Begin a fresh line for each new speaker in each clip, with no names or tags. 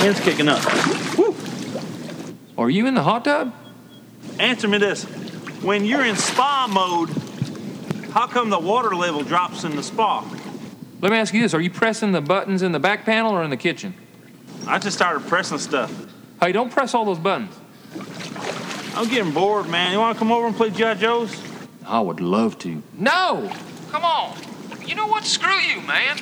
hand's kicking up. Woo.
Are you in the hot tub?
Answer me this. When you're in spa mode, how come the water level drops in the spa?
Let me ask you this Are you pressing the buttons in the back panel or in the kitchen?
I just started pressing stuff.
Hey, don't press all those buttons.
I'm getting bored, man. You want to come over and play G.I. Joe's?
I would love to. No! Come on. You know what? Screw you, man.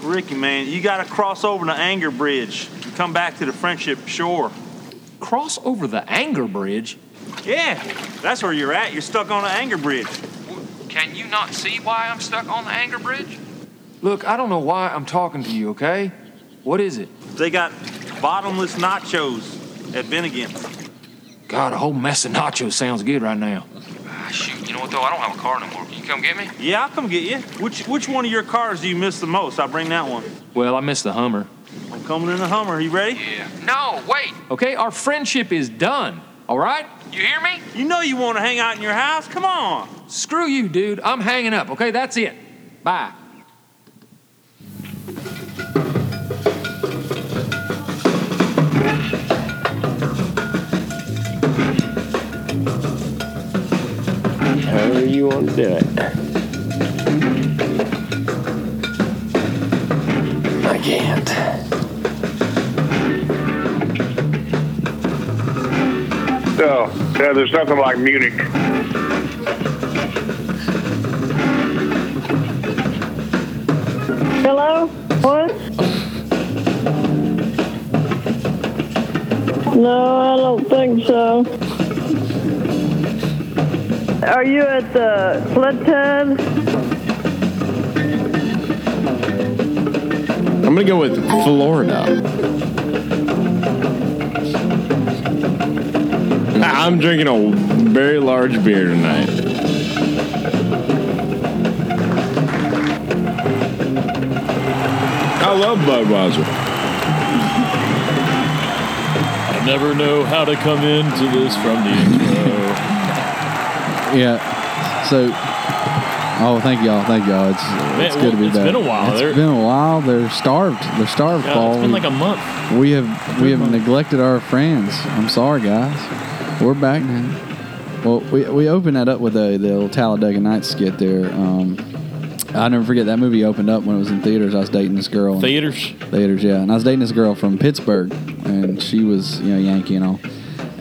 Ricky, man, you got to cross over the anger bridge and come back to the friendship shore.
Cross over the anger bridge.
Yeah, that's where you're at. You're stuck on the anger bridge.
Can you not see why I'm stuck on the anger bridge? Look, I don't know why I'm talking to you, okay? What is it?
They got bottomless nachos at Bennigan's.
God, a whole mess of nachos sounds good right now. Ah, shoot, you know what though? I don't have a car no more. Can you come get me?
Yeah, I'll come get you. Which which one of your cars do you miss the most? I'll bring that one.
Well, I missed the Hummer.
I'm coming in the Hummer. You ready?
Yeah. No, wait. Okay, our friendship is done. All right? You hear me?
You know you want to hang out in your house. Come on.
Screw you, dude. I'm hanging up. Okay, that's it. Bye.
however you want to do it. I can't.
No, yeah, there's nothing like Munich.
Hello? What? No, I don't think so. Are you at the flood tub?
I'm gonna go with Florida. I'm drinking a very large beer tonight. I love Budweiser.
I never know how to come into this from the intro.
Yeah. So, oh, thank y'all, thank y'all. It's it's
well,
good to be
it's
back.
been a while.
It's
They're-
been a while. They're starved. They're starved,
Yeah,
Paul.
it's been like a month.
we have we have neglected our friends. I'm sorry, guys. We're back now. Well, we we opened that up with the the old Talladega Nights skit there. Um, I never forget that movie opened up when it was in theaters. I was dating this girl. and-
Theaters.
theaters, yeah. And I was dating this girl from Pittsburgh, and she was you know Yankee and all.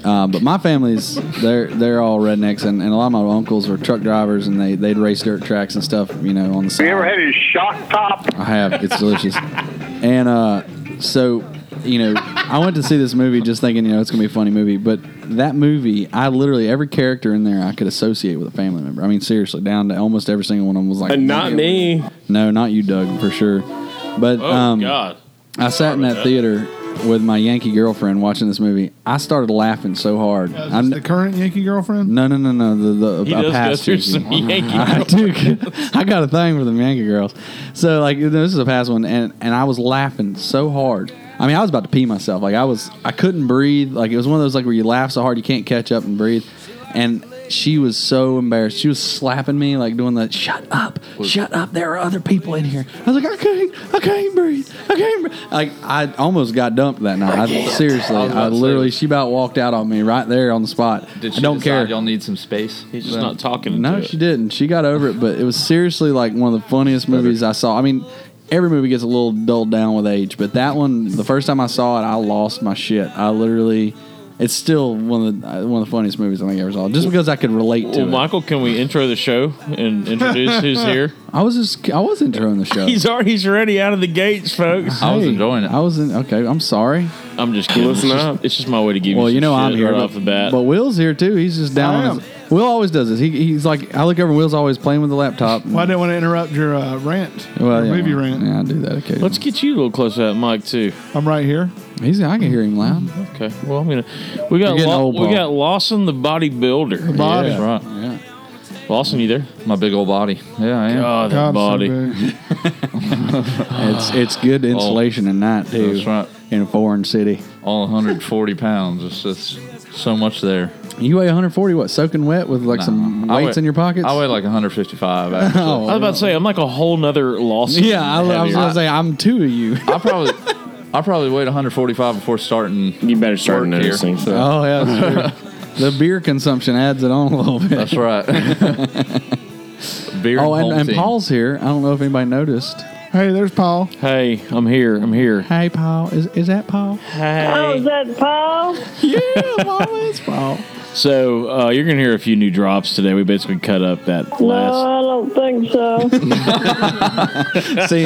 Um, but my family's they're they're all rednecks, and, and a lot of my uncles were truck drivers, and they they'd race dirt tracks and stuff, you know, on the side.
You ever had his shock top?
I have. It's delicious. and uh, so, you know, I went to see this movie just thinking, you know, it's gonna be a funny movie. But that movie, I literally every character in there I could associate with a family member. I mean, seriously, down to almost every single one of them was like,
And not me.
No, not you, Doug, for sure. But
Oh
um,
God.
I sat in
about
that,
that.
theater with my Yankee girlfriend watching this movie. I started laughing so hard. I'm,
the current Yankee girlfriend?
no, no, no, no. The the
He
a
does go
past
through
Yankee
some
one.
Yankee
I do. I got a thing for the Yankee girls. So like you know, this is a past one, and and I was laughing so hard. I mean, I was about to pee myself. Like I was, I couldn't breathe. Like it was one of those like where you laugh so hard you can't catch up and breathe. And she was so embarrassed. She was slapping me like doing that. Shut up, shut up. There are other people in here. I was like, I can't, I can't breathe. I can't. Breathe. Like I almost got dumped that night. I, seriously,
I was about
I
to say.
literally. She about walked out on me right there on the spot.
Did
I
she
don't care.
Y'all need some space.
He's just not talking.
No,
into
she
it.
didn't. She got over it, but it was seriously like one of the funniest movies I saw. I mean, every movie gets a little dulled down with age, but that one, the first time I saw it, I lost my shit. I literally, it's still one of the uh, one of the funniest movies I think I ever saw, just because I could relate to
Well,
it.
Michael, can we intro the show and introduce who's here?
I was just, I was introing the show.
He's already, he's already out of the gates, folks.
I was
Hey,
enjoying it.
I was in. Okay, I'm sorry.
I'm just kidding.
Listen
it's just,
up.
It's just my way to give
Well,
you.
you
some
know
shit
I'm here,
right
but,
off the bat.
but Will's here too. He's just down.
I
on his- Will always does this. He, he's like, I look over. and Will's always playing with the laptop.
Well, I didn't want to interrupt your uh, rant,
Well,
your
yeah,
movie rant.
Yeah, I do that occasionally.
Let's get you a little closer to that mic too.
I'm right here.
He's, I can hear him loud.
Okay. Well, I'm gonna. We got
You're getting
Law-
old,
we
Paul.
got Lawson the bodybuilder. The
body.
That's right.
Yeah.
Lawson, you there?
My big old body. Yeah, I am.
Oh, that
God, I'm so
body.
big.
It's it's good insulation at night too.
That's right.
In a foreign city,
All 140 pounds. It's just so much there.
you weigh 140. What soaking wet with like some
I
weights
weigh-
in your pockets? Oh,
I weigh like 155. Actually.
I was about to say I'm like a whole nother Lawson.
yeah. I, I was
heavier.
gonna say I'm two of you.
I probably I probably weighed 145 before starting.
You better
start
noticing.
Oh yeah, that's true. the beer consumption adds it on a little bit.
That's right. Beer
oh, and,
home
and
team.
Paul's here. I don't know if anybody noticed.
Hey, there's Paul.
Hey, I'm here. I'm here.
Hey, Paul. Is is that Paul?
Oh, is that Paul?
yeah, Paul it's Paul.
So uh, you're gonna hear a few new drops today. We basically cut up that
No,
last.
I don't think so.
See,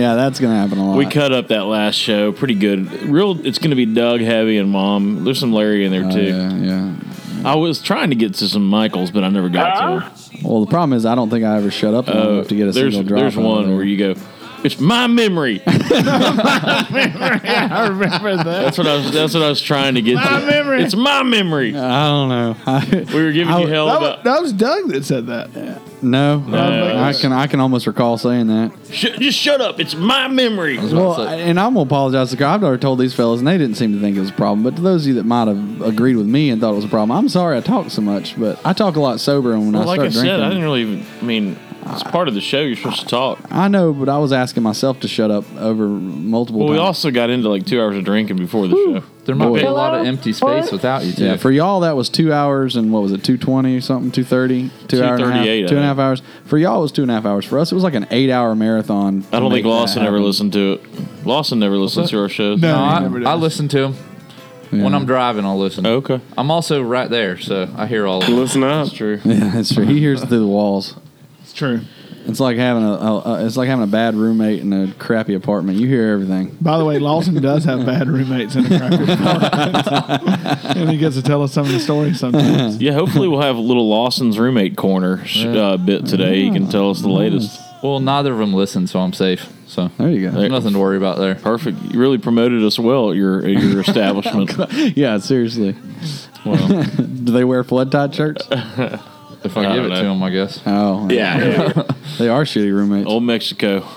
yeah, that's gonna happen a lot.
We cut up that last show pretty good. Real, it's gonna be Doug, Heavy, and Mom. There's some Larry in there
Oh,
too.
yeah, yeah.
I was trying to get to some Michaels, but I never got to. 'em.
Well, the problem is I don't think I ever shut up long
Oh,
enough to get a
there's
single drop.
there's
out of
one
there.
where you go. It's my memory.
I remember that.
That's what I was. That's what I was trying to get.
My
to.
memory.
It's my memory.
I don't know. I,
We were giving
I-
you hell
That was,
about.
that was Doug that said that.
no,
No.
I can I can almost recall saying that.
Sh- just shut up. It's my memory.
Well,
That's it.
I- and I'm gonna apologize. to I've already told these fellas, and they didn't seem to think it was a problem. But to those of you that might have agreed with me and thought it was a problem, I'm sorry I talk so much. But I talk a lot sober, and when
Well,
I
like
start
I said,
drinking, Ah.
I didn't really. Even, I mean, it's part of the show. You're supposed to talk.
I know, but I was asking myself to shut up over multiple.
Well, we
times.
also got into like two hours of drinking before the show.
There might be a
Hello?
lot of empty space
What?
without you, too.
Yeah, for y'all that was two hours and what was it, two twenty or something, two thirty, two hour and a half,
2:38, I
two and a half
think.
hours. For y'all it was two and a half hours. For us it was like an eight hour marathon. uh,
I don't think
to make that
Lawson ever
happen.
listened to it. Lawson never listens to our shows.
no,
he
I,
never did.
I listen to him. When I'm driving, I'll listen.
Okay.
I'm also right there, so I hear all of it.
Listen up.
That's true.
Yeah, that's true. He hears it through the walls.
It's true.
It's like having a, a, a it's like having a bad roommate in a crappy apartment. You hear everything.
By the way, Lawson does have bad roommates in a crappy apartment. and he gets to tell us some of the stories sometimes.
Yeah, hopefully we'll have a little Lawson's roommate corner sh- uh, bit today. He can tell us the latest.
Well, neither of them listen, so I'm safe. So
There you go.
There-
nothing to worry about there.
Perfect. You really promoted us well at your at your establishment.
Yeah, seriously.
Well,
Do they wear flood tide shirts?
If I,
I
give it
don't
to
know.
them, I guess.
Oh,
Yeah.
they are shitty roommates.
old Mexico.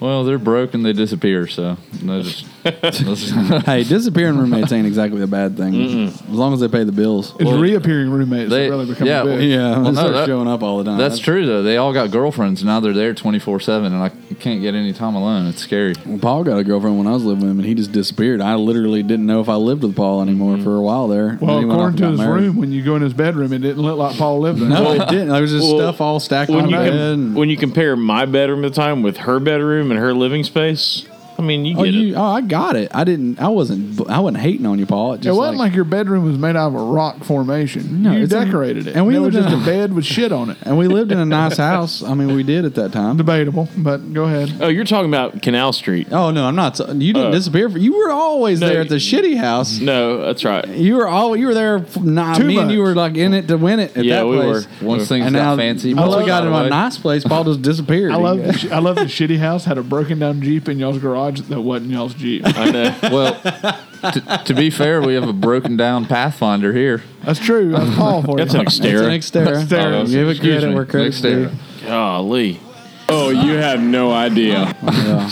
Well, they're broke and they disappear, so no, just, let's-
Hey, disappearing roommates ain't exactly a bad thing as long as they pay the bills.
It's reappearing roommates
they-
that really become
yeah,
big.
well,
Yeah, they
no,
start
that-
showing up all the time.
that's true though. They all got girlfriends now. They're there twenty four seven, and I can't get any time alone. It's scary.
Paul got a girlfriend when I was living with him, and he just disappeared. I literally didn't know if I lived with Paul anymore
Mm-hmm.
for a while there. And
Well,
he went off
according
and
to
got
his
married.
room, when you go in his bedroom, it didn't look like Paul lived there.
No, it didn't. There was just
well,
stuff all stacked
When
on
you,
the
com-
bed. and-
when you compare my bedroom at the time with her bedroom and her living space, I mean, you
oh,
get it.
you, oh, I got it. I didn't. I wasn't. I wasn't hating on you, Paul. It, just
it wasn't like, your bedroom was made out of a rock formation.
No,
you
it's in-
decorated it,
and
and
we
we it was
lived
just
in
a
a-
bed with shit on it.
and we lived in a nice house. I mean, we did at that time.
Debatable, but go ahead.
Oh, you're talking about Canal Street.
Oh no, I'm not. so- You didn't
Uh,
disappear. For, you were always
no,
there at the shitty house.
No, that's right.
You were all. You were there. f- Nah,
Too
me and you
much.
were like in it to win it. At
Yeah,
that
we
place.
were.
Once things
And
got
now,
fancy,
once we
Paul
got into
away.
a nice place, Paul just disappeared.
I love the sh- I love the shitty house had a broken down Jeep in y'all's garage that wasn't y'all's Jeep.
I know.
Well, to, to be fair, we have a broken down Pathfinder here.
That's true. That's Paul for
That's
you.
an
It's
exterior.
an Xterra.
Xterra.
Give it
Excuse
credit
me.
where credit's
Xterra.
due.
Golly.
Oh, you have no idea.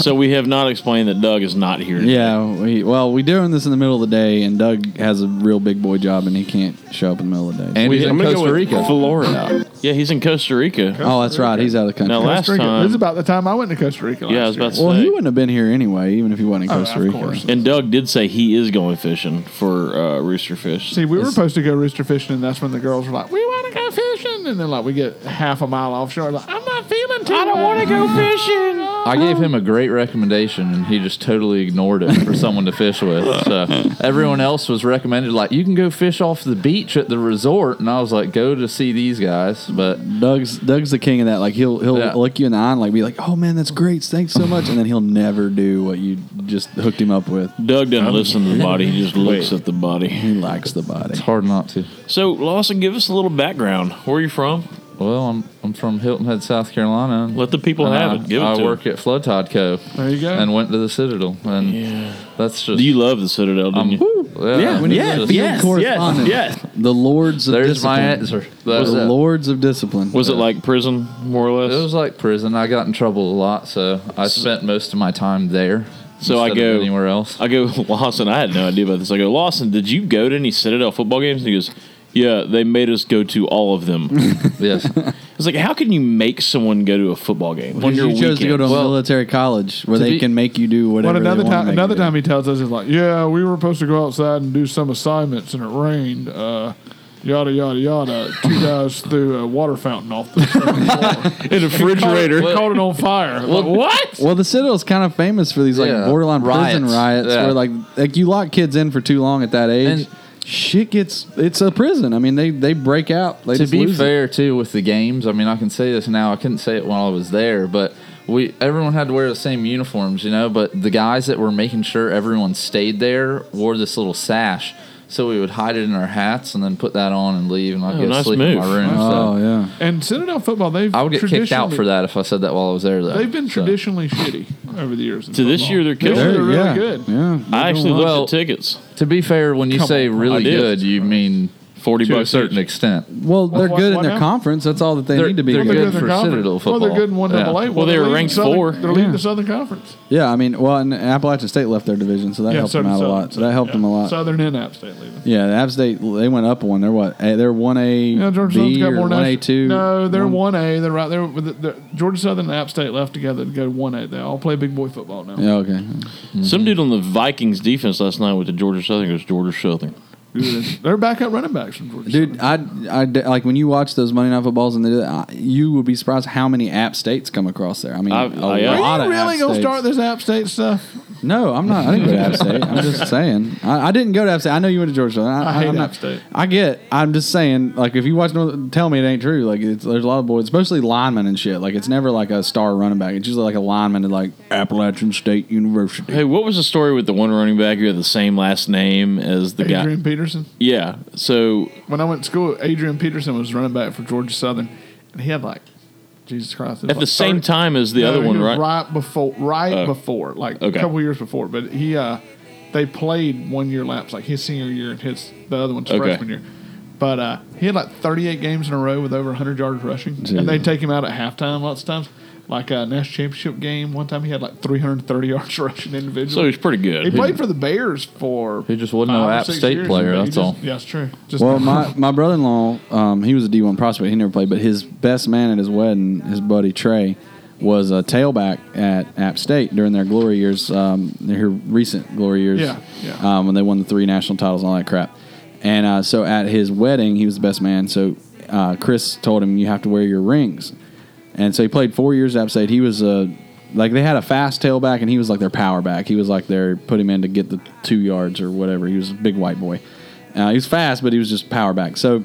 So we have not explained that Doug is not here.
Yeah, we, well, we're doing this in the middle of the day, and Doug has a real big boy job, and he can't show up in the middle of the day.
And he's
I'm
in
gonna go
Costa
with
Rica.
Florida.
Yeah, he's in Costa Rica.
oh, that's right, he's out of the country.
Now last
Costa Rica. This is
time,
about the time I went to Costa Rica. Last
yeah, I was
year.
about to
well,
say.
he wouldn't have been here anyway, even if he wasn't in
Oh,
Costa
of
Rica.
course.
and Doug did say he is going fishing for uh, rooster fish.
See, we were supposed to go rooster fishing, and that's when the girls were like, "We want to go fishing," and then like we get half a mile offshore, like, "I'm not feeling too." I don't want to go fishing.
I gave him a great recommendation, and he just totally ignored it for someone to fish with. So everyone else was recommended, like you can go fish off the beach at the resort, and I was like, go to see these guys. But
Doug's Doug's the king of that. Like he'll he'll
Yeah.
look you in the eye and like be like, "Oh man, that's great, thanks so much," and then he'll never do what you just hooked him up with.
Doug doesn't listen to the body; he just looks at the body.
He likes the body.
it's hard not to.
So Lawson, give us a little background. Where are you from?
Well, I'm I'm from Hilton Head, South Carolina.
Let the people
and I-
have it. Give it
I
to 'em.
work at Flood Tide Co.
There you go.
And went to the Citadel, and that's just.
Do you love the Citadel? Didn't
um,
you?
yeah,
When he's
it's just-
a field correspondent, the lords of
There's
discipline.
my answer. That
The
was it.
lords of discipline.
Was it like prison, more or
It
less?
was like prison. I got in trouble a lot, so I spent most of my time there.
So I
instead of
go-
anywhere else.
I go, Lawson, I had no idea about this. I go, Lawson, did you go to any Citadel football games? And he goes, Yeah, they made us go to all of them.
yes,
It's like, how can you make someone go to a football game on
Because
your
you chose to go to a
weekends?
military college where
to
they
be-
can make you do
But
whatever.
another
they wanna
time,
make you
another
do.
time he tells us, he's like, "Yeah, we were supposed to go outside and do some assignments, and it rained. Uh, yada yada yada. Two guys threw a water fountain off the floor.
In a refrigerator.
Caught it- caught it on fire. Like, what?
Well, the Citadel is kind of famous for these like
Yeah,
borderline prison
riots.
riots
Yeah.
where like like you lock kids in for too long at that age,
And-
shit gets it's a prison. I mean, they they break out. They
to
just
be
lose it.
fair too with the games i mean i can say this now i couldn't say it while i was there but we everyone had to wear the same uniforms you know but the guys that were making sure everyone stayed there wore this little sash so we would hide it in our hats and then put that on and leave and i'd
Oh,
go
nice
sleep in my
move.
room
Oh
so
yeah,
And Citadel football, they've
i would get kicked out
traditionally-
for that if i said that while i was there though
They've been
So-
traditionally shitty over the years. in
To this
football.
year, they're
This year
killing
they're really
yeah,
good.
yeah.
I actually looked
Well-
at tickets.
to be fair when you
Come
say
on,
really
I did.
good you mean
40
to a
bucks
certain
each.
extent
Well, they're
why-
good
why
in their
not?
conference. That's all that they
They're-
need to be.
they're
good.
good.
in the
for
conference.
Citadel
Well, they're
football.
good in one
Yeah.
double A.
Well, they
they're
were
leading
ranked
Southern-
four.
They're leading the Southern Conference.
Yeah, I mean, well, and Appalachian State left their division, so that helped
so
them
did
out a
Southern.
lot. So that helped
Yeah.
them a lot.
Southern and App State leaving.
Yeah, the App State they went up one. They're what? eh, They're one A
Yeah, Georgia Southern's
B
got
or
more
one A
national-
two.
No, they're one A. They're right there. With the, the, Georgia Southern and App State left together to go one A. They all play big boy football now.
Yeah, okay.
Some dude on the Vikings defense last night with the Georgia Southern goes Georgia Southern.
Good. they're backup running backs from Georgia.
Dude, I, I like when you watch those Monday Night Footballs and they do that, I, you will be surprised how many App States come across there. I mean, a
I- I-
Southern.
a
lot
Are you
of
really
App
gonna
States.
start this App State stuff?
No, I'm not. I didn't go to App State. I'm just saying. I, I didn't go to App State. I know you went to Georgia Southern. I,
I hate
am not,
App State.
I get. I'm just saying. Like, if you watch, North, tell me it ain't true. Like, it's, there's a lot of boys, especially linemen and shit. Like, it's never like a star running back. It's usually like a lineman at like Appalachian State University.
Hey, what was the story with the one running back who had the same last name as the guy?
Adrian Peterson.
Yeah. So
When I went to school, Adrian Peterson was running back for Georgia Southern, and he had like Jesus Christ. it was
at
like
the same
30
time as the
No,
other
he
one,
was
right?
Right before, right
Oh.
before, like
Okay.
a couple years before. But he, uh, they played one year laps, like his senior year and his the other one's
Okay.
freshman year. But uh, he had like 38 games in a row with over 100 yards rushing, and they take him out at halftime lots of times. Like a national championship game, one time he had like 330 yards rushing
So
individually.
he's pretty good.
he played for the Bears for.
He just wasn't no
five or
App
six
State
years, but
player,
he
that's
just-
all.
Yeah, it's true. Just
Well, my, my brother in law, um, he was a D1 prospect. He never played, but his best man at his wedding, his buddy Trey, was a tailback at App State during their glory years, um, their recent glory years,
Yeah, yeah.
Um, when they won the three national titles and all that crap. And uh, so at his wedding, he was the best man. So uh, Chris told him, You have to wear your rings. And so he played four years at App State. He was a like they had a fast tailback, and he was like their power back. He was like their put him in to get the two yards or whatever. He was a big white boy. Uh, he was fast, but he was just power back. So,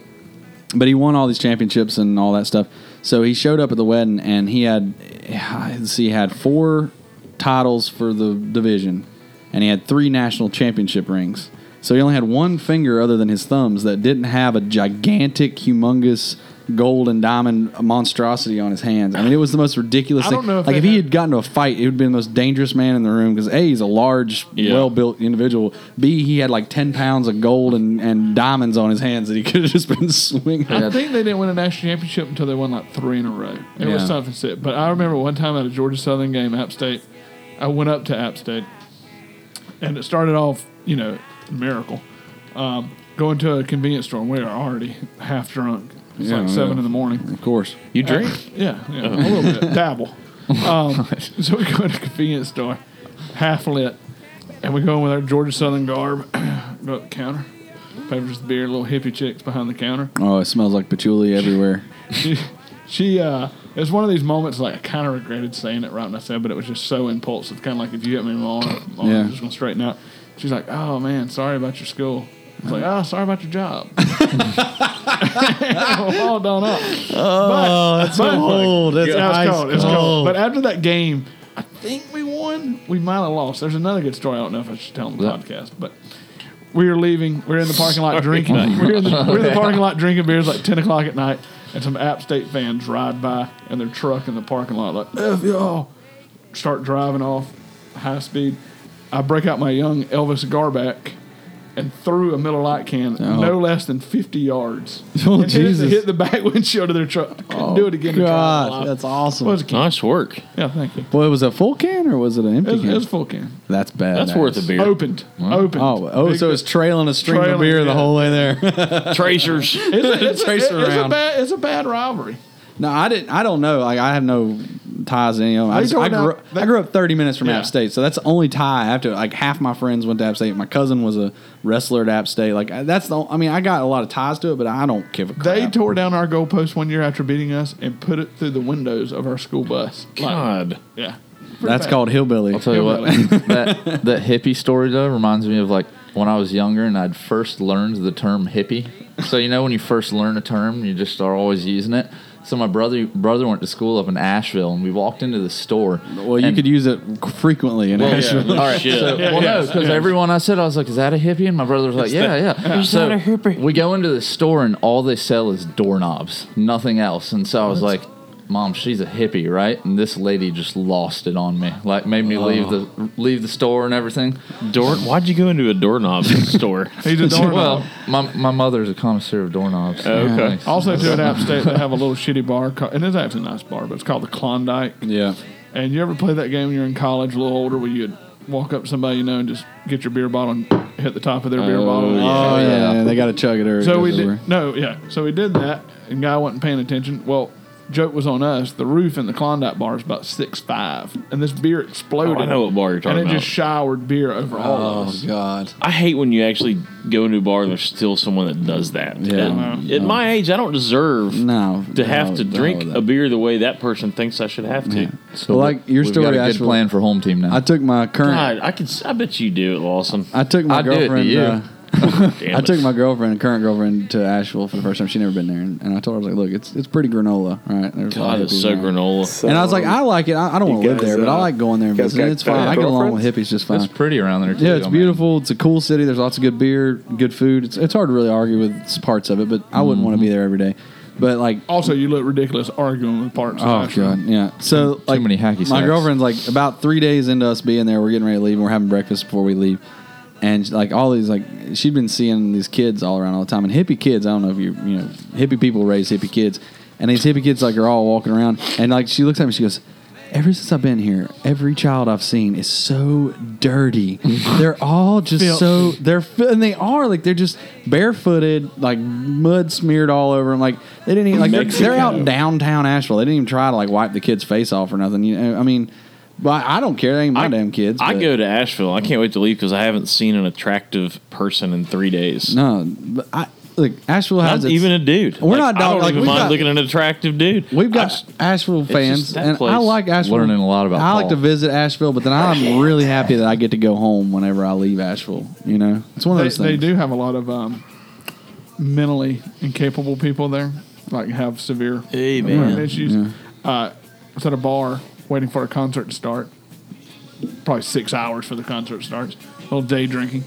but he won all these championships and all that stuff. So he showed up at the wedding, and he had let's see, he had four titles for the division, and he had three national championship rings. So he only had one finger other than his thumbs that didn't have a gigantic, humongous gold and diamond monstrosity on his hands. I mean, it was the most ridiculous
I
thing.
don't know if
like
they
if he
had-
had gotten to a fight, it would have been the most dangerous man in the room because A, he's a large,
Yeah.
well built individual. B, he had like 10 pounds of gold and, and diamonds on his hands that he could have just been swinging.
I think they didn't win a national championship until they won like three in a row. It
Yeah.
was tough and sick. But I remember one time at a Georgia Southern game, App State, I went up to App State, and it started off, you know, miracle. Um, going to a convenience store, and we are already half drunk. It's
Yeah,
like seven
yeah. Oh.
in the morning. Uh,
Of course.
You drink?
Yeah, yeah, a little bit, dabble. Um, so we go to a convenience store, half lit, and we go in with our Georgia Southern garb, go up the counter, pay for just beer, little hippie chicks behind the counter.
Oh, it smells like patchouli everywhere.
She, uh, it's one of these moments like I kind of regretted saying it right when I said, but it was just so impulsive. Kind of like if you hit me in my arm, my arm,
Yeah.
I'm just gonna straighten out. She's like, "Oh man, sorry about your school." I was like, "Oh, sorry about your job." All done up. Oh, that's but,
cold. That's
yeah,
ice
it's cold. It's
cold.
cold. But after that game, I think we won. We might have lost. There's another good story. I don't know if I should tell on the podcast, but we were leaving. We were in the parking lot drinking. We were, in the, we were in the parking lot drinking beers like 10 o'clock at night, and some App State fans ride by in their truck in the parking lot, like, F y'all. Start driving off high speed. I break out my young Elvis Garback and threw a Miller Lite can no less than 50 yards.
Oh,
and hit-
Jesus. Oh,
Hit, the back windshield of their truck. Couldn't do it again. in the truck.
God, that's awesome.
It was a can.
Nice work.
Yeah, thank you.
Boy, was it a full can or was it an
It
empty
was,
can?
it was a full can.
that's bad.
That's worth a beer.
Opened. Opened.
Oh, oh,
Big-
so it's trailing a stream of
Trailing,
beer the
yeah.
whole way there.
Tracers.
it's, a, it's, a,
traced
it's a
around.
bad it's a bad rivalry.
No, I didn't. I don't know. Like I have no ties to any of them. I,
They
just,
tore
I,
down-
grew, up- I grew up 30 minutes from
Yeah.
App State, so that's the only tie I have to. Like half my friends went to App State. My cousin was a wrestler at App State. Like I- that's the. I mean, I got a lot of ties to it, but I don't give a crap.
They tore down our goalpost one year after beating us and put it through the windows of our school bus. Like,
God.
yeah.
that's called hillbilly.
I'll tell you what, that that hippie story though reminds me of like when I was younger and I'd first learned the term hippie. So you know when you first learn a term, you just are always using it. So my brother brother went to school up in Asheville, and we walked into the store.
Well, you
and-
could use it frequently in
well,
Asheville.
All right. So, well, no, because everyone I said, I was like, is that a hippie? And my brother was like, yeah, yeah. So we go into the store and all they sell is doorknobs, nothing else. And so I was like, Mom, she's a hippie, right? And this lady just lost it on me. Like, made me leave the leave the store and everything.
Oh. Door, why'd you go into a doorknob store?
He's a doorknob.
Well, my, my mother's a connoisseur of
Oh,
doorknobs.
Oh, okay.
Thanks.
also, to an app state, they have a little shitty bar, ca- and it's actually a nice bar, but it's called the Klondike.
Yeah.
And you ever play that game when you're in college, a little older, where you'd walk up to somebody you know and just get your beer bottle and hit the top of their beer bottle?
Oh yeah, they got to chug it every.
So we did. No, yeah. So we did that, and guy wasn't paying attention. Well, joke was on us. The roof in the Klondike bar is about six five, and this beer exploded.
Oh, I know what bar you're talking
And it
about.
just showered beer over all of
Oh
us.
god.
I hate when you actually go into a bar and there's still someone that does that.
Yeah.
At, at my age, I don't deserve
No,
to have
no,
to
no,
drink
no.
a beer the way that person thinks I should have to.
So
Well, like your
we've
story,
got a good
Asheville-
plan for home team now.
I took my current.
God, I could. s- I bet you do it, Lawson.
I took my
I'd do it to
girlfriend.
you.
uh,
Damn
I
it.
took my girlfriend, current girlfriend, to Asheville for the first time. She'd never been there, and, and I told her, I was like, "Look, it's it's pretty granola, right?" There's a lot
God,
of
it's
hippies
so
around.
granola.
And I was like, "I like it. I, I don't
Um, You
want to live
guys,
there, but I
uh,
like going there and
guys
visiting.
got,
It's fine.
uh,
I get along with hippies just fine."
it's pretty around there, too.
yeah,
Oh,
it's
I mean.
beautiful. It's a cool city. There's lots of good beer, good food. It's, it's hard to really argue with s- parts of it, but I wouldn't want to be there every day. But like,
Also, you look ridiculous arguing with parts. of
oh
Asheville.
god, yeah. So like,
many hacky
my
sacks.
girlfriend's like about three days into us being there. We're getting ready to leave. and We're having breakfast before we leave, and like all these like she'd been seeing these kids all around all the time, and hippie kids. I don't know if you you know hippie people raise hippie kids, and these hippie kids like are all walking around, and like she looks at me, she goes. Ever since I've been here, every child I've seen is so dirty. they're all just so they're fi- and they are like they're just barefooted, like mud smeared all over them. Like they didn't even like they're, they're out downtown Asheville. They didn't even try to like wipe the kid's face off or nothing. You know, I mean, but I don't care. They ain't my damn kids.
I
but-
go to Asheville. I can't wait to leave because I haven't seen an attractive person in three days.
No, but I look. Asheville
Not
has its-
even a dude.
We're not
I
dog-
don't
like,
even
we've
mind
got-
looking at an attractive dude.
We've
I
got
just-
Asheville
just
fans,
that
and
place.
I like Asheville.
Learning a lot about
I like
Paul.
to visit Asheville, but then I'm really happy that I get to go home whenever I leave Asheville. You know, it's one of
They,
those
they
things.
do have a lot of um, mentally incapable people there, like have severe
Amen.
issues. Uh, I was at a bar waiting for a concert to start. Probably six hours for the concert starts. A little day drinking.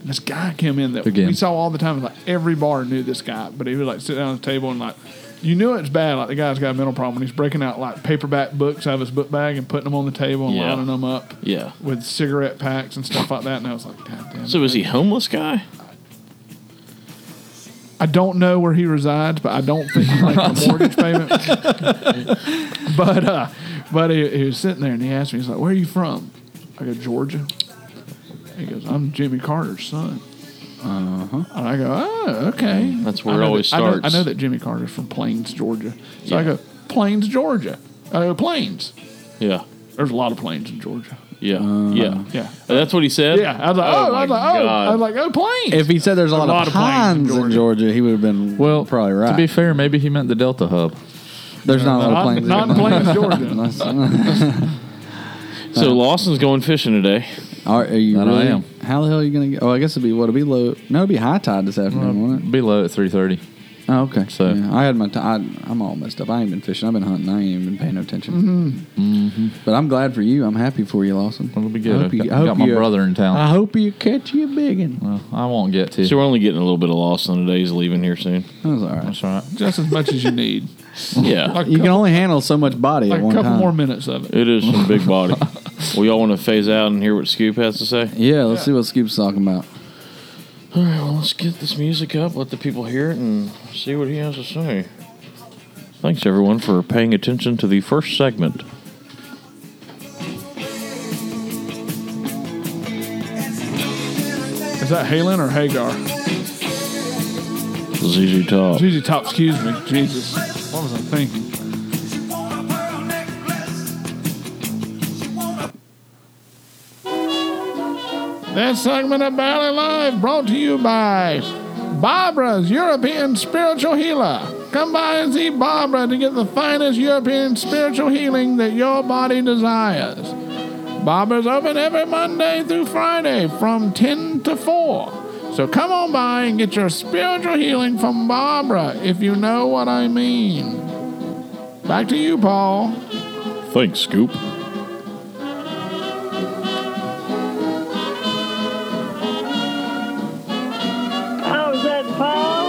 And this guy came in that
Again.
we saw all the time. Like every bar knew this guy, but he would like sit down at the table and like, you knew it's bad. Like the guy's got a mental problem. and He's breaking out like paperback books out of his book bag and putting them on the table and
Yeah.
lining them up
Yeah.
with cigarette packs and stuff like that. And I was like, God damn.
So is he homeless guy?
I don't know where he resides, but I don't think he made a mortgage payment. but uh, but he, he was sitting there and he asked me, he's like, "Where are you from?" I go, "Georgia." He goes, "I'm Jimmy Carter's son." Uh-huh. And I go, "Oh, okay."
That's where
I
it
know
always
that- I know- I
starts.
know, that Jimmy Carter's from Plains, Georgia. So I
Yeah.
go, "Plains, Georgia." I go, "Plains."
Yeah.
There's a lot of plains in Georgia.
Yeah.
Uh,
yeah. Uh,
Yeah.
That's what he said?
Yeah, I was like, oh, I was
my
like, oh,
God.
I was like, oh, plains.
if he said there's a, lot,
lot
of
of planes in
pines in Georgia, he would have been well
Well,
probably right.
To be fair, maybe he meant the Delta Hub.
there's not a lot of
not,
planes.
not in Plains, Georgia.
so
Uh,
Lawson's going fishing today.
Are, are you
That I
really?
am.
How the hell are you gonna? Go? Oh, I guess it'd be what it'd be low. No, it'd be high tide this afternoon, wouldn't it?
Mm, Be low at three thirty.
Oh, okay.
So-
Yeah, I had my. T- I, I'm all messed up. I ain't been fishing. I've been hunting. I ain't even been paying no attention. But I'm glad for you. I'm happy for you, Lawson.
Mm-hmm. It'll be good.
I hope
I've
you,
got,
I hope
got my
you-
brother in town.
I hope you catch you a big one.
Well, I won't get to.
So we're only getting a little bit of Lawson today. He's leaving here soon.
That was all right.
That's all right.
Just as much as you need.
Yeah.
Like
You can only handle so much body
like
at
a
one
couple
time.
more minutes of it.
It is some big body. well, y'all want to phase out and hear what Scoop has to say?
yeah, let's see what Scoop's talking about.
All right, well, let's get this music up, let the people hear it, and see what he has to say. Thanks, everyone, for paying attention to the first segment.
Is that Halen or Hagar?
ZZ Top. Oh.
ZZ Top, excuse me. Jesus. What was I thinking? That segment of Valley Live brought to you by Barbara's European Spiritual Healer. Come by and see Barbara to get the finest European spiritual healing that your body desires. Barbara's open every Monday through Friday from 10 to 4. So come on by and get your spiritual healing from Barbara if you know what I mean. Back to you, Paul.
Thanks, Scoop.
Oh, is that Paul?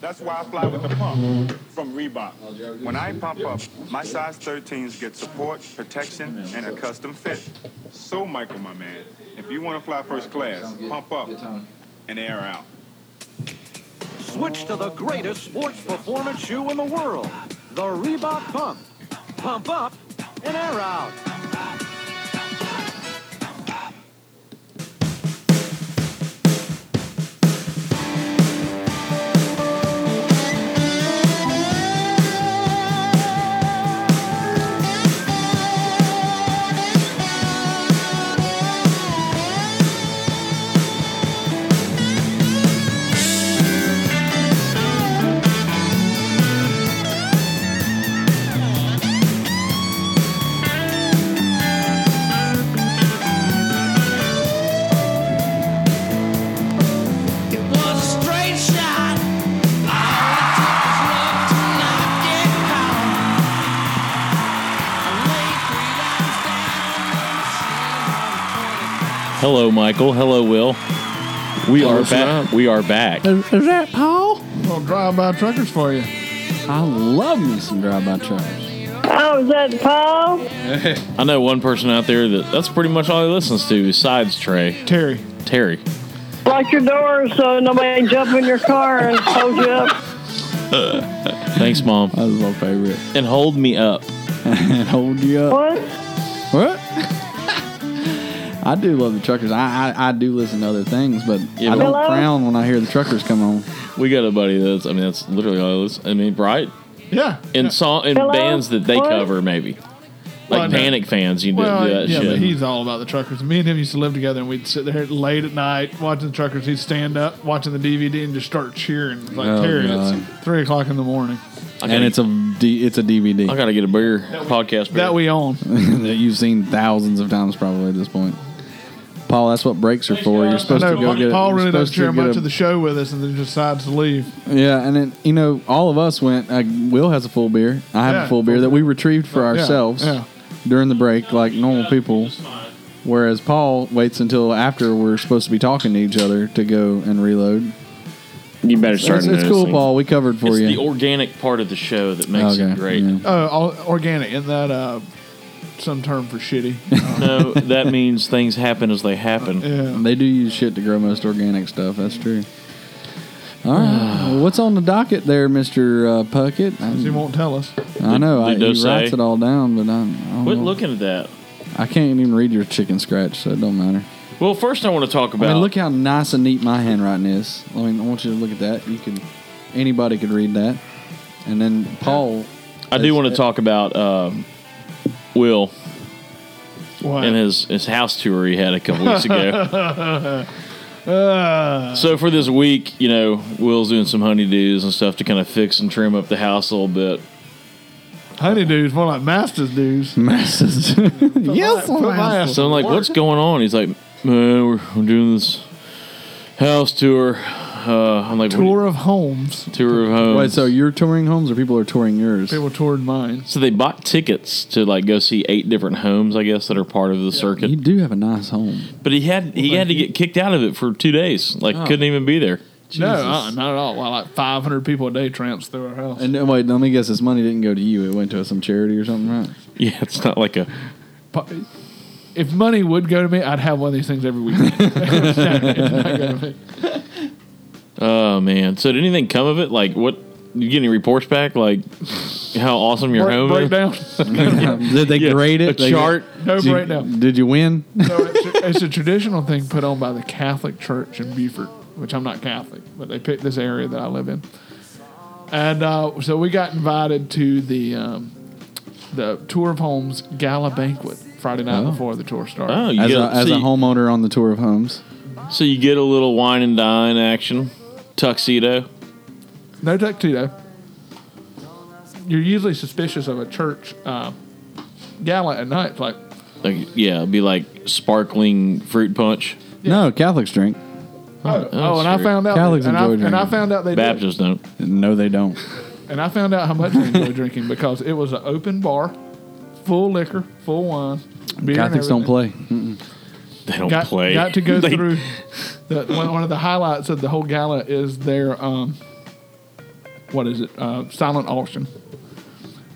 That's why I fly with the pump from Reebok. When I pump up, my size 13s get support, protection, and a custom fit. So, Michael, my man, if you want to fly first class, pump up and air out.
Switch to the greatest sports performance shoe in the world, the Reebok Pump. Pump up and air out.
It was a straight shot. All it took was love to knock it out. I lay three lines down and
Hello, Michael. Hello, Will. We
Oh,
are
what's
back. We are back.
Is, is that Paul?
Little drive-by truckers for you.
I love me some drive-by truckers.
Oh, is that Paul?
I know one person out there that that's pretty much all he listens to besides Trey.
Terry.
Terry.
Lock your door so nobody can jump in your car and hold you up.
Thanks, Mom.
That was my favorite.
And hold me up.
and hold you up.
What?
What? I do love the truckers. I, I, I do listen to other things, but
Yeah,
I
but-
don't
Hello?
frown when I hear the truckers come on.
We got a buddy that's I mean that's literally all he listens. I mean, right?
Yeah.
In song in
Hello?
bands that they
What?
cover maybe. Like
Well, no.
Panic fans, you
Well,
do that
yeah, but
shit.
he's all about the truckers. Me and him used to live together, and we'd sit there late at night watching the truckers. He'd stand up, watching the DVD, and just start cheering like
Oh,
Terry.
God.
It's three o'clock in the morning
I
And
gotta,
it's a D, it's a DVD
I gotta get a beer. Podcast beer.
that we own.
that you've seen thousands of times probably at this point. Paul, that's what breaks are for. You're supposed
I
to
know
go get.
Paul
you're
really doesn't
supposed to
share
get
much
a-
of the show with us, and then decides to leave.
Yeah, and then you know, all of us went. Like, Will has a full beer. I have
Yeah,
a full beer
full
that we retrieved for
Yeah,
ourselves
yeah.
during the break, like normal people. Whereas Paul waits until after we're supposed to be talking to each other to go and reload.
you better start.
It's, it's cool,
noticing.
Paul. We covered for
It's
you.
the organic part of the show that makes
Okay,
it great.
yeah.
Oh, all, organic. Isn't that uh, some term for shitty?
No, that means things happen as they happen.
yeah.
They do use shit to grow most organic stuff. That's true. All right. Well, Ah, what's on the docket there, Mister uh, Puckett?
He
I,
won't tell us.
I know I,
Did- did
he
those
writes
say?
it all down, but I, I don't
Quit
know.
looking at that.
I can't even read your chicken scratch, so it don't matter.
Well, first I want to talk about.
I mean, look how nice and neat my handwriting is. I mean, I want you to look at that. You can, anybody could read that. And then Paul,
I do want to talk about um, Will
What?
and his his house tour he had a couple weeks ago.
uh,
so for this week, you know, Will's doing some honeydews and stuff to kind of fix and trim up the house a little bit.
honeydews, more like masters dudes.
masses. yes,
Put my ass
So I'm
to
like,
work.
what's going on? He's like, man, we're, we're doing this house tour. Uh, I'm like,
tour of homes?
what- tour of home.
Wait, so you're touring homes, or people are touring yours?
People toured mine.
So they bought tickets to like go see eight different homes, I guess, that are part of the circuit.
You do have a nice home.
But he had he had to get kicked out of it for two days. Like couldn't even be there.
No,
Oh. Jesus.
uh, not at all. Well, like 500 people a day tramps through our house.
And uh, wait, let me guess. This money didn't go to you. It went to some charity or something, right?
Yeah, it's not like a
Pu- if money would go to me, I'd have one of these things every week.
oh man. So did anything come of it? Like what? You get any reports back? Like how awesome your
Break,
home is?
breakdown.
Did they
Yeah,
grade
a
it? They-
chart.
No
Did you,
breakdown.
Did you win?
No, it's, a, it's a traditional thing put on by the Catholic Church in Beaufort, which I'm not Catholic, but they picked this area that I live in. And uh, so we got invited to the um, the tour of homes gala banquet Friday night
Oh.
before the tour started.
as, a, as a homeowner on the tour of homes.
So you get a little wine and dine action, tuxedo.
No tuxedo. You're usually suspicious of a church uh, gala at night. It's Like,
Like yeah, it'd be like sparkling fruit punch.
No, Catholics drink.
oh, and I found out.
Catholics
and, I,
enjoy
and I
drinking.
found out they did.
Baptists don't.
No, they don't.
And I found out how much I enjoy drinking because it was an open bar, full liquor, full wine. beer and
Catholics don't
everything.
play. Mm-mm.
They don't
got,
play.
Got to go
They-
through. The, one, one of the highlights of the whole gala is their um, what is it? Uh, silent auction.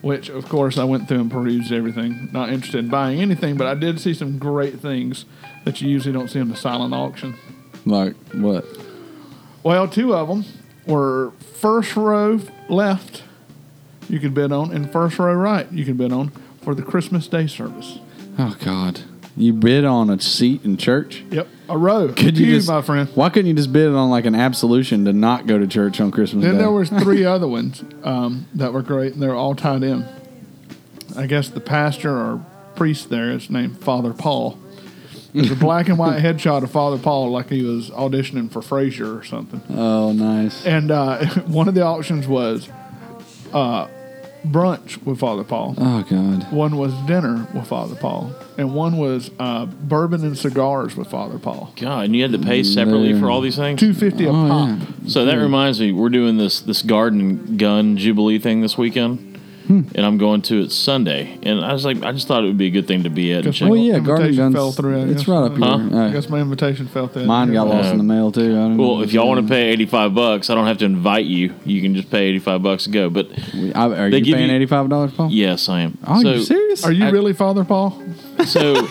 Which, of course, I went through and perused everything. Not interested in buying anything, but I did see some great things that you usually don't see in the silent auction.
Like what?
Well, two of them were first row left you could bid on, and first row right you could bid on for the Christmas Day service.
Oh God! You bid on a seat in church.
Yep, a row.
Could you
Pew,
just,
my friend?
Why couldn't you just bid on like an absolution to not go to church on Christmas
Then
Day?
there was three other ones um, that were great, and they were all tied in. I guess the pastor or priest there is named Father Paul. There's a black and white headshot of Father Paul, like he was auditioning for Frasier or something.
oh, nice.
And uh, one of the options was uh, brunch with Father Paul.
Oh God!
One was dinner with Father Paul, and one was uh, bourbon and cigars with Father Paul.
God, and you had to pay separately for all these things.
Two fifty
Oh,
a pop.
So that reminds me, we're doing this this garden gun jubilee thing this weekend,
Hmm.
and I'm going to it Sunday. And I was like, I just thought it would be a good thing to be at. and
Guess
check-
my invitation fell through. I
it's
guess.
right up
Huh?
here.
I guess my invitation fell through.
Mine got lost in the mail too. I don't
Well, if y'all want to pay eighty five bucks, I don't have to invite you. You can just pay eighty five bucks to go. But
are
they
you
give
paying eighty five dollars, Paul?
Yes, I am.
Oh,
so,
you serious?
Are you
I-
really Father Paul?
So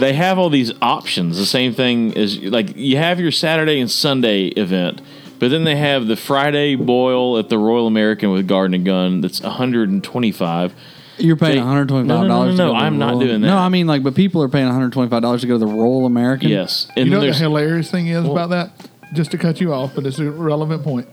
they have all these options. The same thing as like you have your Saturday and Sunday event, but then they have the Friday boil at the Royal American with Garden and Gun. That's one hundred and twenty five.
You're paying one hundred
no,
twenty
no,
five
no,
dollars.
no, I'm not doing that.
No, I mean like, but people are paying one hundred twenty five dollars to go to the Royal American.
Yes,
you know what the hilarious thing is about that? Just to cut you off, but it's a relevant point.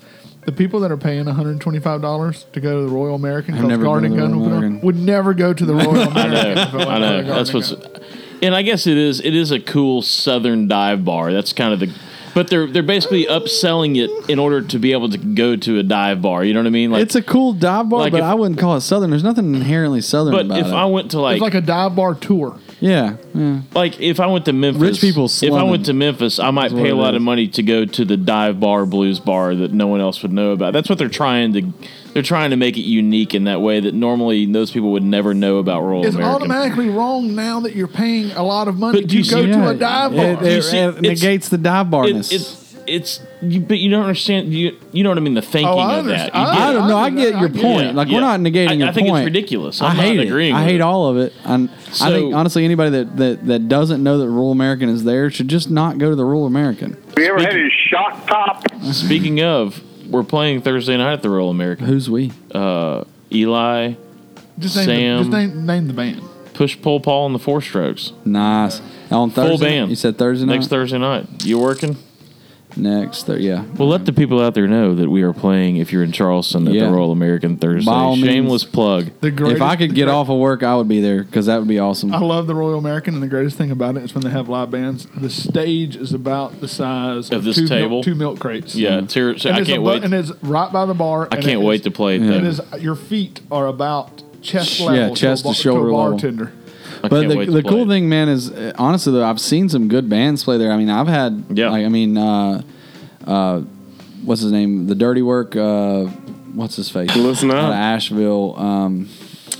The people that are paying one hundred twenty-five dollars to go to the Royal American
I've
because
never
Garden
been to the
Gun
Royal
opened up,
American.
would never go to the Royal
I
American.
know,
if it
I
wasn't for
know.
the Garden
That's
and
what's, and I guess it is. It is a cool Southern dive bar. That's kind of the, but they're they're basically upselling it in order to be able to go to a dive bar. You know what I mean? Like
it's a cool dive bar,
like
but
if-
I wouldn't call it southern. There's nothing inherently southern
But
about
if
it.
I went to like,
It's like
like,
a dive bar tour.
yeah.
if I went to Memphis,
Rich people
If I
slumming.
went to Memphis, I might
what
pay
it
a lot of
is.
money to go to the dive bar, blues bar that no one else would know about. That's what they're trying to. They're trying to make it unique in that way that normally those people would never know about Royal
It's
American.
automatically wrong now that you're paying a lot of money
But
to
you
go
see-
to a dive bar.
It, it- it negates the dive barness.
It, it, it's you, but you don't understand. You you know what I mean? The thinking
Oh, I
of that.
understand. I- I don't know. I get your point. Like, we're not negating
I,
your
I think
point.
it's ridiculous.
I
I'm
hate
not
it.
agreeing.
I
with
hate
it.
all of it. And I
So-
think honestly, anybody that, that, that doesn't know that Rural American is there should just not go to the Rural American.
Have you ever had his shock top? Speaking of, we're playing Thursday night at the Royal American.
Who's we?
Uh, Eli,
Just name,
Sam,
the, just name, name the band.
Push Pull Paul, and the Four Strokes.
Nice. On Thursday,
Full band.
You said Thursday night.
Next Thursday night. You working?
Next, Thur- yeah.
Well, let the people out there know that we are playing. If you're in Charleston at
Yeah.
the Royal American Thursday,
By all means.
shameless plug.
The greatest-
if I could
the
get
great-
off of work, I would be there because that would be awesome.
I love the Royal American, and the greatest thing about it is when they have live bands, the stage is about the size
Of this
two
table?
Milk, two milk crates.
Yeah, it's here- so
And
I
it's
can't
abo-
wait.
And it's right by the bar.
I
and
can't
it is-
wait to play it,
And
though.
it is, your feet are about chest
Yeah,
level. to a
chest to
bar-
shoulder
a
level.
bartender.
but the, the cool thing, man, is uh, honestly though, I've seen some good bands play there. I mean, I've had yeah. Like, I mean, uh, uh, what's his name? The Dirty Work. Uh, what's his face?
Listen
Out
up.
of Asheville. Um,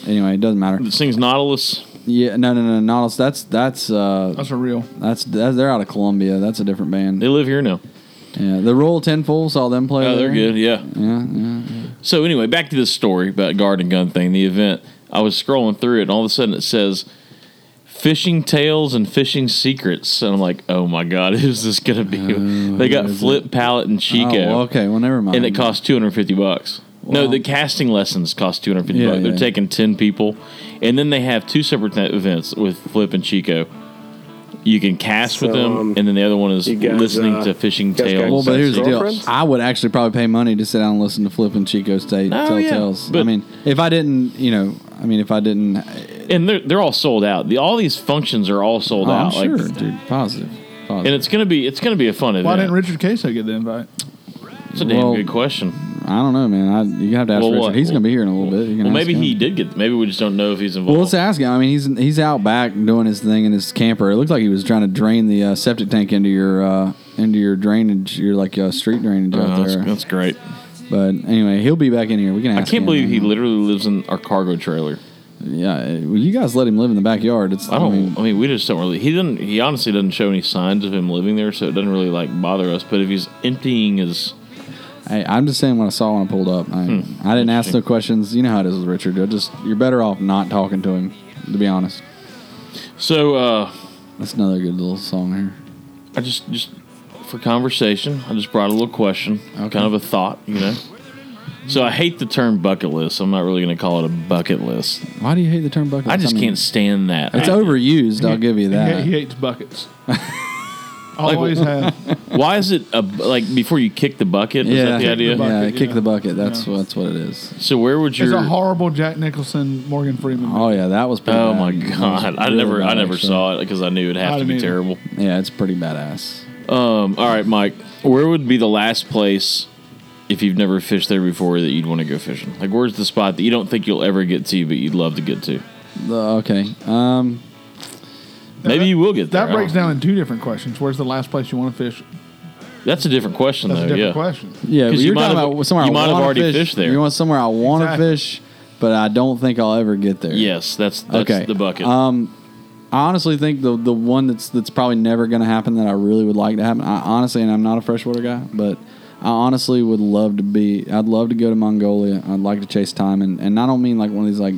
anyway, it doesn't matter.
It sings Nautilus.
Yeah, no, no, no, Nautilus. That's that's uh,
that's a real.
That's, that's they're out of Columbia. That's a different band. They
live here now.
Yeah, the Royal Tenfold saw them play.
Oh, they're
there.
good. Yeah.
Yeah, yeah.
So anyway, back to this story about garden gun thing, the event. I was scrolling through it, and all of a sudden it says fishing tales and fishing secrets, and I'm like, oh my god, who's this gonna be? they got
Oh, is
Flip, Pallet, and Chico.
Oh, well, okay. Well, never mind.
And it cost 250 bucks. no, the casting lessons cost 250
Yeah,
bucks. They're
yeah.
taking 10 people. And then they have two separate th- events with Flip and Chico. you can cast with them, and then the other one is
um, you guys,
listening
uh,
to fishing
you guys got
tales.
Well, but here's the deal. I would actually probably pay money to sit down and listen to Flip and Chico's tape,
Oh,
tell
yeah.
tales. I
But-
mean, if I didn't, you know, I mean, if I didn't, uh,
and they're they're all sold out. The, all these functions are all sold
Oh, I'm
out.
sure, dude. Positive.
And it's gonna be it's gonna be a fun event.
Why didn't Richard Queso get the invite?
That's a damn
Well,
good question.
I don't know, man. I, you have to ask
Well,
Richard.
what-
He's going to be here in a little bit. You can
Well,
ask
maybe
him.
he did get. Maybe we just don't know if he's
Well,
involved.
let's ask him. I mean, he's he's out back doing his thing in his camper. It looked like he was trying to drain the uh, septic tank into your uh, into your drainage, your like uh, street drainage
Oh,
out
that's-
there.
that's great.
But anyway, he'll be back in here. We can.
I
Ask
can't
him,
believe
man.
he literally lives in our cargo trailer.
Yeah, eh, well, you guys let him live in the backyard. It's
I don't. I
mean,
mean, we just don't really. He doesn't. He honestly doesn't show any signs of him living there, so it doesn't really like bother us. But if he's emptying his,
hey, I'm just saying what I saw when I pulled up. I,
Hmm.
I didn't ask no questions. You know how it is with Richard. I just you're better off not talking to him, to be honest.
So uh,
that's another good little song here.
I just just for conversation, I just brought a little question, kind of a thought, you know. So I hate the term bucket list. I'm not really going to call it a bucket list.
Why do you hate the term bucket?
I
list?
just
mean,
can't stand that.
It's
I-
overused. I'll give you
He,
that.
ha- he hates buckets.
Like,
Always have.
Why is it a, like before you kick the bucket? is that the idea?
Yeah, kick the bucket. That's that's what it is.
So where would
There's
your?
a horrible Jack Nicholson, Morgan Freeman.
Oh yeah, that was. Pretty
oh
bad.
my
That was
god! I
really
never, I
bad,
never
actually.
saw it because I knew it'd have
I
to be
didn't either.
terrible.
Yeah, it's pretty badass.
Um. All right, Mike. Where would be the last place if you've never fished there before that you'd want to go fishing? Like, where's the spot that you don't think you'll ever get to, but you'd love to get to?
The- okay. Um,
Maybe you will get there.
That breaks
I don't-
down in two different questions. Where's the last place you want to fish?
That's a different question,
That's a
though.
different
yeah.
question.
Yeah,
'Cause
but
you
you're
might
talking
have-
about somewhere
you
I
might have
wanna
already
fish.
fished there.
You want somewhere I want to fish, but I don't think I'll ever get there.
Yes, that's that's the bucket.
Um, I honestly think the the one that's that's probably never going to happen that I really would like to happen. I honestly, and I'm not a freshwater guy, but I honestly would love to be. I'd love to go to Mongolia. I'd like to chase time, and and I don't mean like one of these like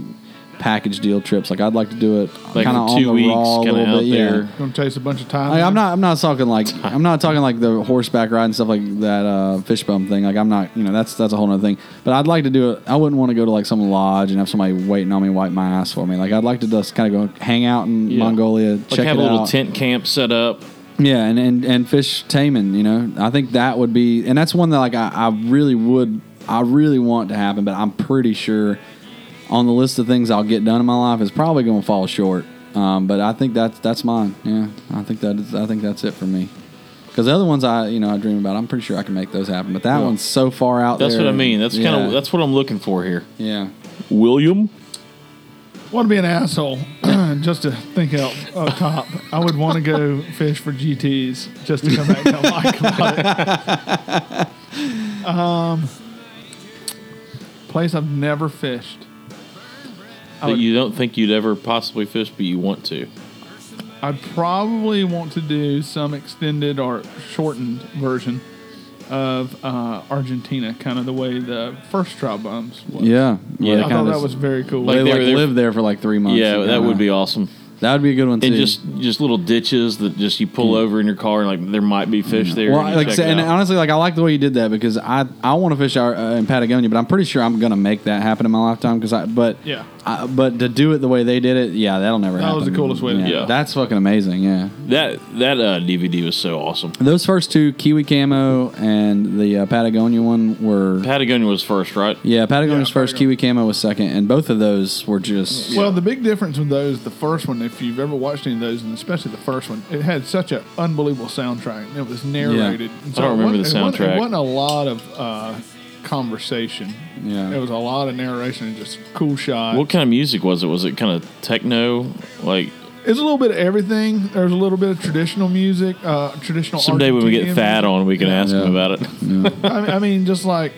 package deal trips. Like I'd like to do it
Like
kind of on
two
the
weeks,
raw a
kinda
little
out
bit.
there.
Yeah.
Going to taste a bunch of time.
Like, I'm not. I'm not talking like. I'm not talking like the horseback ride and stuff like that. Uh, fish bump thing. Like I'm not. You know, that's that's a whole other thing. But I'd like to do it. I wouldn't want to go to like some lodge and have somebody waiting on me, wipe my ass for me. Like I'd like to just kind of go hang out in
Yeah.
Mongolia,
Like
check
have
it
a little
out.
tent camp set up.
Yeah, and, and and fish taming. You know, I think that would be, and that's one that like I, I really would, I really want to happen. But I'm pretty sure on the list of things I'll get done in my life is probably going to fall short. Um, but I think that's that's mine. Yeah, I think that is, I think that's it for me. Because the other ones I you know I dream about, I'm pretty sure I can make those happen. But that
Yeah.
one's so far out
That's
there.
what I mean. That's
Yeah.
kind of that's what I'm looking for here.
Yeah.
William.
want to be an asshole just to think out up top. I would want to go fish for GTS just to come back and tell Mike about it. Um, place I've never fished. I
That
would-
you don't think you'd ever possibly fish, but you want to.
I'd probably want to do some extended or shortened version of uh, Argentina, kind of the way the first trial bombs was.
Yeah, where they
I thought
kinda
that
just-
was very cool.
Like they, like lived there for like three months.
Yeah,
and
that
kinda-
would be awesome.
That would be a good one
And
too.
just just little ditches that just you pull over in your car and like there might be fish there.
Mm. Well,
and you
like I
check
said,
it
and
out.
honestly, like I like the way you did that because I I want to fish out uh, in Patagonia, but I'm pretty sure I'm gonna make that happen in my lifetime. Because I but
Yeah.
I, but to do it the way they did it, yeah, that'll never
That
happen.
was the coolest way to do it.
That's fucking amazing. Yeah,
that that uh, DVD was so awesome.
those first two Kiwi Camo and the uh, Patagonia one were.
Patagonia was first, right?
Yeah, Patagonia's first, Kiwi Camo was second, and both of those were just
Well, the big difference with those, the first one, if you've ever watched any of those, and especially the first one, it had such an unbelievable soundtrack. and It was narrated.
Yeah.
and
I don't
it
remember
wasn't-
the
it wasn't-
soundtrack.
It wasn't a lot of uh, conversation.
Yeah.
It was a lot of narration and just cool shots.
What kind of music was it? Was it kind of techno? Like
It's a little bit of everything. There's a little bit of traditional music, uh, traditional.
someday when we get
Argentinian
Thad on, we can ask him about it.
I, mean, I mean, just like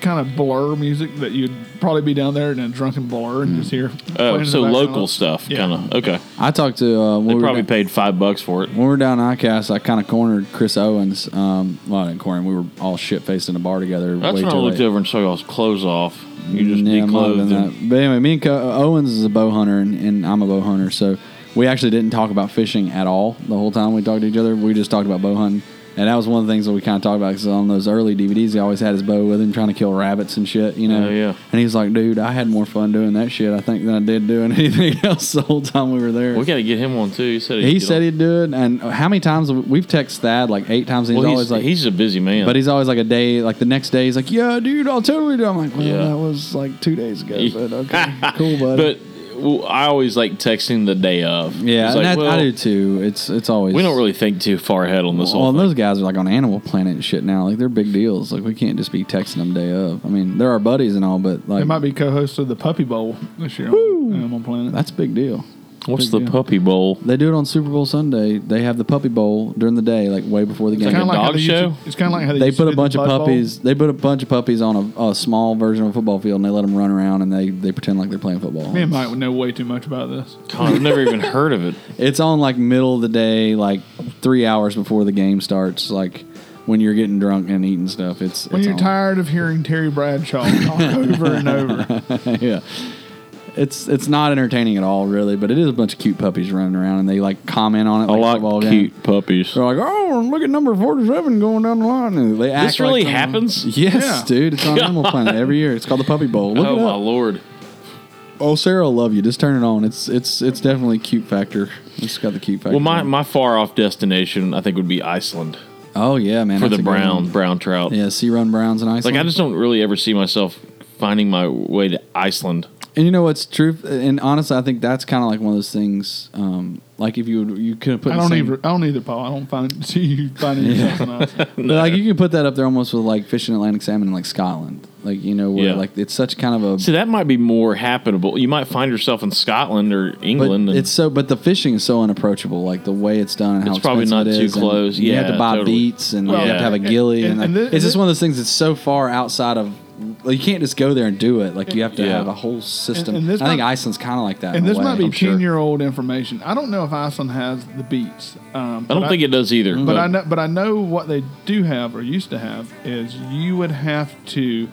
kind of blur music that you'd probably be down there in a drunken blur and just hear. playing in the
oh, so
background.
local stuff, kind of. Okay,
I talked to uh, when
they
we were
probably paid five bucks for it.
When we were down in ICAST, I kind of cornered Chris Owens. Um, well, I didn't corner him. We were all shit faced in a bar together.
That's
way
when I
too
looked
late.
over and saw y'all's clothes off. You just
Yeah, it might have
declothed
been
them.
that. But anyway, me and Co- uh, Owens is a bow hunter, and, and I'm a bow hunter. So we actually didn't talk about fishing at all the whole time we talked to each other. We just talked about bow hunting. And that was one of the things that we kind of talked about because on those early DVDs, he always had his bow with him trying to kill rabbits and shit, you know?
Oh, yeah.
And he's like, dude, I had more fun doing that shit, I think, than I did doing anything else the whole time we were there.
We got to get him one too. He said
he said he'd do it. And how many times we've texted Thad like eight times, and he's
Well,
always like,
he's a busy man.
but he's always like a day, like the next day, he's like, yeah, dude, I'll totally do it. I'm like, well,
Yeah.
that was like two days ago, but okay, cool, buddy.
but well, I always like texting the day of.
Yeah,
It's
and
like,
that,
well,
I do too. It's it's always
we don't really think too far ahead on this
well,
whole.
and those guys are like on Animal Planet and shit now. Like they're big deals. Like we can't just be texting them day of. I mean, they're our buddies and all, but
They
like
might be co-hosts of the Puppy Bowl this year. Woo! Animal Planet.
that's a big deal.
What's the
puppy bowl?
They do it on Super Bowl Sunday. They have the puppy bowl during the day, like way before the
It's
game.
kinda like how they used to- it's kinda like how they
they
used to
put
do
a
the
bunch of
Bud Bowl.
puppies. They put a bunch of puppies on a, a small version of a football field, and they let them run around and they, they pretend like they're playing football.
Me and Mike would know way too much about this.
God, I've never
even heard of it.
It's on like middle of the day, like three hours before the game starts, like when you're getting drunk and eating stuff. It's
When
it's
you're
on.
tired of hearing Terry Bradshaw talk over and over,
yeah. It's it's not entertaining at all, really, but it is a bunch of cute puppies running around and they like comment on it. like
lot
football game.
cute puppies.
They're like, oh, look at number forty-seven going down the line. And they act
This really
like they're-
happens?
Yes,
Yeah.
dude. It's on Animal
God.
Planet every year. It's called the Puppy Bowl. Look
Oh
it
my
up.
lord!
Oh, Sarah will love you. Just turn it on. It's it's it's definitely cute factor. It's got the cute factor.
Well, my, my far off destination, I think, would be Iceland
oh yeah, man,
for
that's
the
a good
brown
one.
brown trout.
Yeah, sea run browns in Iceland.
Like I just don't really ever see myself finding my way to Iceland.
And you know what's true? And honestly, I think that's kind of like one of those things. Um, like if you would, you could put.
I
in the
don't
same-
either. I don't either, Paul. I don't find see you finding yourself in us.
But like you can put that up there almost with like fishing Atlantic salmon in like Scotland. Like you know where
Yeah.
like it's such kind of a.
See, that might be more habitable. You might find yourself in Scotland or England.
But
and
it's so, but the fishing is so unapproachable. Like the way it's done, and how
It's probably
expensive
not
it
too
is, and
close.
you have
Yeah,
to buy
totally.
beats, and like,
Well,
you have to have a
and-
ghillie, and,
and- and
like,
thi-
it's just
thi-
one of those things that's so far outside of. Like, you can't just go there and do it. Like you have to
Yeah.
have a whole system.
and this
I think
might-
Iceland's kind of like that. in
and
a
this
way.
might be
I'm sure.
ten-year-old information. I don't know if Iceland has the beats. Um,
I don't
but
think it does either.
But, I know, but I know what they do have or used to have is you would have to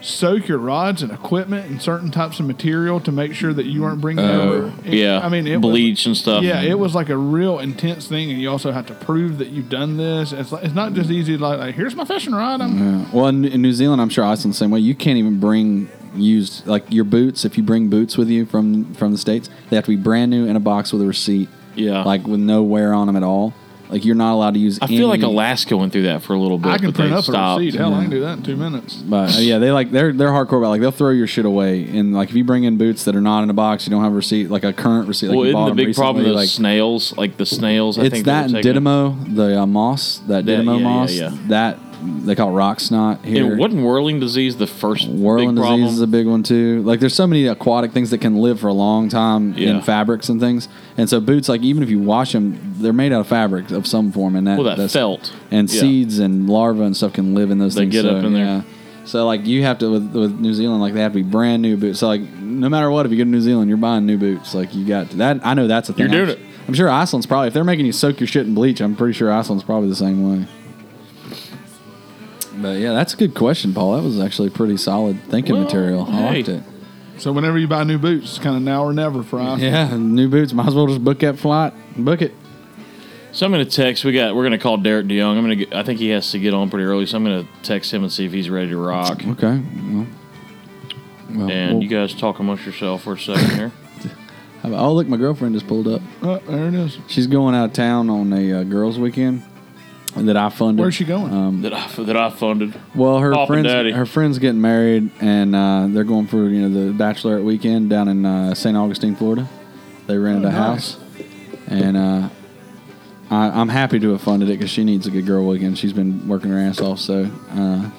soak your rods and equipment in certain types of material to make sure that you weren't bringing
Oh,
over. it-
yeah.
I mean it
Bleach
was,
and stuff.
Yeah, it was like a real intense thing, and you also had to prove that you've done this. It's like, it's not just easy like, like here's my fishing rod. I'm
Yeah. Well, in, in New Zealand, I'm sure Iceland's the same way. You can't even bring used like your boots. If you bring boots with you from from the states, they have to be brand new in a box with a receipt.
Yeah.
like with no wear on them at all. Like you're not allowed to use.
I
any-
feel like Alaska went through that for a little bit.
I can
but they
print up
stopped.
a receipt. Hell, I can do that in two minutes.
But uh, yeah, they like they're they're hardcore about like they'll throw your shit away and like if you bring in boots that are not in a box, you don't have a receipt like a current receipt. Like
well,
you
isn't
bought
the
them
big problem
recently,
those
like
snails? Like the snails, I
it's
think
that and
were taken.
Didimo, the uh, moss, that
That- yeah,
Didimo
yeah,
moss,
yeah.
that they call rock snot here.
And wasn't whirling disease the first
Whirling
big
disease
problem?
is a big one too. Like there's so many aquatic things that can live for a long time
Yeah.
in fabrics and things. And so boots, like even if you wash them, they're made out of fabric of some form, and that
Well, that
that's-
felt.
and
Yeah.
seeds and larvae and stuff can live in those
They
things.
get
so,
up in there.
yeah. So like you have to with, with New Zealand, like they have to be brand new boots. So like no matter what, if you go to New Zealand, you're buying new boots. Like you got that. I know that's a thing.
You're doing
I'm, it. I'm sure Iceland's probably if they're making you soak your shit in bleach, I'm pretty sure Iceland's probably the same way. But yeah, that's a good question, Paul. That was actually pretty solid thinking material. I liked it.
So whenever you buy new boots, it's kind of now or never for Iceland.
Yeah, new boots. Might as well just book that flight. Book it.
So I'm going to text. We got. We're going to call Derek DeYoung. I'm going to. I think he has to get on pretty early. So I'm going to text him and see if he's ready to rock.
Okay. Well, well,
and
well,
you guys talk amongst yourself for a second here.
how about- oh look, my girlfriend just pulled up.
Oh, there it is.
She's going out of town on a uh, girls' weekend that I funded.
Where's she going?
Um,
that I that I funded.
well, her
Pop and
friends,
Daddy.
her friends getting married, and uh, they're going for you know the bachelorette weekend down in uh, St. Augustine, Florida. They rented
Oh,
a
nice.
house, and uh, I, I'm happy to have funded it because she needs a good girl weekend. She's been working her ass off, so. Uh,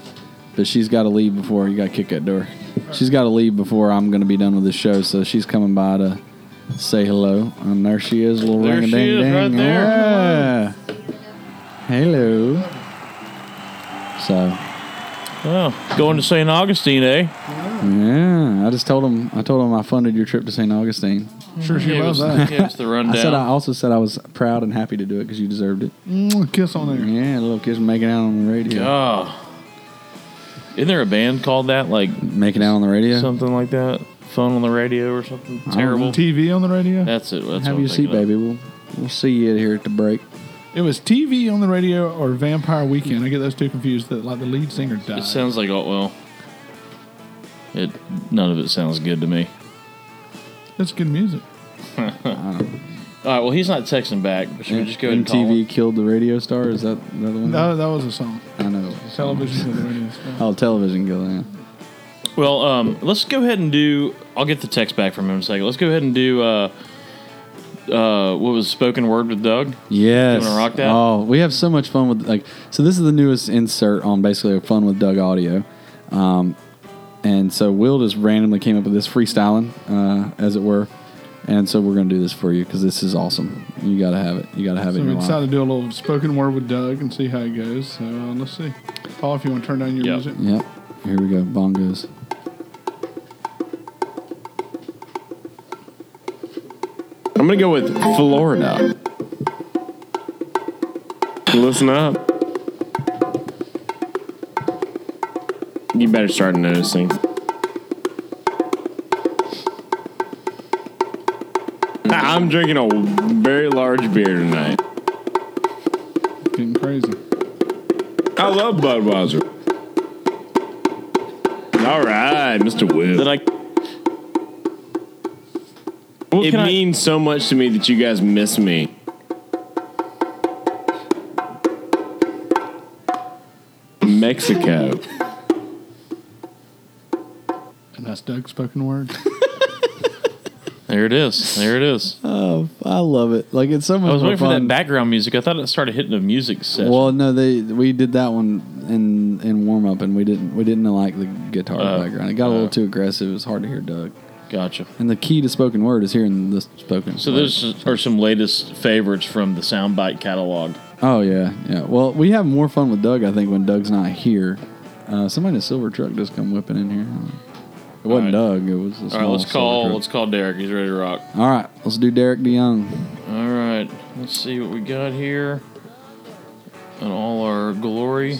but she's got to leave before you got to kick that door. She's got to leave before I'm going to be done with this show, so she's coming by to say hello. And there she is, little
There
ring a
she
ding
is,
ding.
right there.
Yeah. Hello. So.
Oh, going to St. Augustine, eh?
Yeah, I just told him. I told him I funded your trip to St. Augustine.
Sure, she
Give
loves
us-
that.
give us the rundown.
I said I also said I was proud and happy to do it because you deserved it.
Mm, kiss on there.
Yeah, a little kids making out on the radio.
Oh. Isn't there a band called that? Like
making out on the radio,
something like that. Fun on the radio or something
don't
terrible.
know.
TV on the radio.
That's it. That's
Have
what I'm
your seat,
thinking of.
baby. We'll we'll see you here at the break.
It was TV on the radio or Vampire Weekend. I get those two confused. That like the lead singer died.
It sounds like Otwell. It none of it sounds good to me.
That's good music.
All right. Well, he's not texting back. But should we just go ahead and call him?
MTV killed the radio star. Is that another one?
No, that was a song.
I know.
Television and radio.
Oh, television killed. Yeah.
Well, um, let's go ahead and do. I'll get the text back from him in a second. Let's go ahead and do. Uh, uh, what was spoken word with Doug?
Yes.
You wanna rock that?
Oh, we have so much fun with like. So this is the newest insert on basically a fun with Doug audio, um, and so Will just randomly came up with this freestyling, uh, as it were, and so we're gonna do this for you because this is awesome. You gotta have it. You gotta have it.
So
In
we
your life.
decided to do a little spoken word with Doug and see how it goes. So uh, let's see. Paul, if you want to turn down your music.
Yep. Here we go. Bongos.
I'm gonna go with Florida. Listen up. You better start noticing. I'm drinking a very large beer tonight.
Getting crazy.
I love Budweiser. All right, Mr. Will. it means so much to me that you guys miss me. Mexico.
And that's Doug's spoken word.
There it is. There it is.
Oh, I love it. Like it's so much
I was
more
waiting for
fun.
that background music. I thought it started hitting the music set.
Well, no, they we did that one in in warm up, and we didn't we didn't like the guitar
Oh.
background. It got a little
Oh.
too aggressive. It was hard to hear Doug.
Gotcha.
And the key to spoken word is hearing the spoken.
So
word.
those are some latest favorites from the soundbite catalog.
Oh yeah, yeah. Well, we have more fun with Doug, I think, when Doug's not here. Uh, somebody in a silver truck just come whipping in here. It wasn't Doug. It was. A
All
small
right, let's
silver
call.
truck.
Let's call Derek. He's ready to rock.
All right, let's do Derek DeYoung.
All right, let's see what we got here. In all our glory.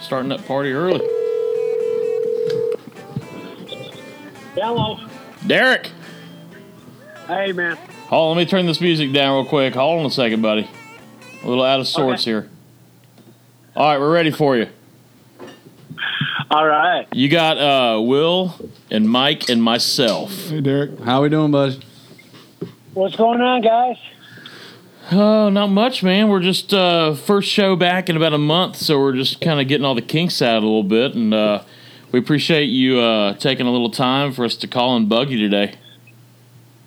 Starting that party early.
Hello.
Derek!
Hey, man.
Hold on, let me turn this music down real quick. Hold on a second, buddy. A little out of sorts here. All right, we're ready for you.
All right.
You got uh, Will and Mike and myself.
Hey, Derek.
How we doing, bud?
What's going on, guys?
Oh, not much, man. We're just uh, first show back in about a month, so we're just kind of getting all the kinks out a little bit, and uh, we appreciate you uh, taking a little time for us to call and bug you today.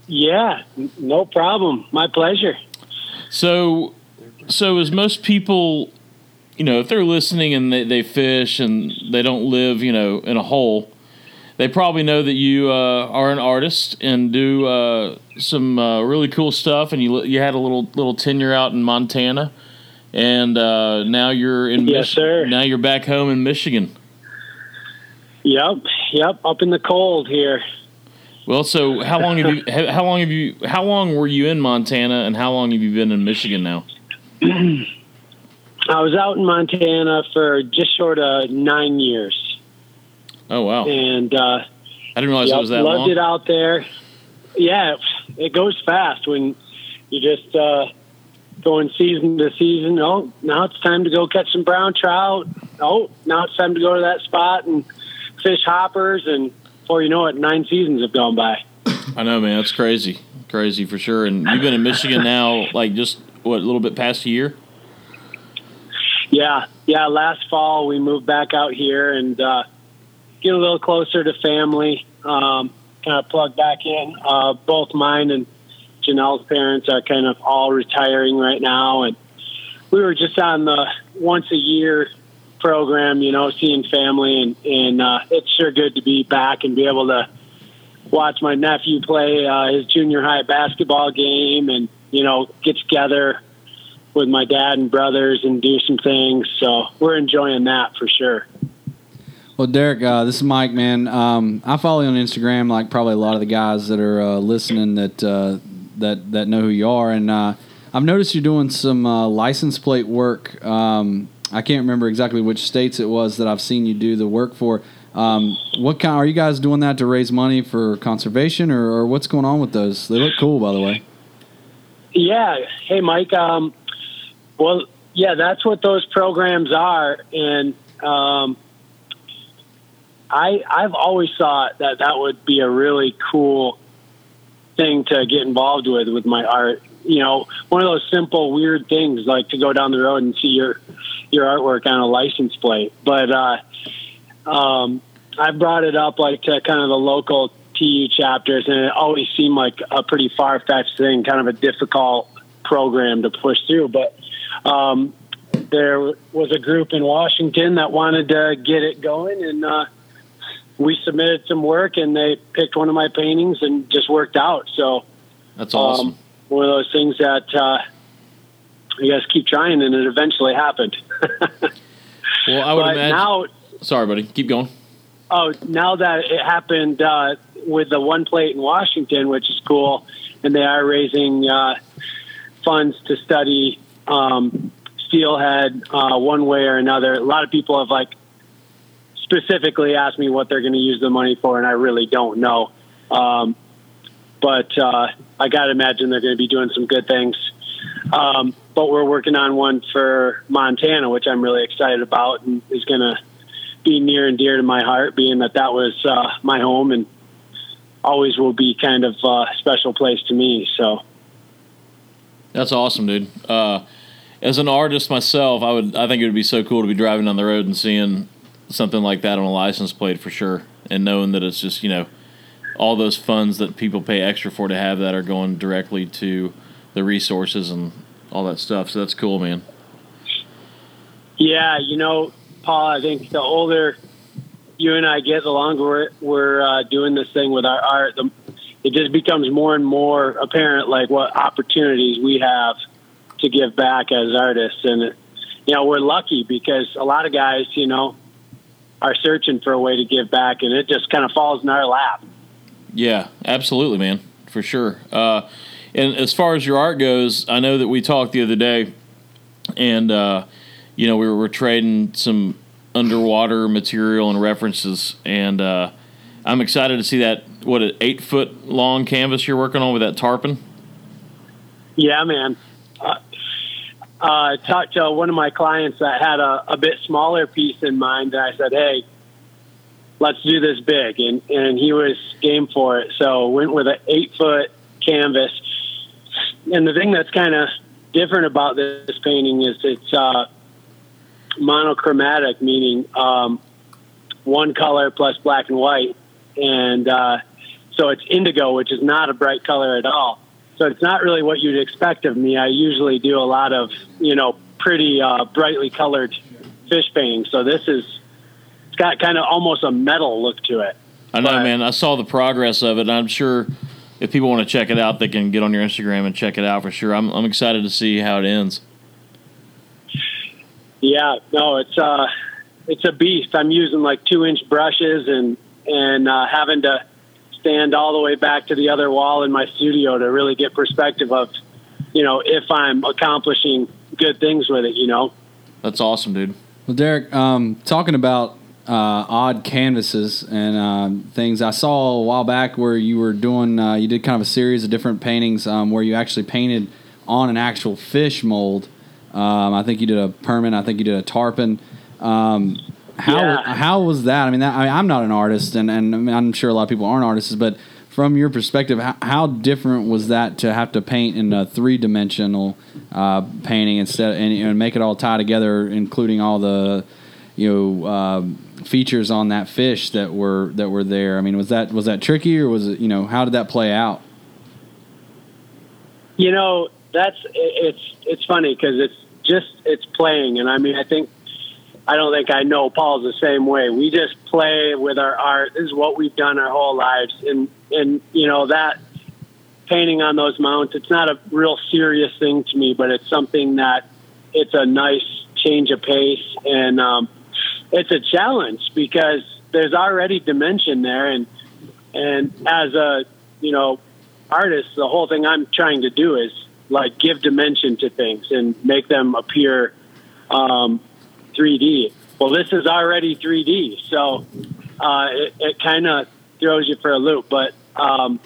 Yeah, n- no problem. My pleasure.
So, so as most people, you know, if they're listening and they, they fish and they don't live, you know, in a hole, they probably know that you uh, are an artist and do uh, some uh, really cool stuff. And you li- you had a little little tenure out in Montana, and uh, now you're in
Yes, sir.
Now you're back home in Michigan.
Yep, yep. Up in the cold here.
Well, so how long have you how how long have you how long were you in Montana, and how long have you been in Michigan now?
I was out in Montana for just short of nine years,
Oh wow, I
and uh,
didn't realize
yep,
it was that
loved
long.
it out there. Yeah, it- it goes fast when you just uh, going season to season. Oh, now it's time to go catch some brown trout. Oh, now it's time to go to that spot and fish hoppers. And before you know it, nine seasons have gone by.
I know, man. That's crazy, crazy for sure. And you've been in Michigan now, like just what a little bit past a year.
Yeah, yeah. Last fall we moved back out here and uh, get a little closer to family. Um, kind of plug back in. Uh, both mine and Janelle's parents are kind of all retiring right now, and we were just on the once a year program, you know, seeing family, and and uh, it's sure good to be back and be able to watch my nephew play uh, his junior high basketball game, and you know, get together with my dad and brothers and do some things. So we're enjoying that for sure.
Well, Derek, uh, this is Mike, man. Um, I follow you on Instagram, like probably a lot of the guys that are uh, listening that uh, that that know who you are, and uh, I've noticed you're doing some uh, license plate work. Um, I can't remember exactly which states it was that I've seen you do the work for. Um, what kind are you guys doing that to raise money for conservation, or, or what's going on with those? They look cool, by the way.
Yeah. Hey, Mike. Um, well, yeah, that's what those programs are, and um, I I've always thought that that would be a really cool thing to get involved with with my art. You know, one of those simple, weird things like to go down the road and see your your artwork on a license plate. But uh, um, I brought it up like to kind of the local TU chapters, and it always seemed like a pretty far fetched thing, kind of a difficult program to push through. But um, there was a group in Washington that wanted to get it going, and uh, we submitted some work, and they picked one of my paintings, and just worked out. So
That's awesome.
um, one of those things that uh, you guys keep trying, and it eventually happened.
well, I would
but
imagine.
now,
Sorry, buddy. Keep going.
oh, now that it happened uh, with the one plate in Washington, which is cool, and they are raising uh, funds to study um, steelhead uh, one way or another. A lot of people have like specifically asked me what they're going to use the money for, and I really don't know. Um, but uh, I got to imagine they're going to be doing some good things. Um, but we're working on one for Montana, which I'm really excited about and is going to be near and dear to my heart, being that that was uh, my home and always will be kind of uh, a special place to me. So,
That's awesome, dude. Uh, as an artist myself, I would I think it would be so cool to be driving down the road and seeing something like that on a license plate for sure, and knowing that it's just you know all those funds that people pay extra for to have that are going directly to the resources and all that stuff. So that's cool, man.
yeah, you know, Paul, I think the older you and I get, the longer we're, we're uh, doing this thing with our art, the, it just becomes more and more apparent like what opportunities we have to give back as artists. And, it, you know, we're lucky because a lot of guys, you know, are searching for a way to give back and it just kind of falls in our lap.
Yeah, absolutely, man, for sure. Uh, and as far as your art goes, I know that we talked the other day, and uh, you know we were, were trading some underwater material and references, and uh, I'm excited to see that what an eight foot long canvas you're working on with that tarpon.
Yeah, man. Uh, uh, I talked to one of my clients that had a, a bit smaller piece in mind, and I said, "Hey, let's do this big," and and he was game for it. So went with an eight foot canvas. And the thing that's kind of different about this painting is it's uh, monochromatic, meaning um, one color plus black and white, and uh, so it's indigo, which is not a bright color at all. So it's not really what you'd expect of me. I usually do a lot of, you know, pretty uh, brightly colored fish paintings. So this is, it's got kind of almost a metal look to it.
I know, man. I saw the progress of it. and I'm sure if people want to check it out, they can get on your Instagram and check it out for sure. I'm, I'm excited to see how it ends.
Yeah, no, it's uh, it's a beast. I'm using like two inch brushes and and uh, having to stand all the way back to the other wall in my studio to really get perspective of, you know, if I'm accomplishing good things with it. You know,
That's awesome, dude.
Well, Derek, um, talking about uh, odd canvases and um things, I saw a while back where you were doing, uh, you did kind of a series of different paintings um, where you actually painted on an actual fish mold. Um, I think you did a permit. I think you did a tarpon. Um, how how was that? I mean, that, I mean, I'm not an artist, and and I mean, I'm sure a lot of people aren't artists, but from your perspective, how, how different was that to have to paint in a three dimensional uh, painting instead and, and make it all tie together, including all the you know um, features on that fish that were that were there? I mean, was that was that tricky or was it you know how did that play out?
you know, that's it- it's it's funny because it's just it's playing, and I mean, I think I don't think I know Paul's the same way. We just play with our art. This is what we've done our whole lives, and and you know that painting on those mounts. It's not a real serious thing to me, but it's something that it's a nice change of pace, and um, it's a challenge because there's already dimension there, and and as a you know artist, the whole thing I'm trying to do is like give dimension to things and make them appear um, 3D. Well, this is already 3D, so uh, it, it kind of throws you for a loop. But um,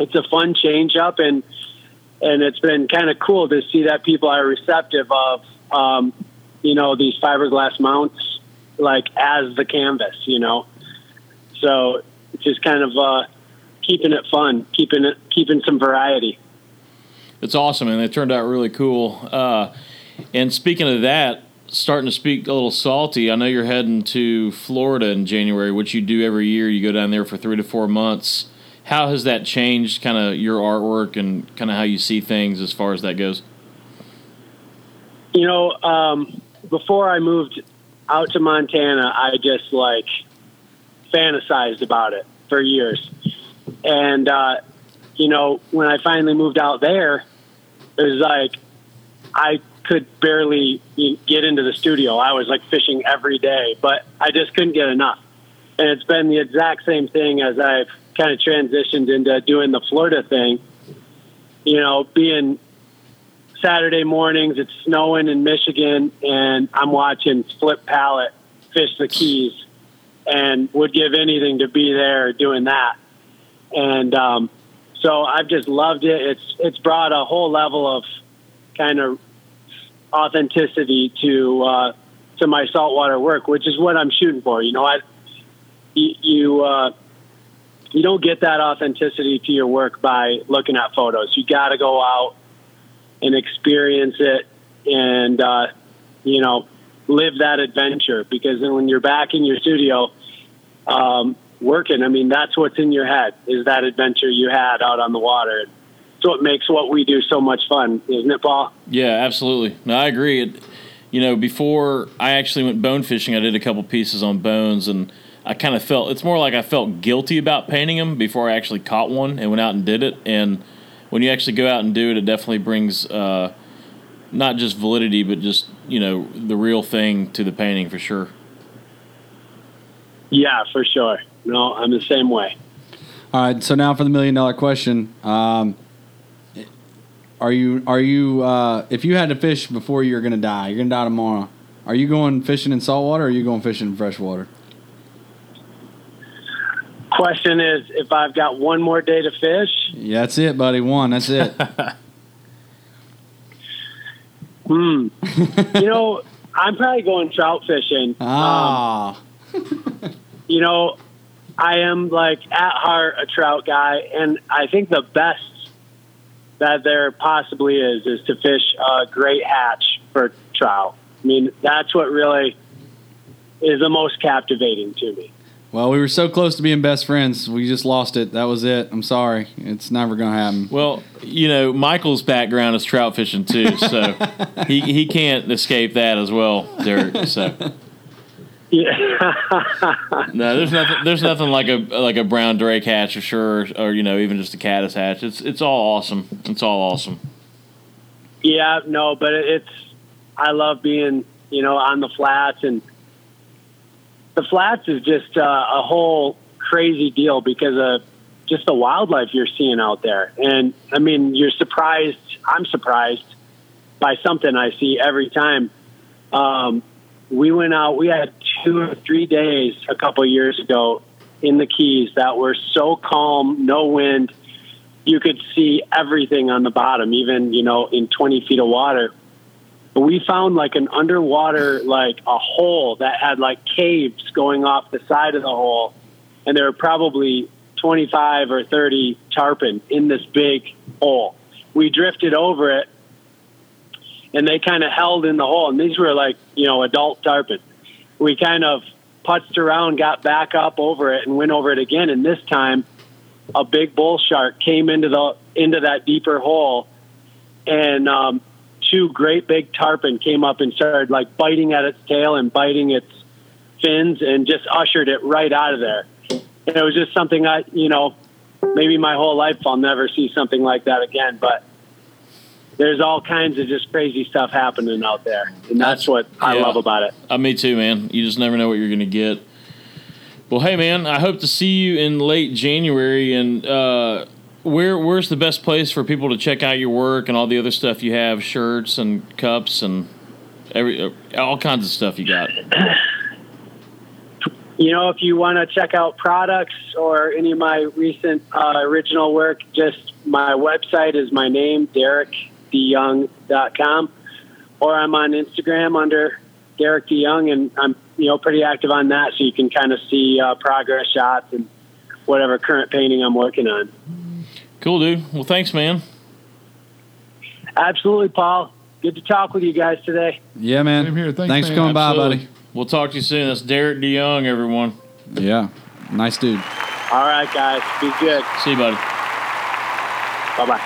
it's a fun change up, and and it's been kind of cool to see that people are receptive of um, you know these fiberglass mounts like as the canvas, you know. So it's just kind of uh, keeping it fun, keeping it keeping some variety.
It's awesome, and they turned out really cool. Uh, and speaking of that, starting to speak a little salty. I know you're heading to Florida in January, which you do every year. You go down there for three to four months. How has that changed, kind of your artwork and kind of how you see things as far as that goes?
You know, um, before I moved out to Montana, I just like fantasized about it for years. And, uh, you know, when I finally moved out there, it was like I could barely you know, get into the studio. I was like fishing every day, but I just couldn't get enough. And it's been the exact same thing as I've kind of transitioned into doing the Florida thing. You know, being Saturday mornings, it's snowing in Michigan, and I'm watching Flip Pallet fish the Keys, and would give anything to be there doing that. And um, so I've just loved it. It's it's brought a whole level of kind of authenticity to uh, to my saltwater work, which is what I'm shooting for. You know, I you you, uh, you don't get that authenticity to your work by looking at photos. You got to go out and experience it, and uh, you know, live that adventure. Because then when you're back in your studio. Um, working i mean that's what's in your head is that adventure you had out on the water it's what makes what we do so much fun isn't it paul
Yeah, absolutely. No, I agree. It, you know, before I actually went bone fishing, I did a couple pieces on bones, and I kind of felt it's more like I felt guilty about painting them before I actually caught one and went out and did it. And when you actually go out and do it, it definitely brings uh, not just validity, but just you know the real thing to the painting for sure.
yeah for sure no i'm the same way
All right, so now for the million dollar question. Um, are you are you uh, if you had to fish before you're gonna die, you're gonna die tomorrow. Are you going fishing in saltwater or are you going fishing in freshwater?
question is if i've got one more day to fish
Yeah, that's it, buddy. One, that's it.
hmm you know i'm probably going trout fishing Um,
ah.
you know, I am like at heart a trout guy, and I think the best that there possibly is is to fish a great hatch for trout. I mean, that's what really is the most captivating to me.
Well, we were so close to being best friends. We just lost it. That was it. I'm sorry. It's never gonna happen.
Well, you know, Michael's background is trout fishing too, so he he can't escape that as well, Derek. So. no, there's nothing. There's nothing like a like a brown drake hatch for sure, or you know, even just a caddis hatch. It's it's all awesome. It's all awesome.
Yeah, no, but it- it's I love being you know on the flats and the flats is just uh, a whole crazy deal because of just the wildlife you're seeing out there, and I mean you're surprised. I'm surprised by something I see every time. Um, we went out. We had two or three days a couple years ago in the Keys that were so calm, no wind you could see everything on the bottom, even you know in 20 feet of water. But we found like an underwater, like a hole that had like caves going off the side of the hole, and there were probably 25 or 30 tarpon in this big hole. We drifted over it, and they kind of held in the hole, and these were like you know adult tarpon. We kind of putzed around, got back up over it, and went over it again, and this time a big bull shark came into the into that deeper hole, and um, two great big tarpon came up and started like biting at its tail and biting its fins, and just ushered it right out of there. And it was just something I, you know, maybe my whole life I'll never see something like that again. But there's all kinds of just crazy stuff happening out there, and that's what I
Yeah.
love about it.
Uh, me too, man. You just never know what you're gonna get. Well, hey, man. I hope to see you in late January. And uh, where where's the best place for people to check out your work and all the other stuff you have, shirts and cups and every uh, all kinds of stuff you got.
you know, if you want to check out products or any of my recent uh, original work, just my website is my name, DerekDeYoung.com, or I'm on Instagram under Derek DeYoung, and I'm you know pretty active on that, so you can kind of see uh, progress shots and whatever current painting I'm working on.
Cool, dude. Well, thanks, man.
Absolutely, Paul. Good to talk with you guys today.
Yeah, man. Thanks for coming by, buddy.
We'll talk to you soon. That's Derek DeYoung, everyone.
Yeah. Nice dude.
All right, guys. Be good.
See you, buddy.
Bye bye.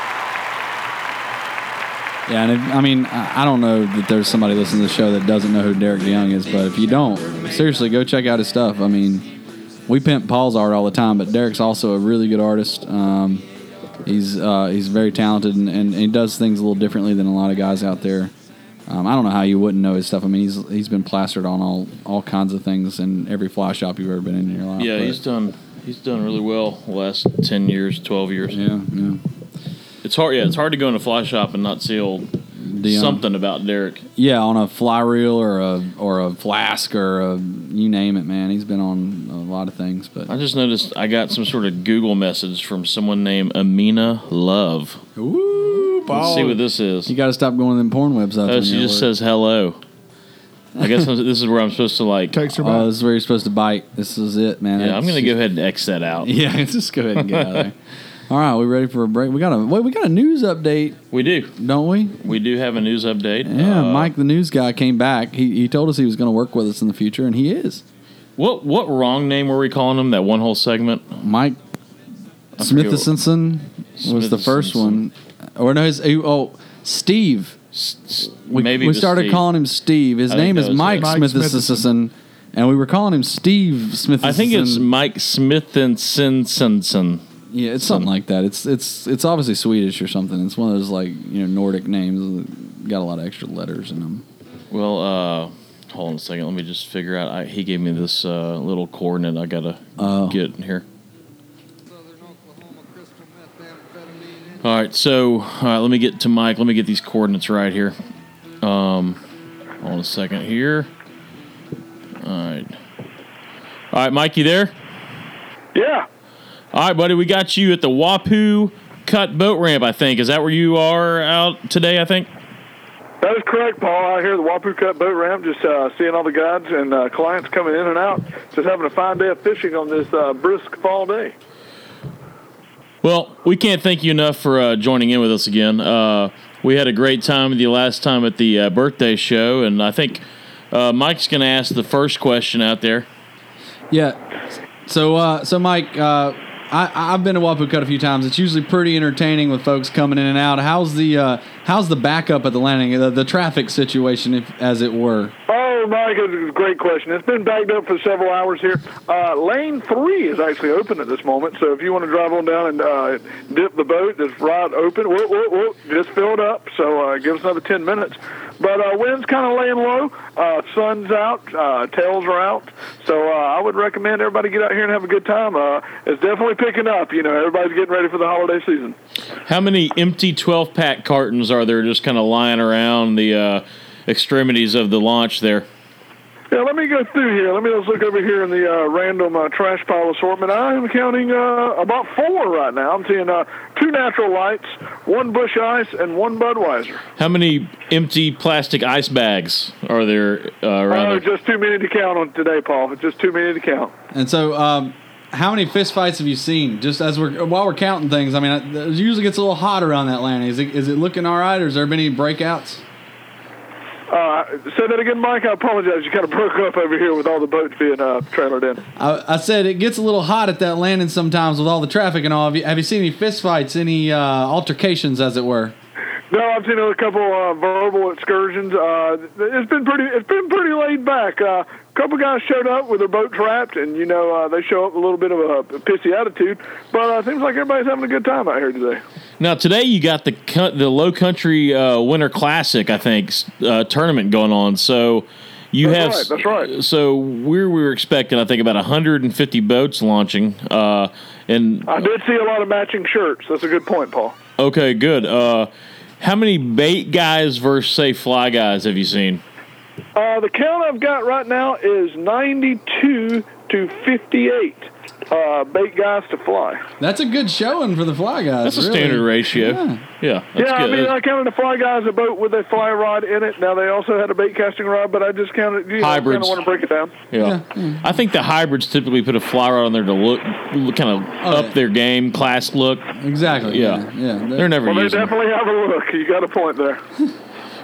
Yeah, and if, I mean, I I don't know that there's somebody listening to the show that doesn't know who Derek DeYoung is, but if you don't, seriously, go check out his stuff. I mean, we pimp Paul's art all the time, but Derek's also a really good artist. Um, he's uh, he's very talented, and, and he does things a little differently than a lot of guys out there. Um, I don't know how you wouldn't know his stuff. I mean, he's he's been plastered on all all kinds of things in every fly shop you've ever been in in your life.
yeah,
but-
he's done. He's done really well the last ten years, twelve years.
Yeah, yeah.
It's hard. Yeah, it's hard to go in a fly shop and not see old
Dion.
something about Derek.
Yeah, on a fly reel or a or a flask or a you name it, man. He's been on a lot of things, but
I just noticed I got some sort of Google message from someone named Amina Love.
Ooh,
Let's see what this is.
You got to stop going to them porn websites.
Oh, she just says hello. I guess I'm- this is where I'm supposed to like
text Oh, this is where you're supposed to bite. This is it, man.
Yeah, I'm
It's
gonna
just-
go ahead and X that out.
Yeah, just go ahead and get out of there. All right, we ready for a break? We got a wait, we got a news update.
We do,
don't we?
We do have a news update.
Yeah,
Uh,
Mike, the news guy, came back. He he told us he was going to work with us in the future, and he is.
What what wrong name were we calling him? That one whole segment.
Mike
I forget what-
Smithinson was the first one, or no? His, he- oh, Steve. We,
maybe it
we
was
started
Steve.
calling him Steve. His
I
name
think
is
that was
Mike
it. Mike
Smithinson, and we were calling him Steve Smith.
I think it's Mike Smith and Sinsenson.
Yeah, it's something like that. It's it's it's obviously Swedish or something. It's one of those like you know Nordic names that got a lot of extra letters in them.
Well, uh, hold on a second. Let me just figure out. I, he gave me this uh, little coordinate. I gotta
Oh.
get here. All right, so all right, let me get to Mike. Let me get these coordinates right here. Um, hold on a second here. All right, all right, Mike, you there?
Yeah.
All right, buddy, we got you at the Wapu Cut Boat Ramp. I think is that where you are out today? I think.
That is correct, Paul. Out here at the Wapu Cut Boat Ramp, just uh, seeing all the guides and uh, clients coming in and out. Just having a fine day of fishing on this uh, brisk fall day.
Well, we can't thank you enough for uh, joining in with us again. Uh, we had a great time with you last time at the uh, birthday show, and I think uh, Mike's going to ask the first question out there.
Yeah. So, uh, so Mike, uh, I, I've been to Wapu Cut a few times. It's usually pretty entertaining with folks coming in and out. How's the uh, how's the backup at the landing, the, the traffic situation, if, as it were?
Oh, Mike, it's a great question. It's been backed up for several hours here. Uh, lane three is actually open at this moment, so if you want to drive on down and uh, dip the boat, that's right open. Whoa, whoa, whoa, just filled up, so uh, give us another 10 minutes. But uh, wind's kind of laying low, uh, sun's out, uh, tails are out, so uh, I would recommend everybody get out here and have a good time. Uh, it's definitely picking up, you know, everybody's getting ready for the holiday season.
How many empty 12 pack cartons are there just kind of lying around the uh, extremities of the launch there?
Yeah, let me go through here. Let me just look over here in the uh, random uh, trash pile assortment. I am counting uh, about four right now. I'm seeing uh, two natural lights, one bush ice, and one Budweiser.
How many empty plastic ice bags are there uh, around
Oh,
there?
just too many to count on today, Paul. Just too many to count.
And so, um, how many fist fights have you seen? Just as we're while we're counting things, I mean, it usually gets a little hot around that landing. Is it is it looking all right, or has there been any breakouts?
Uh, say that again, Mike. I apologize. You kind of broke up over here with all the boats being uh, trailered in.
I, I said it gets a little hot at that landing sometimes with all the traffic and all. Have you, have you seen any fist fights, any uh, altercations, as it were?
No, I've seen a couple uh, verbal excursions. Uh, it's been pretty. It's been pretty laid back. Uh, a couple guys showed up with their boats wrapped, and you know uh, they show up with a little bit of a pissy attitude. But uh, seems like everybody's having a good time out here today.
Now today you got the co- the Low Country uh, Winter Classic, I think, s- uh, tournament going on. So you
That's
have
right, that's right.
So we're we were expecting, I think, about 150 boats launching. Uh, and
I did see a lot of matching shirts. That's a good point, Paul.
okay, good. Uh, how many bait guys versus say fly guys have you seen?
Uh, the count I've got right now is 92 to 58. Uh, bait guys to fly.
That's a good showing for the fly guys.
That's a
really.
standard ratio.
Yeah.
Yeah, that's
yeah,
good.
I mean, uh, I counted the fly guys a boat with a fly rod in it. Now they also had a bait casting rod, but I just counted. You know, I kind of
Hybrids.
want to break it down.
yeah. I think the hybrids typically put a fly rod on there to look, look kind of up their game, class look.
Exactly.
Yeah.
Yeah.
They're never
Well, they
using. them.
definitely have a look. You got a point there.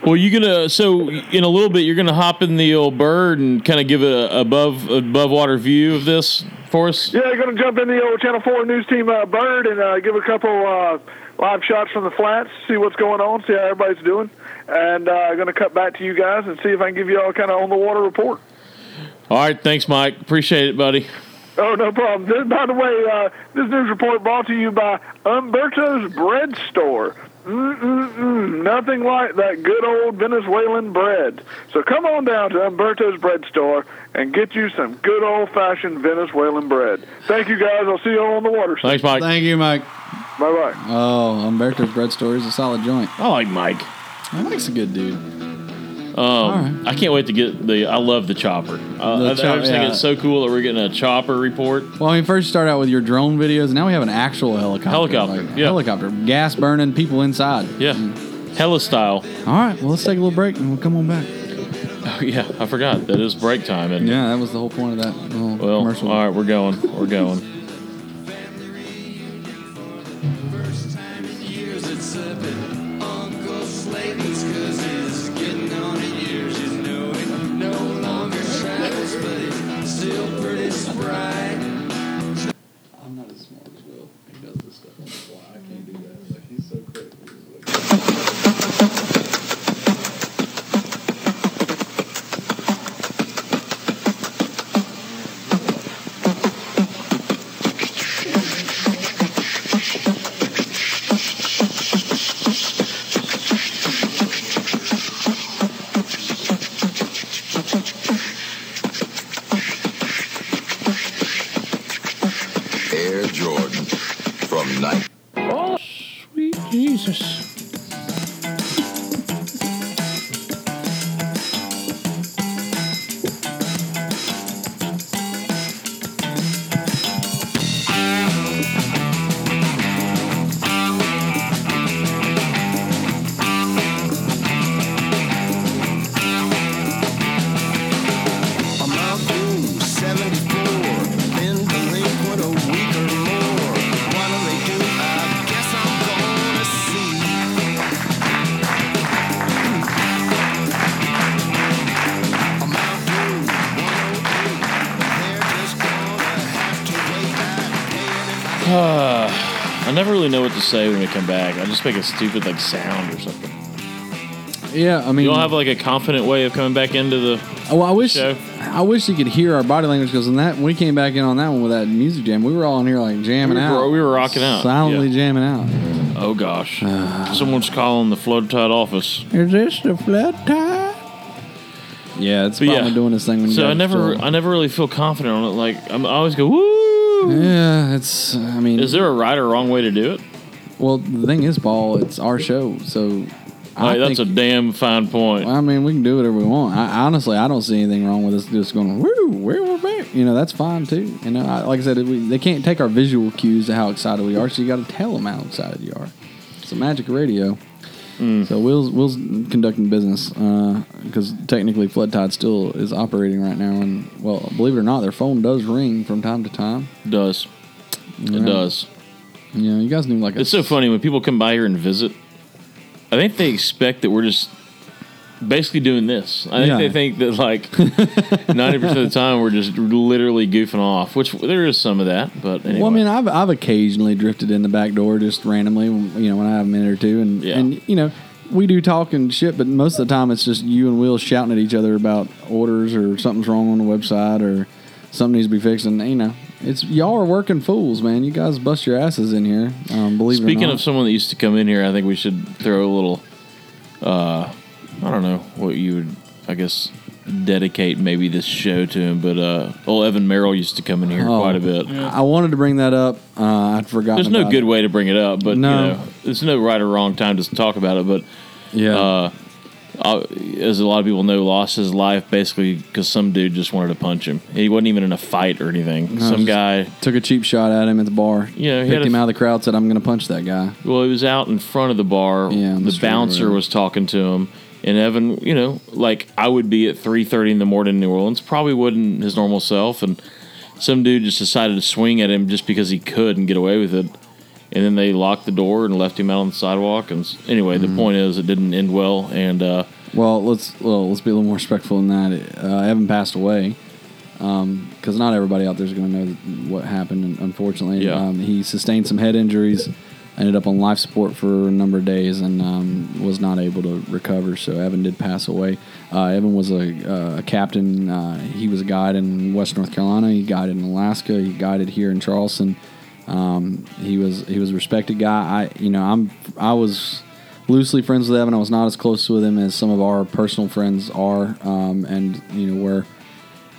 Well, you're gonna so in a little bit you're gonna hop in the old bird and kind of give a above above water view of this for us.
Yeah, going to jump in the old Channel 4 news team uh, bird and uh, give a couple uh, live shots from the flats, see what's going on, see how everybody's doing. And uh, going to cut back to you guys and see if I can give you all kind of on the water report.
All right, thanks, Mike. Appreciate it, buddy.
Oh, no problem. This, by the way, uh, this news report brought to you by Umberto's Bread Store. Mm-mm-mm, nothing like that good old Venezuelan bread. So come on down to Umberto's Bread Store and get you some good old fashioned Venezuelan bread. Thank you guys. I'll see you all on the water. soon.
Thank you, Mike.
Bye bye.
Oh, Umberto's bread store is a solid joint.
I like Mike.
Mike's a good dude.
Um, I can't wait to get the. I love the chopper. Uh,
The
I, I
chop-
just think
yeah.
it's so cool that we're getting a chopper report.
Well, I mean, first you start out with your drone videos, and now we have an actual helicopter.
Helicopter, yeah.
Helicopter. Gas burning, people inside. Mm.
Yeah, hella style.
All right, well, let's take a little break and we'll come on back.
Oh yeah, I forgot that is break time. And
Yeah, that was the whole point of that little
well,
commercial.
all right, we're going. We're going.
First time in years it's a bit Uncle Slayton's cause he's getting on in years, you know it. No longer travels, but he's still pretty spry.
I'm not as smart as Will. He does this stuff on the fly. I can't do that. Like he's so crazy.
Air Jordan from night.
Oh,
sweet Jesus.
I'm out through 74, been delinquent a week or more. What do they do? I guess I'm gonna see. I'm out through 108, they're just gonna have to wait. I
I never really know what to say when we come back. I just make a stupid like sound or something.
Yeah, I mean,
you don't have like a confident way of coming back into the.
Oh, well, I wish
show.
I wish you could hear our body language because when that when we came back in on that one with that music jam, we were all in here like jamming
We were-
out.
we were rocking out,
silently jamming out.
Oh gosh,
Uh,
someone's calling the flood tide office.
Is this the flood tide? Yeah, it's
But
probably doing this thing when you
so
go
I
to
never,
the
I never really feel confident on it. Like I'm, I always go woo.
Yeah, it's. I mean,
Is there a right or wrong way to do it?
Well, the thing is, Paul, it's our show, so
Like, that's a damn fine point.
I mean, we can do whatever we want. I, honestly, I don't see anything wrong with us just going, woo, where we're back. You know, that's fine too. You know, I, like I said, we, they can't take our visual cues to how excited we are, so you got to tell them how excited you are. It's a magic radio.
Mm.
So Will's Will's conducting business because technically Flood Tide still is operating right now, and well, believe it or not, their phone does ring from time to time.
Does it
Yeah.
does?
You know, you guys need like a
It's so funny when people come by here and visit. I think they expect that we're just basically doing this. I think
Yeah.
they think that like ninety percent of the time we're just literally goofing off, which there is some of that. But anyway.
Well, I mean, I've I've occasionally drifted in the back door just randomly, you know, when I have a minute or two, and and you know, we do talk and shit, but most of the time it's just you and Will shouting at each other about orders or something's wrong on the website or something needs to be fixed, and you know, it's y'all are working fools, man. You guys bust your asses in here. Um, believe
Speaking
it or
of someone that used to come in here, I think we should throw a little. Uh, I don't know what you would, I guess, dedicate maybe this show to him, but uh, old Evan Merrill used to come in here
Oh,
quite a bit.
I wanted to bring that up. Uh, I'd forgotten.
There's no
about
good
it.
way to bring it up, but
No.
you know, there's no right or wrong time to talk about it. But
yeah,
uh, uh, as a lot of people know, lost his life basically because some dude just wanted to punch him. He wasn't even in a fight or anything.
No,
some
just
guy.
took a cheap shot at him at the bar.
Yeah, he had a-
picked him out of the crowd. Said, "I'm going to punch that guy."
Well, he was out in front of the bar.
on the
the
street or
bouncer
whatever.
was talking to him, and Evan, you know, like I would be at three thirty in the morning in New Orleans, probably wouldn't his normal self, and some dude just decided to swing at him just because he could and get away with it, and then they locked the door and left him out on the sidewalk. And s- anyway,
Mm-hmm.
the point is, it didn't end well, and uh,
Well, let's well let's be a little more respectful than that. Uh, Evan passed away because not everybody out there is going to know what happened. and Unfortunately,
Yeah.
um, he sustained some head injuries, ended up on life support for a number of days, and um, was not able to recover. So Evan did pass away. Uh, Evan was a, uh, a captain. Uh, he was a guide in West North Carolina. He guided in Alaska. He guided here in Charleston. Um, he was he was a respected guy. I you know I'm I was loosely friends with Evan. I was not as close with him as some of our personal friends are, um, and you know where.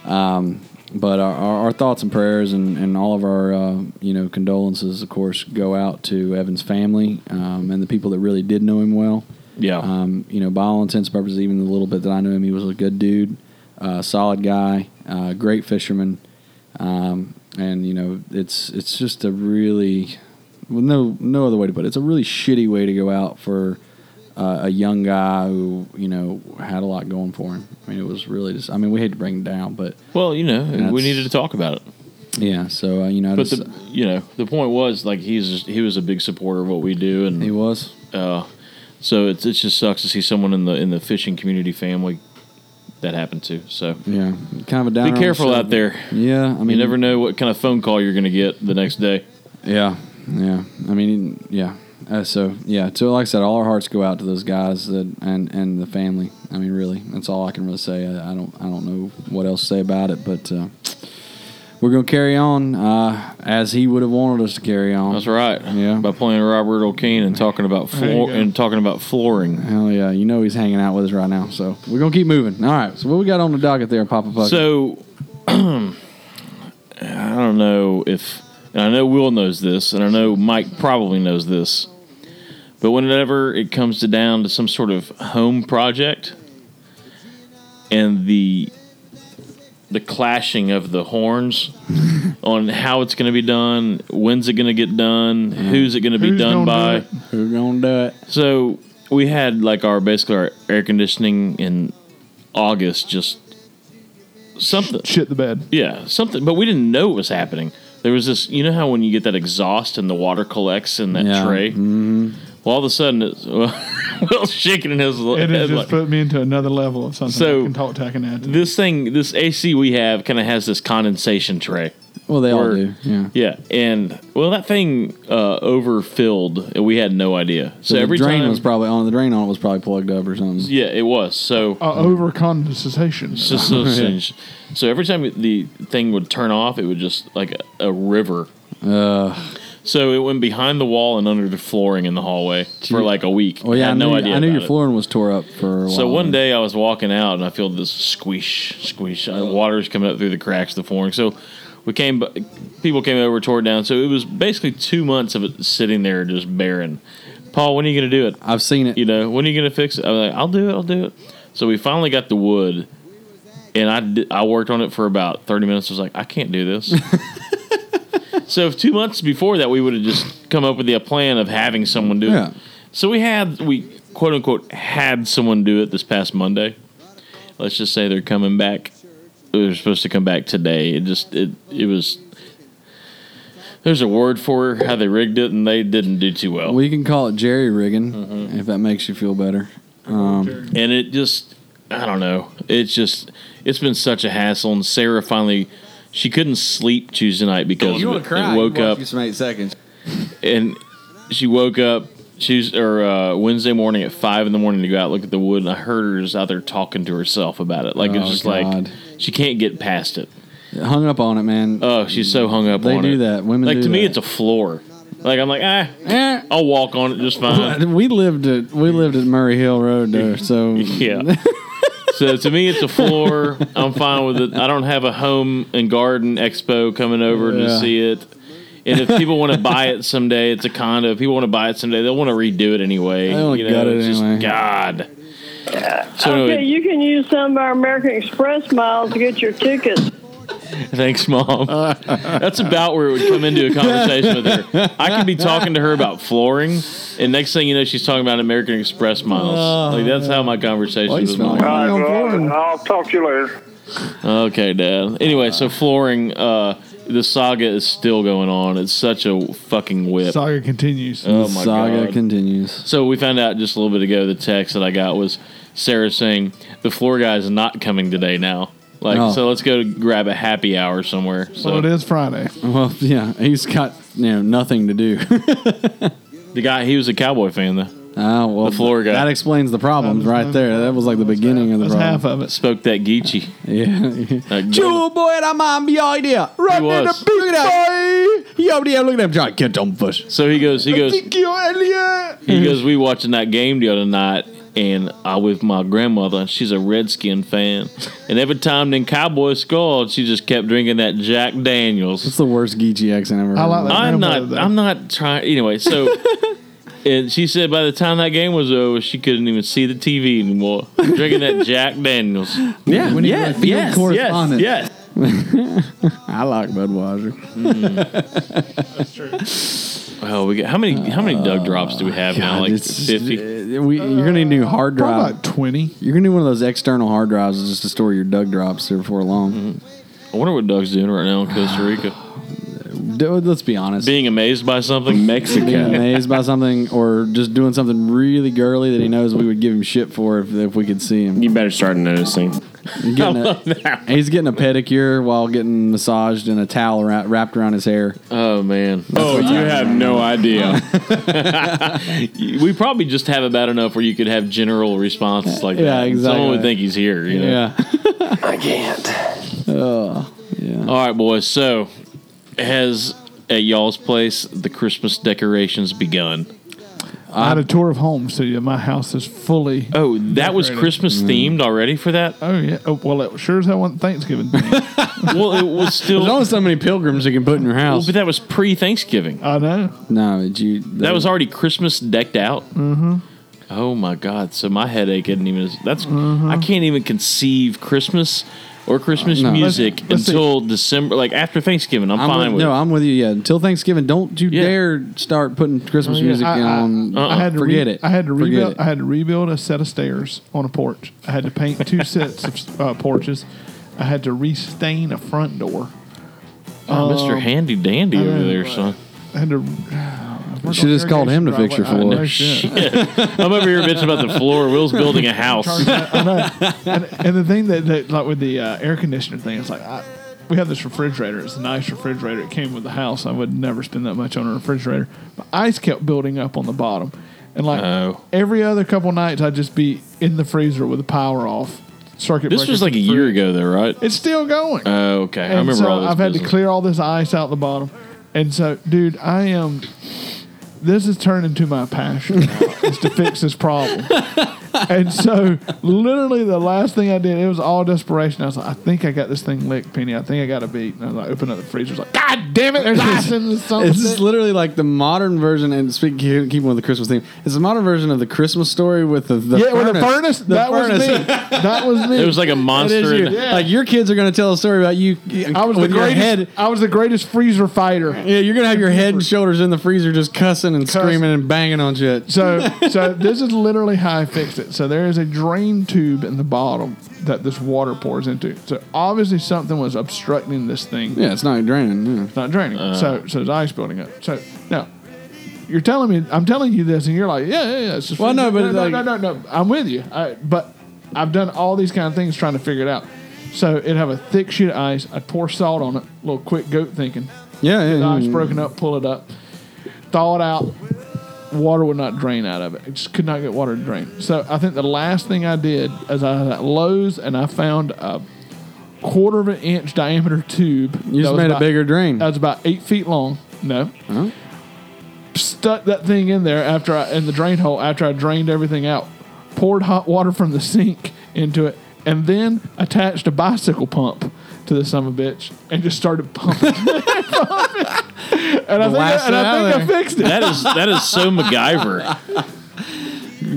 Um, but our, our, our thoughts and prayers and, and all of our uh, you know condolences, of course, go out to Evan's family um, and the people that really did know him well.
Yeah.
Um, you know, by all intents and purposes, even the little bit that I knew him, he was a good dude, uh, solid guy, uh, great fisherman, um, and you know, it's it's just a really well, no no other way to put it. It's a really shitty way to go out for uh, a young guy who you know had a lot going for him. I mean, it was really just. I mean, we hate to bring him down, but
well, you know, we
That's-
needed to talk about it.
yeah. So uh, you know, I
but
just-
the, you know the point was like he's just, he was a big supporter of what we do and he
was
uh, so it's it just sucks to see someone in the in the fishing community family that happened to so
yeah, kind of a down.
be careful out there
Yeah, I mean,
you never know what kind of phone call you're going to get the next day
Yeah, yeah. I mean, yeah. Uh, so yeah. So like I said, all our hearts go out to those guys that, and and the family. I mean, really, that's all I can really say. I, I don't I don't know what else to say about it, but uh, we're gonna carry on uh, as he would have wanted us to carry on.
that's right yeah by playing robert o'keen and talking about
There you
floor
go.
and talking about flooring
Hell yeah, you know he's hanging out with us right now. So we're gonna keep moving. All right. So what we got on the docket there, Papa Puck?
So, I don't know if, and I know Will knows this, and I know Mike probably knows this, but whenever it comes to down to some sort of home project, and the the clashing of the horns on how it's going to be done, when's it going to get done, who's it going to be
Who's
done by,
gonna do who's gonna do it?
so we had like our basically our air conditioning in August, just something
shit the bed.
Yeah, something, but we didn't know it was happening. There was this, you know how when you get that exhaust and the water collects in that
Yeah.
tray. Mm-hmm. Well, all of a sudden, it's, well, Will's shaking in his
It
head.
has just
like-
put me into another level of something.
So-
I can talk tack and add to.
this thing, this AC we have, kind of has this condensation tray.
Well, they all
Where-
do. Yeah.
Yeah, and well, that thing uh, overfilled. and We had no idea. So,
the
every
drain
time,
was probably on the drain on it was probably plugged up or something.
yeah, it was. So
Uh,
oh.
over condensation.
So, so, so- so every time the thing would turn off, it would just like a, a river. so it went behind the wall and under the flooring in the hallway for like a week.
Well, yeah,
I
I,
had
knew,
no idea.
I knew
about
your
it.
flooring was tore up for a while.
So one day I was walking out and I feel this squish, squish. Uh, water's coming up through the cracks of the flooring. So we came, b- people came over, tore it down. So it was basically two months of it sitting there just barren. Paul, when are you going to do it?
I've seen it.
You know, when are you going to fix it? I was like, I'll do it, I'll do it. So we finally got the wood and I, di- I worked on it for about 30 minutes. I was like, I can't do this. so if two months before that, we would have just come up with the plan of having someone do
Yeah.
it. So we had, we quote unquote, had someone do it this past Monday. Let's just say they're coming back. They're supposed to come back today. It just, it, it was, there's a word for how they rigged it and they didn't do too well.
We can call it jerry rigging
Mm-hmm.
if that makes you feel better. Um,
and it just i don't know it's just it's been such a hassle and sarah finally she couldn't sleep tuesday night because of it. It woke up
some eight seconds.
and she woke up Tuesday or uh, Wednesday morning at five in the morning to go out look at the wood, and I heard her just out there talking to herself about it. Like it's
Oh,
just
God.
like she can't get past it.
Hung up on it, man.
Oh, she's so hung up
They
on it.
do that. Women
like
do
to me,
that. Eh."
it's a floor. Like I'm like ah, I'll walk on it just fine.
we lived at we lived at Murray Hill Road there, so
Yeah. so to me, it's a floor. I'm fine with it. I don't have a home and garden expo coming over
Yeah.
to see it. And if people want to buy it someday, it's a condo. If people want to buy it someday, they'll want to redo it anyway.
They wanna gut it
it's
anyway.
just God. So
okay,
anyway,
you can use some of our American Express miles to get your tickets.
thanks, mom. That's about where it would come into a conversation with her. I could be talking to her about flooring, and next thing you know, she's talking about American Express miles. Like that's how my conversations with
All
mom.
right, well, I'll talk to you later.
Okay, Dad. Anyway, so
Uh-huh.
flooring, uh, the saga is still going on. It's such a fucking whip.
Saga continues.
Oh my
Saga
God.
continues.
So we found out just a little bit ago. The text that I got was Sarah saying the floor guy is not coming today. Now, like,
Oh.
so let's go grab a happy hour somewhere.
Well,
So
it is Friday.
Well, yeah, he's got you know nothing to do.
the guy, he was a cowboy fan though.
Ah, well,
The floor guy.
That explains the problems right there. That was like the beginning of the problem.
of it.
Spoke that Geechee.
Yeah.
That
Chew boy, I'm on the idea. Right
He
in
was.
the big boy. Yo, yeah, look at him trying to catch on fish.
So he goes, he goes,
Ezekiel Elliott.
He goes, we watching that game the other night, and I with my grandmother, and she's a Redskin fan. And every time them Cowboys scored, she just kept drinking that Jack Daniels. It's
the worst Geechee accent I've ever.
I
heard.
am not. I'm not trying. Anyway, so. And she said by the time that game was over, she couldn't even see the TV anymore. Drinking that Jack Daniels.
Yeah, When you were a
yes,
field
yes,
correspondent.
yes, Mm-hmm.
I like Budweiser.
That's true. Oh, we got how many? How many Doug drops do we
Uh,
have now? Like fifty.
We, you're gonna need a new hard drive.
probably about twenty.
You're gonna need one of those external hard drives just to store your Doug drops there before long.
Mm-hmm. I wonder what Doug's doing right now in Costa Rica.
Dude, let's be honest.
Being amazed by something? Mexico.
Being amazed by something or just doing something really girly that he knows we would give him shit for if, if we could see him.
You better start noticing.
He's getting, a, he's getting a pedicure while getting massaged and a towel ra- wrapped around his hair.
Oh man!
Oh, you have no idea.
we probably just have about enough where you could have general responses like
Yeah,
that. Someone
exactly.
would think he's here. You know?
Yeah.
I can't.
Oh, yeah.
All right, boys. So, has at y'all's place the Christmas decorations begun?
I had a tour of homes, so yeah, my house is fully.
Oh, that was Christmas
Mm. Mm-hmm.
themed already for that.
Oh yeah. Oh, well, it sure as hell wasn't Thanksgiving. well,
it was still.
There's only so many pilgrims you can put in your
Well,
house. Uh,
but that was pre-Thanksgiving.
I know.
No, did you?
That was already Christmas decked out.
Mm-hmm.
Oh my God! So my headache isn't even. That's I can't even conceive Christmas or Christmas
No.
music
Let's- let's see.
until December, like after Thanksgiving. I'm,
I'm
fine
with,
with.
no,
it.
I'm with you. Yeah, until Thanksgiving, don't you dare start putting Christmas
Oh, yeah.
music
I- I-
on.
I had to re-
forget it.
I had to
Forget
rebuild.
it.
I had to rebuild a set of stairs on a porch. I had to paint two sets of uh, porches. I had to restain a front door.
Oh, Mr.
Um,
Handy Dandy
I
over
know,
there, son.
I had to.
You should have just called him to fix your floor.
I'm over here bitching about the floor. Will's building a house.
I know. And, and the thing that, that like with the uh, air conditioner thing, it's like I, we have this refrigerator. It's a nice refrigerator. It came with the house. I would never spend that much on a refrigerator. But ice kept building up on the bottom, and like
Oh.
every other couple nights, I'd just be in the freezer with the power off. Circuit.
This
breaker
was like a
for the
year ago, though, right?
It's still going.
Oh, okay. I
and
remember
so
all this.
I've had to
business.
clear all this ice out the bottom. And so, dude, I am. This is turning to my passion now, is to fix this problem. And so, literally, the last thing I did, it was all desperation. I was like, I think I got this thing licked, Penny. I think I got a beat. And I was like, open up the freezer. I was like, God damn it, there's ice in the something.
It's just literally like the modern version, and speaking keeping with the Christmas theme, it's a modern version of the Christmas story with the, the
yeah, with the furnace.
furnace.
that was me. That was me.
It was like a monster
It is you.
in- Yeah.
Like your kids are going to tell a story about you.
I was the
with your
greatest.
head-
I was the greatest freezer fighter.
Yeah, you're gonna have your head and shoulders in the freezer, just cussing and screaming and banging on shit.
So, so this is literally how I fixed it. So there is a drain tube in the bottom that this water pours into. So obviously something was obstructing this thing.
yeah, it's not draining. Yeah. It's
not draining. so, so it's ice building up. So now you're telling me, I'm telling you this, and you're like, yeah, yeah, yeah. It's just
Well, no, but
no, no,
like-
no, no, no, I'm with you. I, but I've done all these kind of things trying to figure it out. So it'd have a thick sheet of ice. I'd pour salt on it. Little quick goat thinking.
Yeah, yeah,
Get the
yeah,
ice
yeah.
broken up. Pull it up. Thaw it out. Water would not drain out of it. It just could not get water to drain. So I think the last thing I did is I was at Lowe's and I found a quarter of an inch diameter tube.
You
that
just
was
made
about-
a bigger drain.
That was about eight feet long. No. Stuck that thing in there after I in the drain hole after I drained everything out, poured hot water from the sink into it, and then attached a bicycle pump to the son of a bitch and just started pumping. and I think, I, and I, think I fixed it.
That is that is so MacGyver.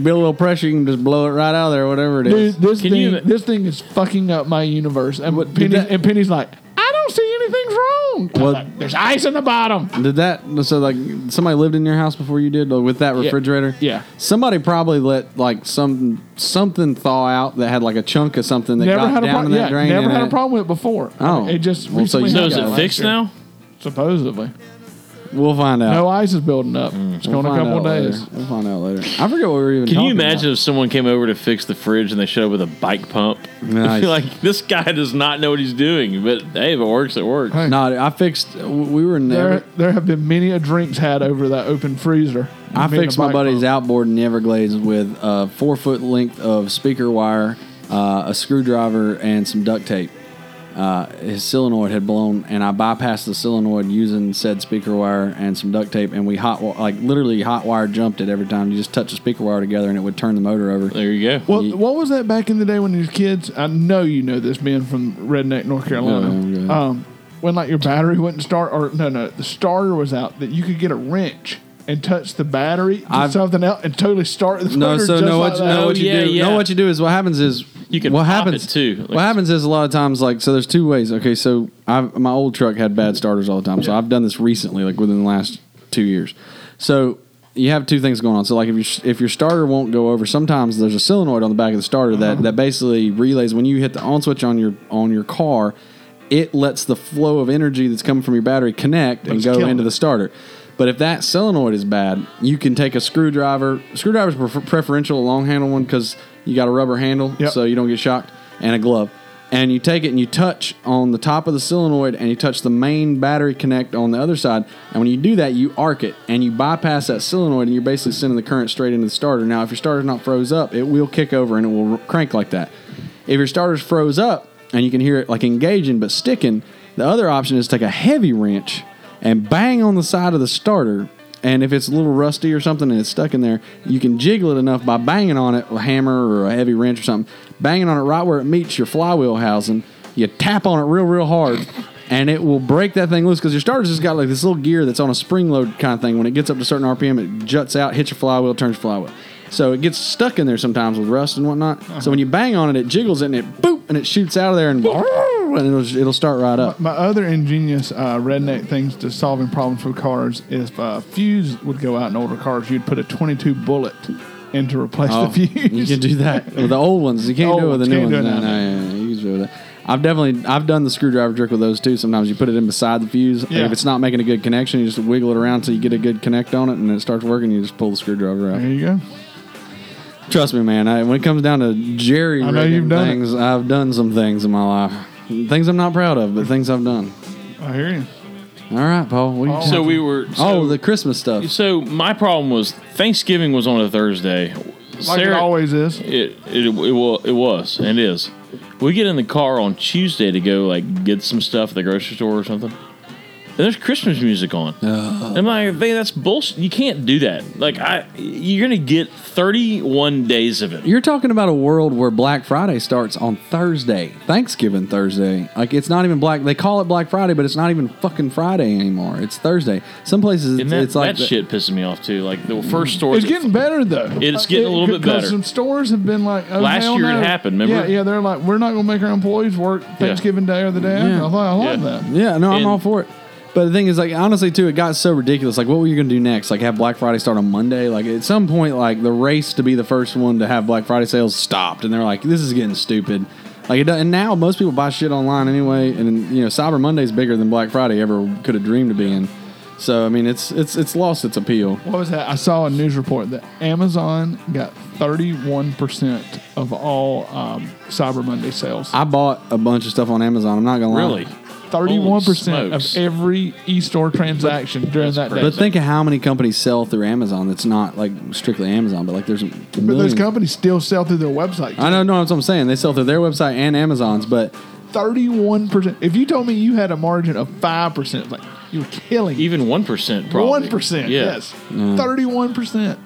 build a little pressure, you can just blow it right out of there, whatever it is.
Dude, this thing, this thing is fucking up my universe. And what Penny, and Penny's like, I don't see anything's wrong. I'm
Well,
like, There's ice in the bottom.
did that? So like, somebody lived in your house before you did like, with that
Yeah.
refrigerator.
Yeah.
Somebody probably let like some something thaw out that had like a chunk of something that
Never
got
had a
down in
problem.
that
Yeah,
drain.
never
and
had a
it-
problem with it before.
Oh.
it just
Well, so
recently got
you- So is
that
it
last
fixed
year.
now?
Supposedly,
We'll find out. Mm.
no ice is building up. It's
We'll
going a
find
couple
out
days.
later. We'll find out later. I forget what we were even.
Can you
talking
imagine if someone came over to fix the fridge and they showed up with a bike pump?
Nice.
like this guy does not know what he's doing, but hey, if it works, it works.
About. No, I fixed. We
There,
were never.
there have been many a drinks had over that open freezer.
I
Being
fixed
a
my
bike
buddy's outboard in the Everglades with a four foot length of speaker wire, uh, a screwdriver, and some duct tape. Uh, his solenoid had blown, and I bypassed the solenoid using said speaker wire and some duct tape. And we hot, wi- like literally hot wire jumped it every time. You just touch the speaker wire together, and it would turn the motor over.
There you go.
Well, what was that back in the day when your kids? I know you know this being from redneck North Carolina.
No, yeah.
um, when like your battery wouldn't start, or no, no, the starter was out. That you could get a wrench and touch the battery to
I've-
something else and totally start the
No,
motor
so
just
no,
like
what, you-
that.
no, what you
Oh,
do, no, what you do is what happens is you can what happens
too.
what happens is a lot of times, like, so there's two ways. Okay, so I've, my old truck had bad starters all the time, so I've done this recently, like within the last two years. So you have two things going on. So like if your if your starter won't go over, sometimes there's a solenoid on the back of the starter
Uh-huh.
that that basically relays when you hit the on switch on your on your car, it lets the flow of energy that's coming from your battery connect
But
and
it's
go
killing
into
it.
the starter. But if that solenoid is bad, you can take a screwdriver. Screwdriver's prefer- preferential, a long handle one, because you got a rubber handle, so you don't get shocked, and a glove. And you take it and you touch on the top of the solenoid and you touch the main battery connect on the other side. And when you do that, you arc it and you bypass that solenoid and you're basically sending the current straight into the starter. Now, if your starter's not froze up, it will kick over and it will r- crank like that. If your starter's froze up and you can hear it like engaging but sticking, the other option is take a heavy wrench and bang on the side of the starter. And if it's a little rusty or something and it's stuck in there, you can jiggle it enough by banging on it with a hammer or a heavy wrench or something, banging on it right where it meets your flywheel housing. You tap on it real, real hard, and it will break that thing loose because your starter's just got like this little gear that's on a spring load kind of thing. When it gets up to a certain RPM, it juts out, hits your flywheel, turns your flywheel. So it gets stuck in there sometimes with rust and whatnot. So when you bang on it, it jiggles it and it boop and it shoots out of there and, and it'll, it'll start right up.
My other ingenious uh, redneck things to solving problems with cars is if uh, fuse would go out in older cars, you'd put a 22 bullet in to replace
Oh,
the fuse.
You can do that with the old ones. You can't
Old
do it with the
ones,
new
can't
ones.
do it
No,
now.
no, yeah, yeah, you can do that. I've definitely I've done the screwdriver trick with those too. Sometimes you put it in beside the fuse.
Yeah.
If it's not making a good connection, you just wiggle it around till you get a good connect on it, and it starts working. You just pull the screwdriver out.
There you go.
Trust me, man. I, when it comes down to jerry
I know you've
rigging
done it.
things, I've done some things in my life. Things I'm not proud of, but things I've done.
I hear you.
All right, Paul. What do you
So
got?
we were-
oh
so-
the Christmas stuff.
So my problem was Thanksgiving was on a Thursday.
Like it always is.
It it it, wa- it was and is. We get in the car on Tuesday to go like get some stuff at the grocery store or something. And there's Christmas music on. I'm like, "Hey, that's bullshit. You can't do that. Like, I you're gonna get 31 days of it.
You're talking about a world where Black Friday starts on Thursday, Thanksgiving Thursday. Like it's not even Black. They call it Black Friday, but it's not even fucking Friday anymore. It's Thursday. Some places it's,
And that,
it's like
that
the-
shit pisses me off too. Like the first store,
It's getting better though.
It's getting a little bit
'cause
better.
Some stores have been like oh,
Last
hell
year it
no.
happened, remember?
Yeah, yeah. They're like, we're not going to make our employees work Thanksgiving Day or the day after. I like, I like that.
Yeah, no, I'm all for it. But the thing is, like, honestly, too, it got so ridiculous. Like, what were you going to do next? Like, have Black Friday start on Monday? Like, at some point, like, the race to be the first one to have Black Friday sales stopped, and they're like, this is getting stupid. Like, it does, and now most people buy shit online anyway, and you know, Cyber Monday's bigger than Black Friday ever could have dreamed of being. So, I mean, it's it's it's lost its appeal.
What was that? I saw a news report that Amazon got 31% of all um, Cyber Monday sales.
I bought a bunch of stuff on Amazon. I'm not gonna lie.
31% of every e store transaction during that day.
But think of how many companies sell through Amazon. That's not like strictly Amazon, but like there's.
But those companies still sell through their website.
I don't know what I'm saying. They sell through their website and Amazon's, but
31%. If you told me you had a margin of 5%, like you were killing.
Even 1%, probably.
1%.
Yeah.
Yes.
Yeah.
31%.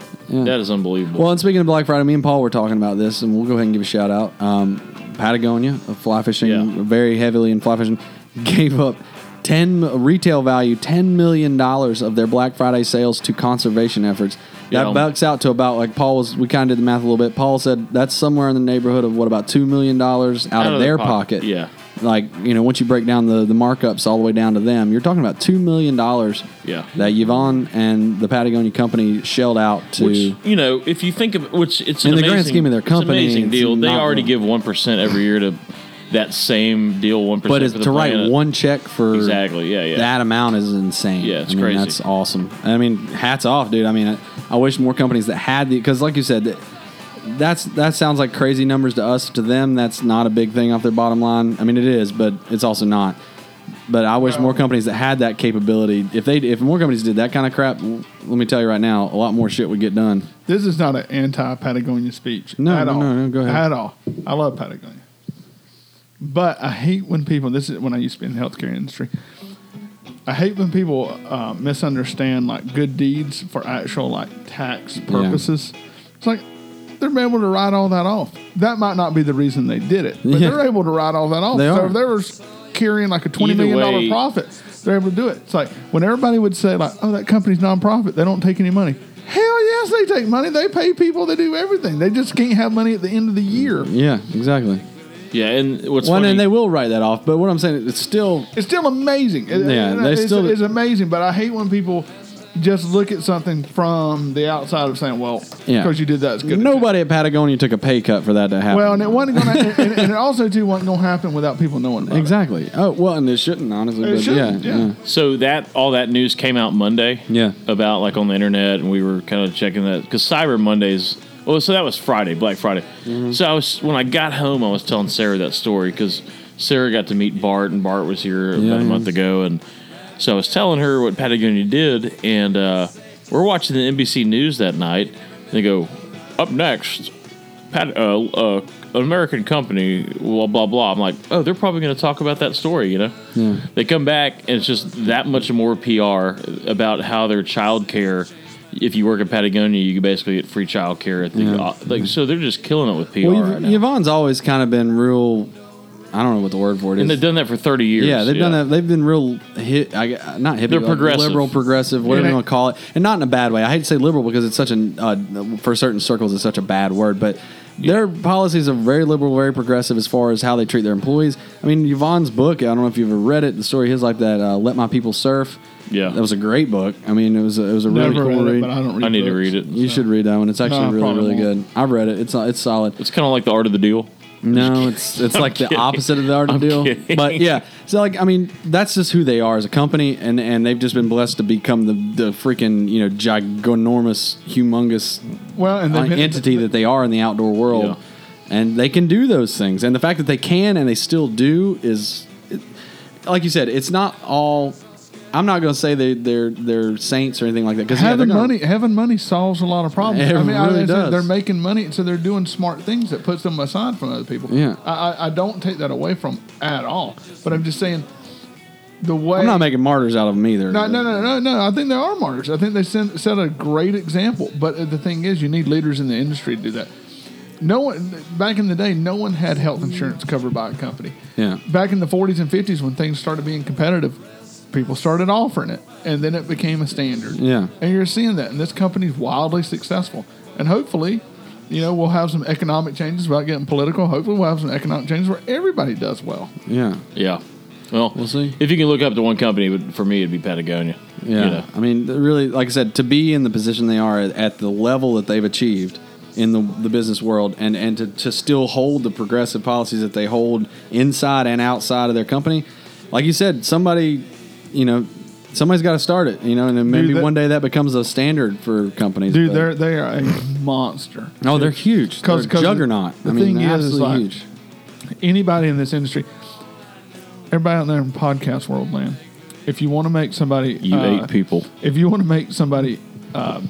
that is unbelievable.
well, and speaking of Black Friday, me and Paul were talking about this, and we'll go ahead and give a shout out. Um, Patagonia, of fly fishing, very heavily in fly fishing, gave up ten retail value ten million dollars of their Black Friday sales to conservation efforts. That
Yeah.
bucks out to about like Paul was. We kind of did the math a little bit. Paul said that's somewhere in the neighborhood of what about two million dollars out, of, their pocket.
Yeah.
Like you know, once you break down the the markups all the way down to them, you're talking about two million dollars
Yeah.
that Yvonne and the Patagonia Company shelled out to.
Which you know, if you think of which it's
In
an
the grand
amazing-
scheme of their
it's an
company,
amazing
it's
deal. They
not
already
a-
give one percent every year to that same deal. One percent,
but it's, to write one check for
Exactly, yeah, yeah.
that amount is insane.
Yeah, it's
I mean,
crazy.
That's awesome. I mean, hats off, dude. I mean, I, I wish more companies that had the because, like you said, that- that's that sounds like crazy numbers to us. To them, that's not a big thing off their bottom line. I mean, it is, but it's also not. But I wish more companies that had that capability. If they, if more companies did that kind of crap, w- let me tell you right now, a lot more shit would get done.
This is not an anti-Patagonia speech.
No,
at
no,
all.
no, no, go ahead.
At all. I love Patagonia, but I hate when people. This is when I used to be in the healthcare industry. I hate when people uh, misunderstand like good deeds for actual like tax purposes. It's like they're able to write all that off. That might not be the reason they did it, but
Yeah.
they're able to write all that off.
They
so
are.
if they were carrying like a twenty
Either
million dollar
way-
profit, they're able to do it. It's like when everybody would say like, "Oh, that company's nonprofit. They don't take any money." Hell yes, they take money. They pay people. They do everything. They just can't have money at the end of the year.
Yeah, exactly.
Yeah, and what's
well,
funny?
and they will write that off. But what I'm saying, it's still
It's still amazing. It-
Yeah,
it-
they
it's,
still-
it's amazing. But I hate when people just look at something from the outside of saying, "Well,
yeah.
because you did that, it's good."
Nobody at Patagonia took a pay cut for that to happen.
Well, and it wasn't going to, and, and it also too wasn't going to happen without people knowing. About
Exactly. Oh well, and it shouldn't honestly.
It
but
shouldn't,
yeah,
yeah.
So that all that news came out Monday.
Yeah.
About like on the internet, and we were kind of checking that because Cyber Mondays. Well, so that was Friday, Black Friday.
Mm-hmm.
So I was when I got home, I was telling Sarah that story because Sarah got to meet Bart, and Bart was here
Yeah,
about a
yeah.
month ago, and so I was telling her what Patagonia did, and uh, we're watching the NBC News that night. And they go up next, Pat, uh, uh, an American company, blah blah blah. I'm like, oh, they're probably going to talk about that story, you know.
Yeah.
They come back and it's just that much more PR about how their child care. If you work at Patagonia, you basically get free child care at the
Yeah.
uh, like. So they're just killing it with PR.
Well,
right
Yv-
now.
Yvonne's always kind of been real. I don't know what the word for it is.
and they've done that for thirty years.
Yeah, they've done that. They've been real hit. I, gu- not hippie.
They're
like
progressive.
liberal, progressive, whatever
Yeah,
you
they-
want to call it, and not in a bad way. I hate to say liberal because it's such an uh, for certain circles it's such a bad word, but. Their policies are very liberal, very progressive as far as how they treat their employees. I mean, Yvonne's book, I don't know if you've ever read it, the story of his like that, uh, Let My People Surf.
Yeah.
That was a great book. I mean, it was a, it was a really
Never
cool
read it,
read.
but I don't read I need to books, read
it.
You should read that one. It's actually
No, I
really,
probably
really good. I've read it. It's it's solid.
It's kind of like the art of the deal.
No, it's it's
I'm
like the
kidding.
opposite of the art of deal.
kidding.
But yeah, so like I mean, that's just who they are as a company, and and they've just been blessed to become the the freaking you know ginormous, humongous
Well, and they've
uh,
been-
entity that they are in the outdoor world, and they can do those things, and the fact that they can and they still do is, it, like you said, it's not all. I'm not going to say they they're they're saints or anything like that because
having money, having money solves a lot of problems.
It
I mean, I-
really
I,
does.
they're making money, so they're doing smart things that puts them aside from other people.
Yeah.
I, I, I don't take that away from 'em at all. But I'm just saying, the way
I'm not making martyrs out of them either.
No, no, no, no, no. I think there are martyrs. I think they send, set a great example. But the thing is, you need leaders in the industry to do that. No one back in the day, no one had health insurance covered by a company.
Yeah.
Back in the 40s and 50s, when things started being competitive, people started offering it, and then it became a standard.
Yeah.
And you're seeing that, and this company's wildly successful. And hopefully, you know, we'll have some economic changes without getting political. Hopefully, we'll have some economic changes where everybody does well.
Yeah.
Yeah. Well, we'll see. If you can look up to one company, but for me, it'd be Patagonia. you
Yeah.
know.
I mean, th- really, like I said, to be in the position they are at, at the level that they've achieved in the, the business world and, and to, to still hold the progressive policies that they hold inside and outside of their company, like you said, somebody, you know, somebody's got to start it, you know, and then maybe
Dude, that-
one day that becomes a standard for companies.
Dude,
but-
they're they are a monster.
No, Oh, they're huge. They're juggonaut. I mean, they're absolutely huge.
Anybody in this industry, everybody out there in podcast world land, if you want to make somebody,
You
uh,
eight people.
If you want to make somebody uh,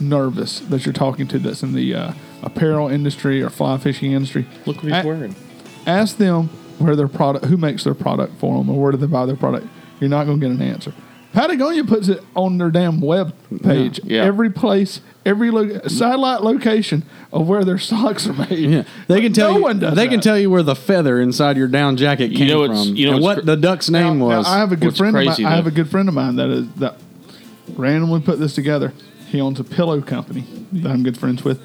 nervous that you're talking to, that's in the uh, apparel industry or fly fishing industry,
look what he's wearing.
Ask them where their product, who makes their product for them, or where do they buy their product. You're not going to get an answer. Patagonia puts it on their damn web page.
Yeah. Yeah.
Every place, every lo- satellite location of where their socks are made.
Yeah, they can tell
No
you.
one does
they
that.
can tell you where the feather inside your down jacket came
You know what's-
from.
you know
and
what's
what
cr-
the duck's name
Now,
was.
I have a good friend. Of mine, I have a good friend of mine that is that randomly put this together. He owns a pillow company that I'm good friends with,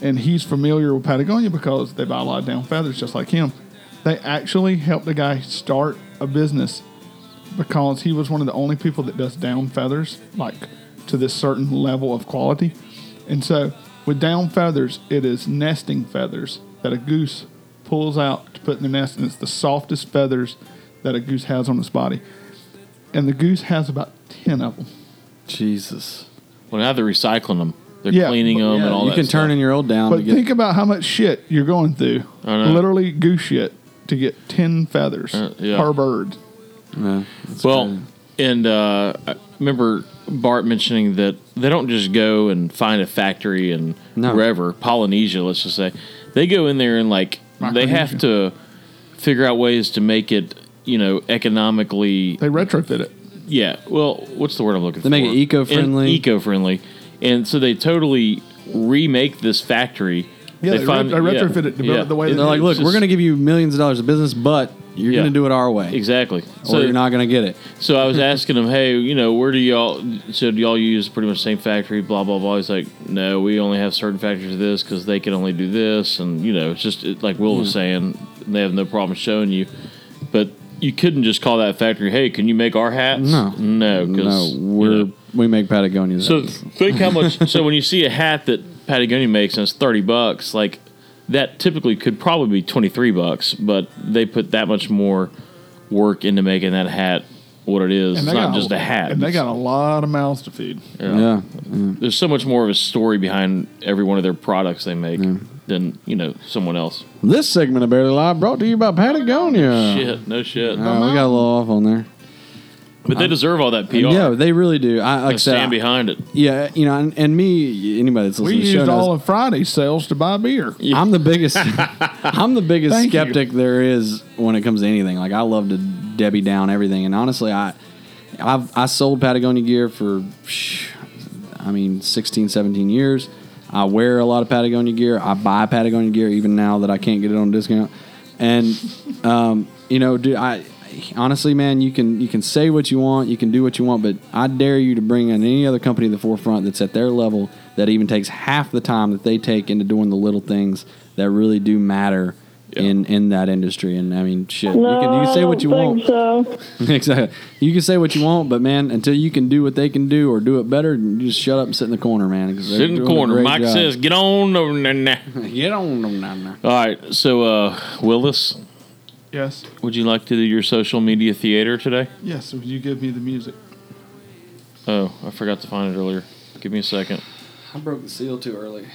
and he's familiar with Patagonia because they buy a lot of down feathers, just like him. They actually helped a guy start a business because he was one of the only people that does down feathers, like to this certain level of quality. And so, with down feathers, it is nesting feathers that a goose pulls out to put in their nest, and it's the softest feathers that a goose has on its body. And the goose has about 10 of them.
Jesus.
Well, now they're recycling them. They're
Yeah,
cleaning
but-
them
yeah,
and all
you
that.
can turn
stuff.
in your old down.
But think about how much shit you're going through.
I know. Uh,
Literally goose shit to get 10 feathers
yeah.
per bird.
well, and uh, I remember Bart mentioning that they don't just go and find a factory and wherever Polynesia, let's just say, they go in there and like they have to figure out ways to make it, you know, economically.
They retrofit it.
Yeah. Well, what's the word I'm looking
They
for?
make it eco-friendly.
Eco friendly, and so they totally remake this factory.
Yeah, they re- they retrofit it to build it the way They're like, look, we're going to give you millions of dollars of business, but you're going to do it our way.
Exactly.
Or you're not going to get it.
So I was asking him, hey, you know, where do y'all? So do y'all use pretty much the same factory? Blah blah blah. He's like, no, we only have certain factories of this because they can only do this, and you know, it's just it, like Will was
Hmm.
Yeah.
saying, they have no problem showing you, but you couldn't just call that factory, hey, can you make our hats?
No.
no,
No,
because
we're we make Patagonia.
so think how much. so when you see a hat that Patagonia makes and it's thirty bucks, like that typically could probably be twenty three bucks, but they put that much more work into making that hat what it is.
And
It's
they
not
got
just a hat.
And they got a lot of mouths to feed.
Yeah. There's so much more of a story behind every one of their products they make than you know someone else.
This segment of Barely Live brought to you by Patagonia.
Shit, no shit.
Uh, we got a little off on there.
but they deserve all that PR.
Yeah, they really do. I like I
And
said,
stand
I-
behind it.
Yeah, you know, and, and me, anybody that's
We
listening to the show
used
knows,
all of Friday's sales to buy beer.
I'm the biggest. I'm the biggest
Thank you.
skeptic there is when it comes to anything. Like I love to Debbie down everything, and honestly, I I've, I sold Patagonia gear for, psh, I mean, 16, 17 years. I wear a lot of Patagonia gear. I buy Patagonia gear even now that I can't get it on discount. And um, you know, dude, I honestly, man, you can you can say what you want, you can do what you want, but I dare you to bring in any other company to the forefront that's at their level that even takes half the time that they take into doing the little things that really do matter in in that industry. And I mean, shit, you can you can say what you want.
So
exactly. You can say what you want, but man, until you can do what they can do or do it better, you just shut up and sit in the corner, man. 'cause they're
Sit in the
doing a
corner.
great
Mike
job.
says, "Get on over there now."
Get on over there.
All right. So, uh, Willis,
Yes.
would you like to do your social media theater today?
Yes, so you give me the music.
Oh, I forgot to find it earlier. Give me a second.
I broke the seal too early.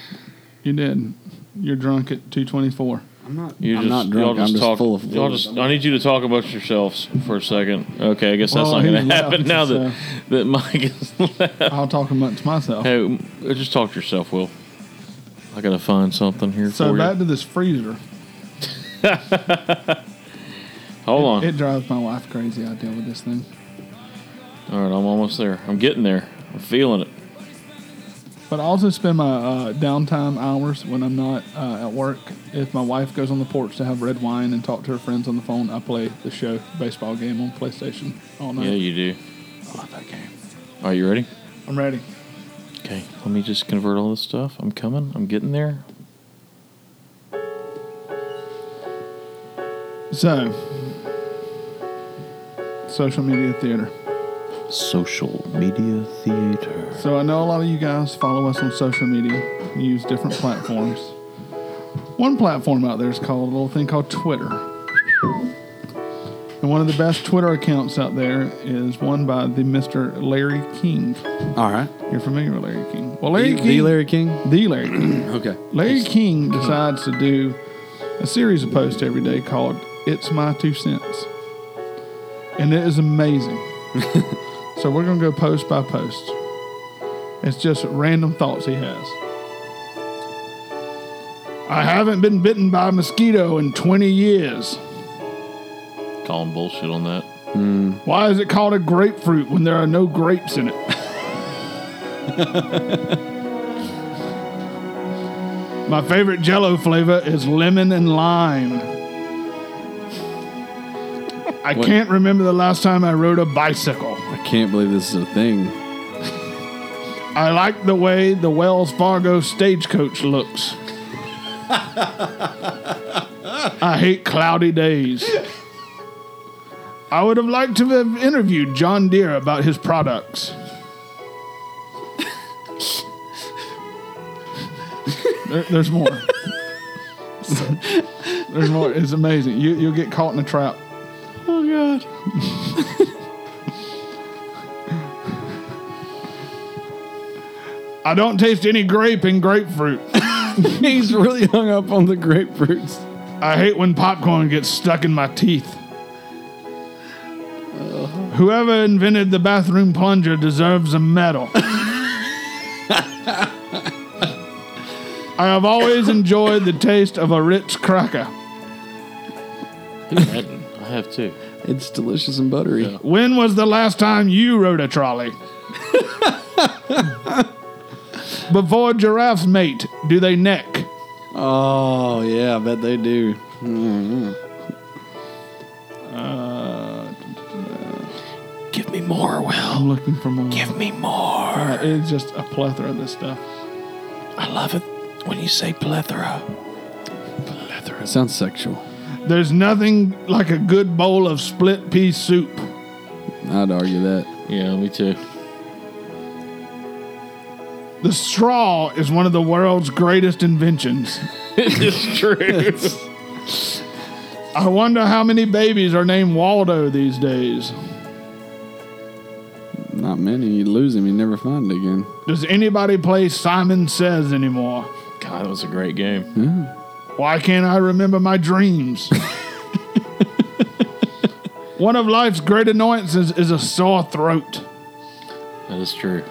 You did. You're drunk at 224.
I'm not.
You just, Y'all just talk, y'all just, I need you to talk amongst yourselves for a second. Okay, I guess that's
Well,
not going
he
to
left,
happen now
so-
that, that Mike is left.
I'll talk amongst myself.
Hey, m- just talk to yourself, Will. I got to find something here
so
for
back to this freezer.
you. Hold on.
It drives my wife crazy. I deal with this thing.
All right, I'm almost there. I'm getting there. I'm feeling it.
But I also spend my uh, downtime hours when I'm not uh, at work. If my wife goes on the porch to have red wine and talk to her friends on the phone, I play the show baseball game on PlayStation all night.
Yeah, you do.
I love that game.
Are you ready?
I'm ready.
Okay, let me just convert all this stuff. I'm coming. I'm getting there.
So, social media theater.
Social media theater.
So I know a lot of you guys follow us on social media, use different platforms. One platform out there is called a little thing called Twitter. And one of the best Twitter accounts out there is one by the Mr. Larry King.
All right.
You're familiar with Larry King. Well, Larry
The-
King.
the Larry King?
The Larry King.
okay.
Larry King decides to do a series of posts every day called It's My Two Cents. And it is amazing. so we're going to go post by post. It's just random thoughts he has. I haven't been bitten by a mosquito in 20 years.
Calling bullshit on that.
Hmm.
Why is it called a grapefruit when there are no grapes in it? My favorite jello flavor is lemon and lime. I
What-
can't remember the last time I rode a bicycle.
I can't believe this is a thing.
I like the way the Wells Fargo stagecoach looks. I hate cloudy days. I would have liked to have interviewed John Deere about his products. There- there's more. there's more. It's amazing. You, you'll get caught in a trap.
Oh God.
I don't taste any grape in grapefruit. He's really hung up on the grapefruits. I hate when popcorn gets stuck in my teeth. Whoever invented the bathroom plunger deserves a medal. I have always enjoyed the taste of a Ritz cracker.
I have too.
It's delicious and buttery.
When was the last time you rode a trolley? Before giraffes mate, do they neck?
Oh yeah, I bet they do.
Mm-hmm.
Uh,
Give me more, Will.
I'm looking for more. Give
me more.
it's just a plethora of this stuff.
I love it when you say plethora.
It sounds sexual.
There's nothing like a good bowl of split pea soup.
I'd argue that.
Yeah, me too.
The straw is one of the world's greatest inventions.
It is true.
I wonder how many babies are named Waldo these days.
Not many. You lose him, you never find it again.
Does anybody play Simon Says anymore?
God, that was a great game.
Why can't I remember my dreams? One of life's great annoyances is a sore throat.
That is true.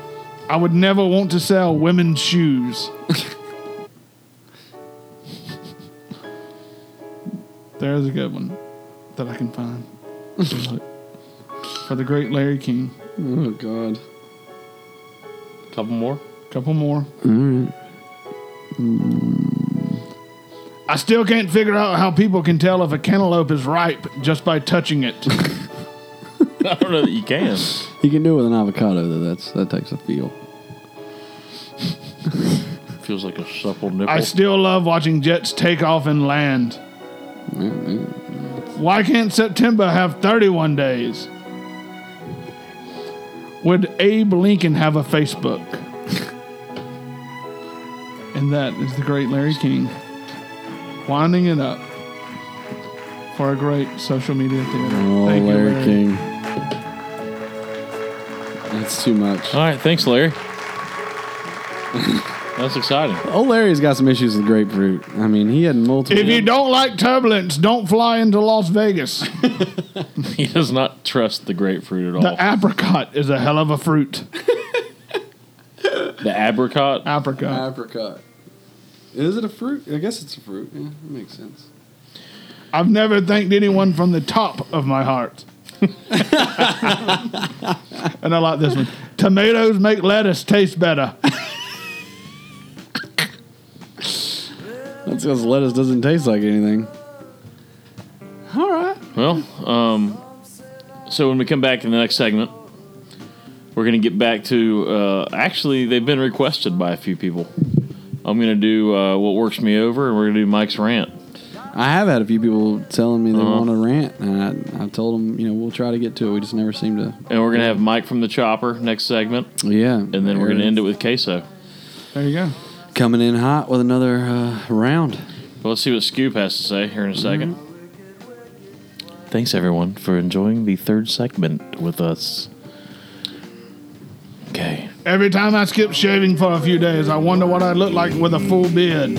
I would never want to sell women's shoes. There's a good one that I can find. For the great Larry King.
Oh, God.
Couple more?
Couple more. Mm. I still can't figure out how people can tell if a cantaloupe is ripe just by touching it.
I don't know that you can.
You can do it with an avocado though. That's that takes a feel.
Feels like a supple nipple.
I still love watching jets take off and land.
Mm-hmm.
Why can't September have 31 days? Would Abe Lincoln have a Facebook? and that is the great Larry King winding it up for a great social media theater.
Oh,
Thank you,
Larry,
Larry.
King. That's too much.
All right, thanks, Larry. That's exciting.
Old Larry's got some issues with grapefruit. I mean, he had multiple.
If you don't like turbulence, don't fly into Las Vegas.
He does not trust the grapefruit at all.
the apricot is a hell of a fruit.
the apricot?
Apricot.
apricot. Is it a fruit? I guess it's a fruit. Yeah, that makes sense.
I've never thanked anyone from the top of my heart. and I like this one. Tomatoes make lettuce taste better.
That's because lettuce doesn't taste like anything. All right.
Well, um, so when we come back in the next segment, we're going to get back to. Uh, actually, they've been requested by a few people. I'm going to do uh, what works me over, and we're going to do Mike's rant.
I have had a few people telling me they
Uh-huh.
want to rant, and I, I told them, you know, we'll try to get to it. We just never seem to.
And we're going to have Mike from the Chopper next segment.
Yeah. And
then we're going to end it with queso.
There you go.
Coming in hot with another uh, round. Mm-hmm.
Well, let's see what Scoop has to say here in a 2nd Thanks, everyone, for enjoying the third segment with us. Okay.
Every time I skip shaving for a few days, I wonder what I'd look like with a full beard.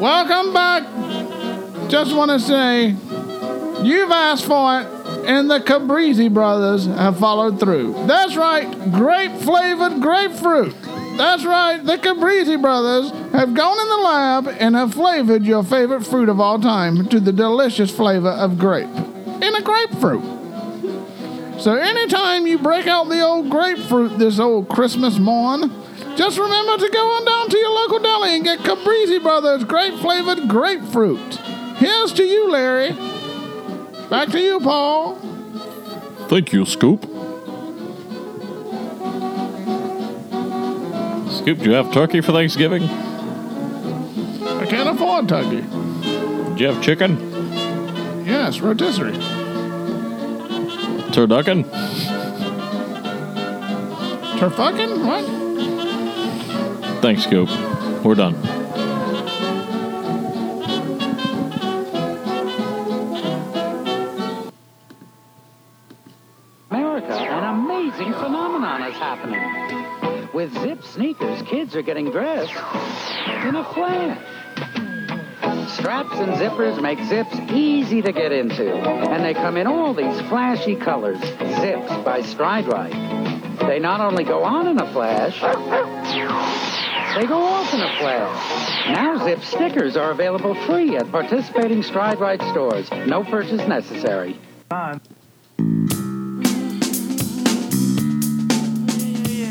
Welcome back Just want to say, you've asked for it, and the Cabrizi brothers have followed through. That's right, grape flavored grapefruit. That's right, the Cabrizi brothers have gone in the lab and have flavored your favorite fruit of all time to the delicious flavor of grape in a grapefruit. So anytime you break out the old grapefruit this old Christmas morn, just remember to go on down to your local deli and get Cabrizi Brothers grape flavored grapefruit. Here's to you, Larry. Back to you, Paul.
Thank you, Scoop. Scoop, do you have turkey for Thanksgiving?
I can't afford turkey.
Do you have chicken?
Yes, rotisserie.
Turducken?
Turfucking? What?
Thanks, Scoop. We're done.
America, an amazing phenomenon is happening. With zip sneakers, kids are getting dressed in a flash. Straps and zippers make zips easy to get into, and they come in all these flashy colors. Zips by Stride Rite. They not only go on in a flash, they go off in a flash. Now Zip stickers are available free at participating Stride Rite stores. No purchase necessary.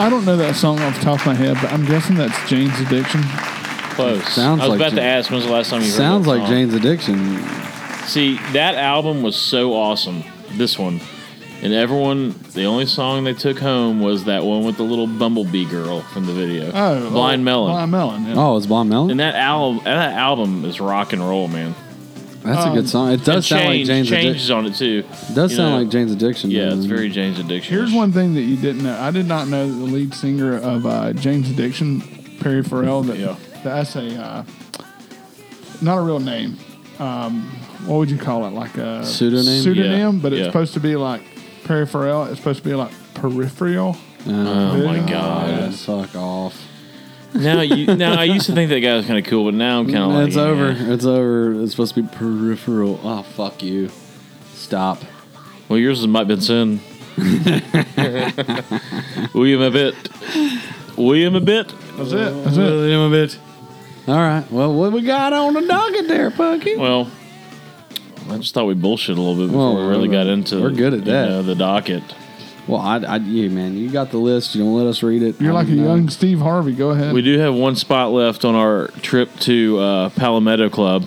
I don't know that song off the top of my head, but I'm guessing that's Jane's Addiction.
Close.
Sounds
I was
like
about
Jane-
to ask when's the last time you heard
sounds
that
like
song.
Jane's Addiction.
See, that album was so awesome. This one. And everyone, the only song they took home was that one with the little bumblebee girl from the video.
Oh,
Blind
oh,
Melon.
Blind Melon, yeah.
Oh, it's Blind Melon?
And that album, that album is rock and roll, man.
That's
Um,
a good song. It does
and
sound like
Change-
Jane's
Change
Addic-
is on it too.
It does
You
sound
know,
like Jane's Addiction.
Yeah, it's
man.
very Jane's Addiction.
Here's one thing that you didn't know. I did not know that the lead singer of uh, James Addiction, Perry Farrell, that that's a uh, not a real name. Um, what would you call it? Like a
Pseudonym?
Pseudonym,
Yeah.
but it's
Yeah.
supposed to be like Perry Farrell. It's supposed to be like peripheral.
Oh my
vision.
god!
fuck off.
Now you, now I used to think that guy was kind of cool, but now I'm kind of like
it's
yeah.
over. It's over. It's supposed to be peripheral. Oh fuck you. Stop.
Well, yours is Mike Benson. William a bit. William a bit.
That's it. That's it.
William a bit. All right. Well, what we got on the docket there, Punky?
Well, I just thought we bullshit a little bit before
Well,
we really
we're-
got into.
we're good at
you
that.
know, the docket.
Well, I, I, you man, you got the list. You don't let us read it.
You're
I
like a
don't know.
young Steve Harvey. Go ahead.
We do have one spot left on our trip to uh, Palmetto Club.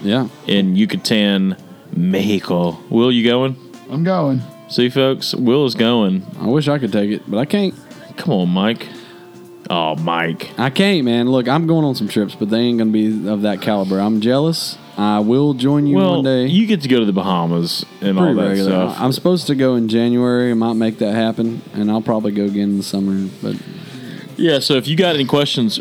Yeah.
In Yucatan, Mexico. Will, you going?
I'm going.
See, folks, Will is going.
I wish I could take it, but I can't.
Come on, Mike. Oh, Mike.
I can't, man. Look, I'm going on some trips, but they ain't gonna be of that caliber. I'm jealous. I will join you
well,
one day.
you get to go to the Bahamas and all that stuff.
I'm supposed to go in January. I might make that happen, and I'll probably go again in the summer. But
Yeah, so if you got any questions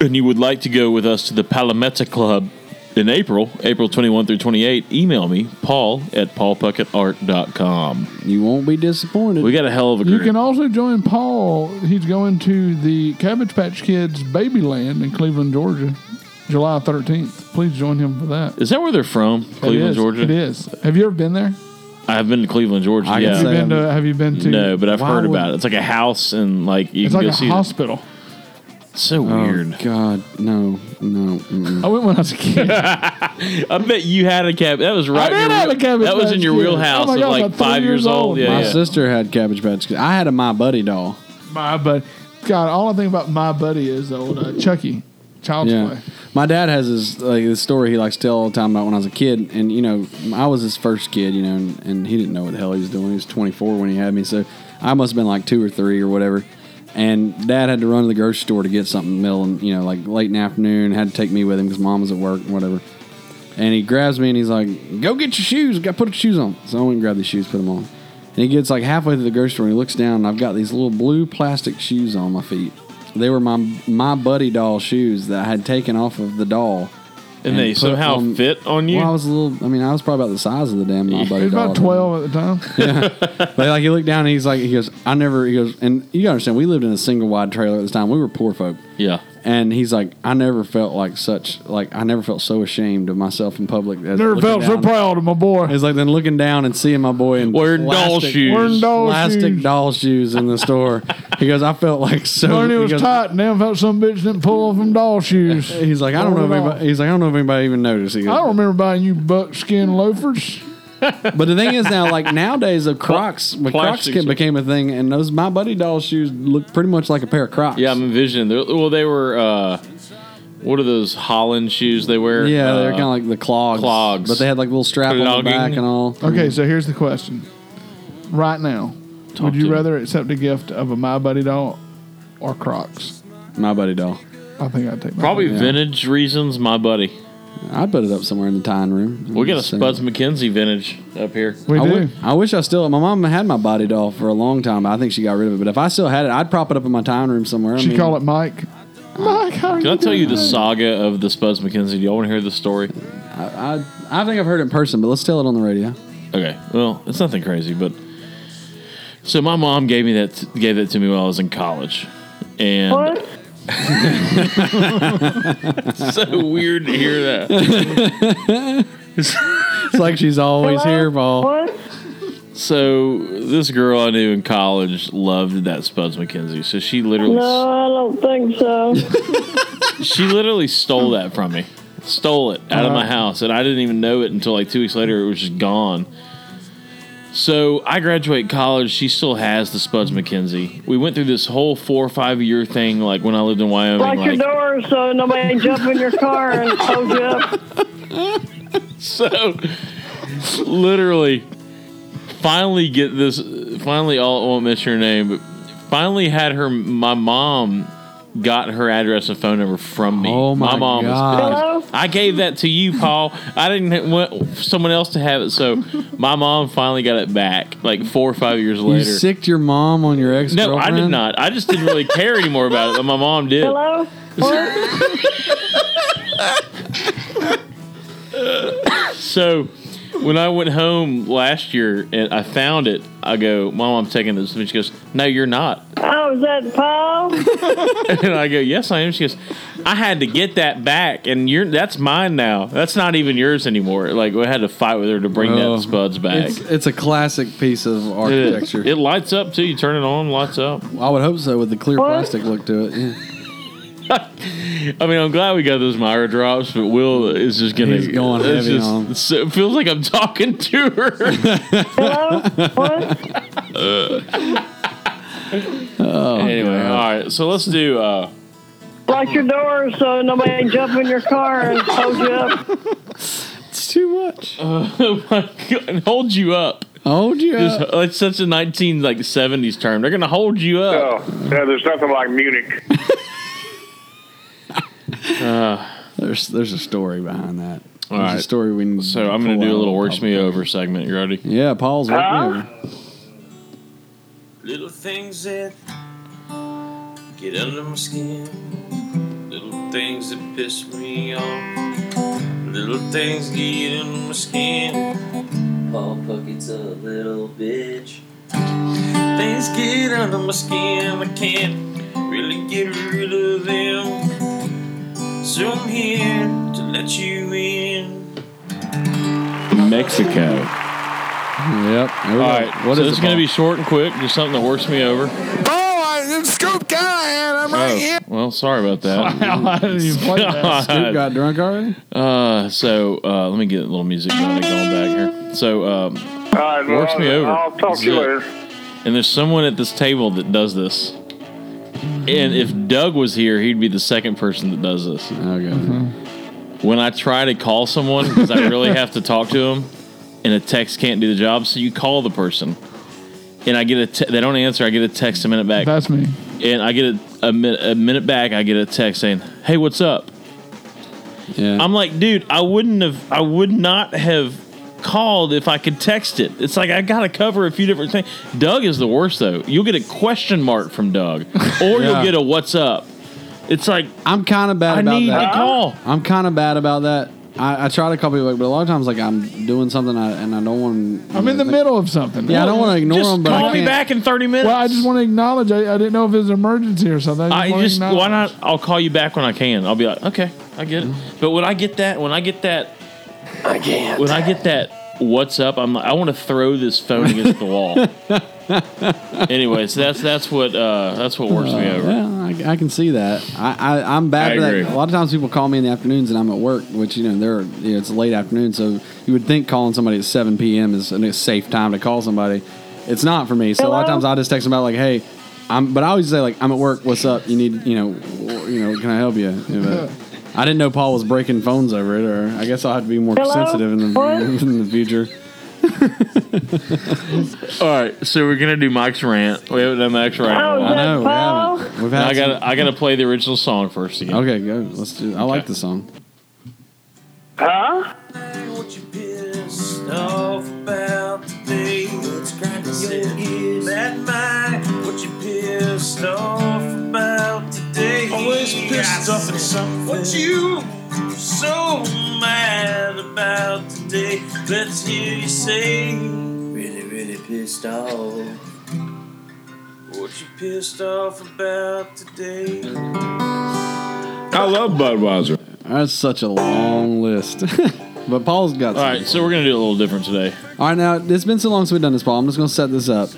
and you would like to go with us to the Palometa Club in April, April 21 through 28, email me, paul at paulpuckettart.com.
You won't be disappointed.
We got a hell of a
You
group.
can also join Paul. He's going to the Cabbage Patch Kids Babyland in Cleveland, Georgia, July 13th. Please join him for that.
is that where they're from?
it
Cleveland,
is,
Georgia?
It is. Have you ever been there?
I've been to Cleveland, Georgia.
I can
yeah.
say Have you been to- have you been to-
No, but I've
Why
heard
would-
about it. It's like a house and like you
it's
can
like
go
a
see.
hospital.
so weird.
Oh, God, no, no. mm-mm.
I went when I was a kid.
I bet you had a cab. That was right. in
did
your
have
wheel-
a Cabbage
That was
Patch
in your
Kid.
wheelhouse
Oh my
of
God,
like
about three
five years
years
old.
old.
Yeah,
my
yeah.
sister had Cabbage Patch Kids. I had a My Buddy doll.
My buddy. God, all I think about my buddy is old uh, Chucky, Child's Play.
My dad has this like this story he likes to tell all the time about when I was a kid, and you know I was his first kid, you know, and, and he didn't know what the hell he was doing. He was 24 when he had me, so I must have been like two or three or whatever. And dad had to run to the grocery store to get something in the middle, and you know, like late in the afternoon, had to take me with him because mom was at work and whatever. And he grabs me and he's like, "Go get your shoes. Got to put your shoes on." So I went and grabbed the shoes, put them on. And he gets like halfway to the grocery store and he looks down and I've got these little blue plastic shoes on my feet. They were my my buddy doll shoes that I had taken off of the doll.
And they
put
somehow fit on you?
Well, I was a little. I mean, I was probably about the size of the damn my buddy
He was
doll.
about twelve at the time.
but like he looked down and he's like, he goes, "I never." He goes, and you gotta understand, we lived in a single wide trailer at this time. We were poor folk.
Yeah.
And he's like, I never felt like such like I never felt so ashamed of myself in public. As
Never
looking
felt so
down-
proud of my boy.
It's like then looking down and seeing my boy in
Wearing doll
plastic-
shoes. Wearing doll
plastic
shoes.
doll shoes in the store. he goes, I felt like so.
Learned it
he
was
goes,
tight, and then felt some bitch didn't pull off them doll shoes.
He's like, I don't know if anybody. He's like, I don't know if anybody even noticed. He
I
goes,
don't remember buying you buckskin loafers.
but the thing is now, like nowadays, of Crocs, when Crocs
Plastic
ca-
shoes.
became a thing, and those my buddy doll shoes look pretty much like a pair of Crocs.
Yeah, I'm envisioning. They're, well, they were. Uh, what are those Holland shoes they wear?
Yeah,
Uh,
they're kind of like the clogs.
clogs.
But they had like a little strap on the
Clogging.
back and all.
Okay, so here's the question. Right now, would you
to me.
rather accept a gift of a My Buddy doll or Crocs?
My buddy doll.
I think I'd take my
Probably
buddy doll.
vintage reasons, my buddy.
I'd put it up somewhere in the tying room.
We got a
Just, uh,
Spuds McKenzie vintage up here.
I wi- I wish I still. My mom had my body doll for a long time. but I think she got rid of it. But if I still had it, I'd prop it up in my time room somewhere. I
She
mean,
call it Mike. Mike, how are
Can I tell
doing
you the
today?
saga of the Spuds McKenzie? Do y'all want to hear the story?
I, I, I think I've heard it in person, but let's tell it on the radio.
Okay. Well, it's nothing crazy, but so my mom gave me that gave that to me when I was in college, and
What?
it's so weird to hear that.
it's like she's always here, Paul. What?
So this girl I knew in college loved that Spuds McKenzie. So she literally
No, I don't think so.
she literally stole that from me. Stole it out of my house, and I didn't even know it until like two weeks later. It was just gone. So I graduate college. She still has the Spuds McKenzie. We went through this whole four or five year thing, like when I lived in Wyoming.
Lock your
like-
doors so nobody jump in your car and tow you up.
so literally finally get this finally all I won't miss your name but finally had her my mom got her address and phone number from me oh
my
mom
God.
was pissed. i gha- gave that to you, Paul. I didn't want someone else to have it so my mom finally got it back like four or five years
You
later
sicked your mom on your ex.
no i did not i just didn't really care anymore about it but my mom did
Hello?
so when I went home last year and I found it, I go, Mom, I'm taking this. And she goes, No, you're not.
Oh, is that Paul?
And I go, Yes, I am. She goes, I had to get that back, and you're that's mine now. That's not even yours anymore. Like we had to fight with her to bring that Spuds back.
Oh, It's, it's a classic piece of architecture.
It, it lights up too. You turn it on, lights up.
I would hope so with the clear plastic look to it. Yeah.
I mean, I'm glad we got those Myra drops, but Will is just gonna.
He's going
it's
heavy
just-
on 'em.
so- it feels like I'm talking to her.
Oh,
anyway,
God.
all right. So let's do. uh
Lock your doors so nobody jump in your car and tow you up.
It's too much. oh my god! And hold you up.
Hold you
up. It's such a nineteen like seventies term. They're gonna hold you up.
Yeah, there's nothing like Munich.
There's there's a story behind that.
Uh, All
there's a
right.
story we can
so I'm gonna
pull
do a
out.
little works me over segment. You ready?
Yeah, Paul's working
Huh?
over.
Little things that get under my skin. Little things that piss me off. Little things get under my skin. Paul Puckett's a little bitch. Things get under my skin. I can't really get rid of them. So I'm here to let you in.
Mexico.
Yep. All
right.
What
so
is
it's
it,
gonna
Paul?
be short and quick. Just something that works me over.
Oh, I'm Scoop Callahan. I'm right
Oh,
here.
well, sorry about that.
I didn't even play that.
Scoop got drunk already.
Uh, so uh, let me get a little music going, going back here. So um,
well,
works me over.
I'll talk
This
to you
is it.
later.
And there's someone at this table that does this. And if Doug was here, he'd be the second person that does this. Mm-hmm.
Okay.
When I try to call someone because I really have to talk to him, and a text can't do the job, so you call the person, and I get a te- they don't answer. I get a text a minute back.
That's me.
and I get a, a, min- a minute back. I get a text saying, "Hey, what's up?"
Yeah.
I'm like, dude, I wouldn't have, I would not have called if I could text it. It's like I gotta cover a few different things. Doug is the worst though. You'll get a question mark from Doug, or
Yeah.
you'll get a "What's up." It's like
I'm kind of bad
I
about
need
that.
to call.
I'm kind of bad about that. I, I try to call people, but a lot of times, like I'm doing something I, and I don't want.
I'm in the middle of something.
Yeah, I don't want to ignore them. But I can't-
in 30 minutes.
Well, I just want to acknowledge. I, I didn't know if it was an emergency or something.
I
wanna
just
acknowledge.
why not? I'll call you back when I can. I'll be like, okay, I get it.
Mm-hmm.
But when I get that, when I get that,
I can't.
When I get that, what's up? I'm like, I want to throw this phone against the wall. anyway, so that's that's what uh, that's what works me
Uh,
over.
Yeah, I, I can see that. I, I I'm bad
I
for
agree.
that. A lot of times people call me in the afternoons and I'm at work, which you know they're you know, it's late afternoon, so you would think calling somebody at 7 p.m. is a safe time to call somebody. It's not for me. So a lot of times I just text them out like, hey. I'm, but I always say like I'm at work. What's up? You need you know w- you know can I help you? You know, but I didn't know Paul was breaking phones over it, or I guess I'll have to be more
Hello?
sensitive in the,
What?
in the future.
All right, so we're gonna do Mike's rant. We haven't done Mike's rant.
Oh,
I know, we Paul? haven't. We've had
I got
some-
to I got to play the original song first again.
Okay, go. Let's do. I like the song.
Huh?
pissed off about today. What's cracking your ears? That mic. What you pissed off about today? Always pissed off at something. What you so mad about today? Let's hear you say. Really, really pissed off. What you pissed off about today?
I love Budweiser. That's such a long list. but Paul's got
All right, so we're gonna do a little different today.
All right, now it's been so long since we've done this, Paul. I'm just going to set this up.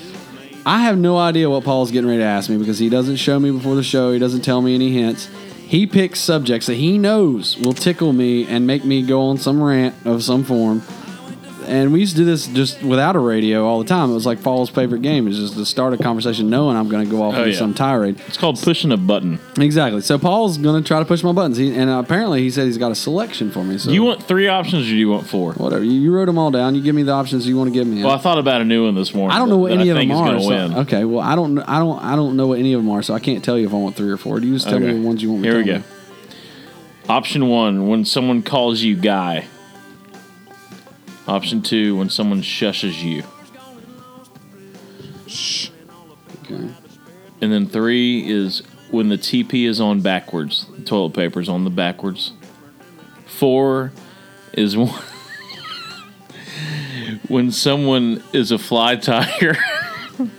I have no idea what Paul's getting ready to ask me because he doesn't show me before the show. He doesn't tell me any hints. He picks subjects that he knows will tickle me and make me go on some rant of some form. And we used to do this just without a radio all the time. It was like Paul's favorite game is just to start a conversation knowing I'm going to go off
Oh,
into
yeah.
some tirade.
It's called pushing a button.
Exactly. So Paul's going to try to push my buttons. He, and apparently he said he's got a selection for me. So
Do you want three options or do you want four?
whatever. You, you wrote them all down. You give me the options you want to give me.
Well, I thought about a new one this morning.
I don't know what
that
any
I
of
think
them
is
are.
gonna
so-
win.
okay, well, I don't, kn- I don't, I don't know what any of them are, so I can't tell you if I want three or four. Do you just tell me
Okay.
the ones you want? Me
Here we
to
go. Option one: when someone calls you guy. Option two: when someone shushes you.
Okay.
And then three is when the TP is on backwards. The toilet paper is on the backwards. Four is one. when someone is a fly tire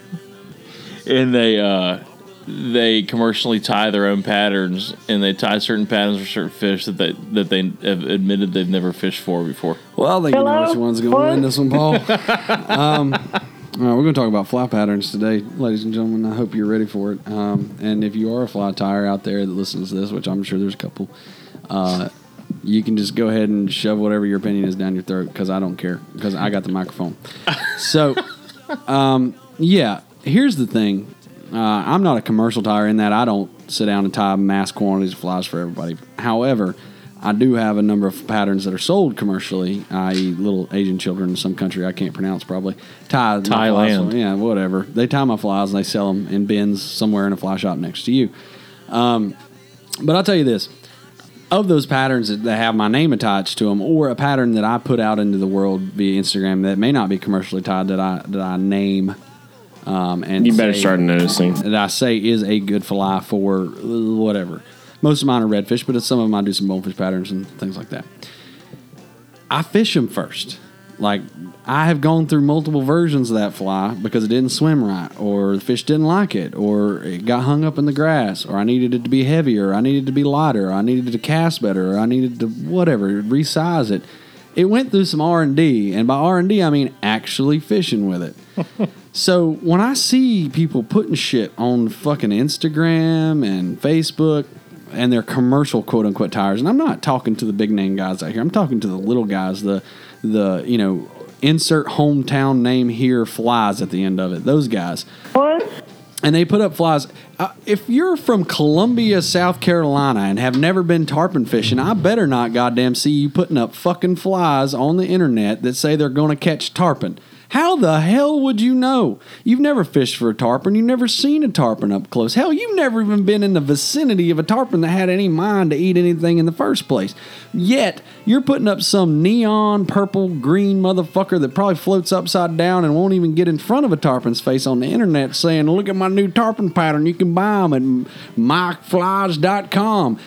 and they uh, they commercially tie their own patterns and they tie certain patterns for certain fish that they that they have admitted they've never fished for before.
Well, I think you know which one's going to win this one, Paul. um, all right, we're going to talk about fly patterns today, ladies and gentlemen. I hope you're ready for it. Um, and if you are a fly tire out there that listens to this, which I'm sure there's a couple, uh, you can just go ahead and shove whatever your opinion is down your throat because I don't care because I got the microphone. so, um, yeah, here's the thing. Uh, I'm not a commercial tire in that I don't sit down and tie mass quantities of flies for everybody. However, I do have a number of patterns that are sold commercially, i.e., little Asian children in some country I can't pronounce probably. Tie my flies
Thailand.
for- yeah, whatever. They tie my flies and they sell them in bins somewhere in a fly shop next to you. Um, but I'll tell you this of those patterns that that have my name attached to them, or a pattern that I put out into the world via Instagram that may not be commercially tied that I that I name. Um, and
You better
say-
start noticing.
that I say is a good fly for whatever. Most of mine are redfish, but some of them I do some bonefish patterns and things like that. I fish them first. Like I have gone through multiple versions of that fly because it didn't swim right, or the fish didn't like it, or it got hung up in the grass, or I needed it to be heavier, or I needed it to be lighter, or I needed to cast better, or I needed to whatever resize it. It went through some R and D, and by R and D I mean actually fishing with it. So when I see people putting shit on fucking Instagram and Facebook and their commercial quote unquote tires, and I'm not talking to the big name guys out here. I'm talking to the little guys, the the you know insert hometown name here flies at the end of it. Those guys.
What?
and they put up flies. Uh, if you're from Columbia, South Carolina, and have never been tarpon fishing, I better not goddamn see you putting up fucking flies on the internet that say they're going to catch tarpon. How the hell would you know? You've never fished for a tarpon. You've never seen a tarpon up close. Hell, you've never even been in the vicinity of a tarpon that had any mind to eat anything in the first place. Yet, you're putting up some neon purple green motherfucker that probably floats upside down and won't even get in front of a tarpon's face on the internet saying, Look at my new tarpon pattern. You can buy them at mikeflies.com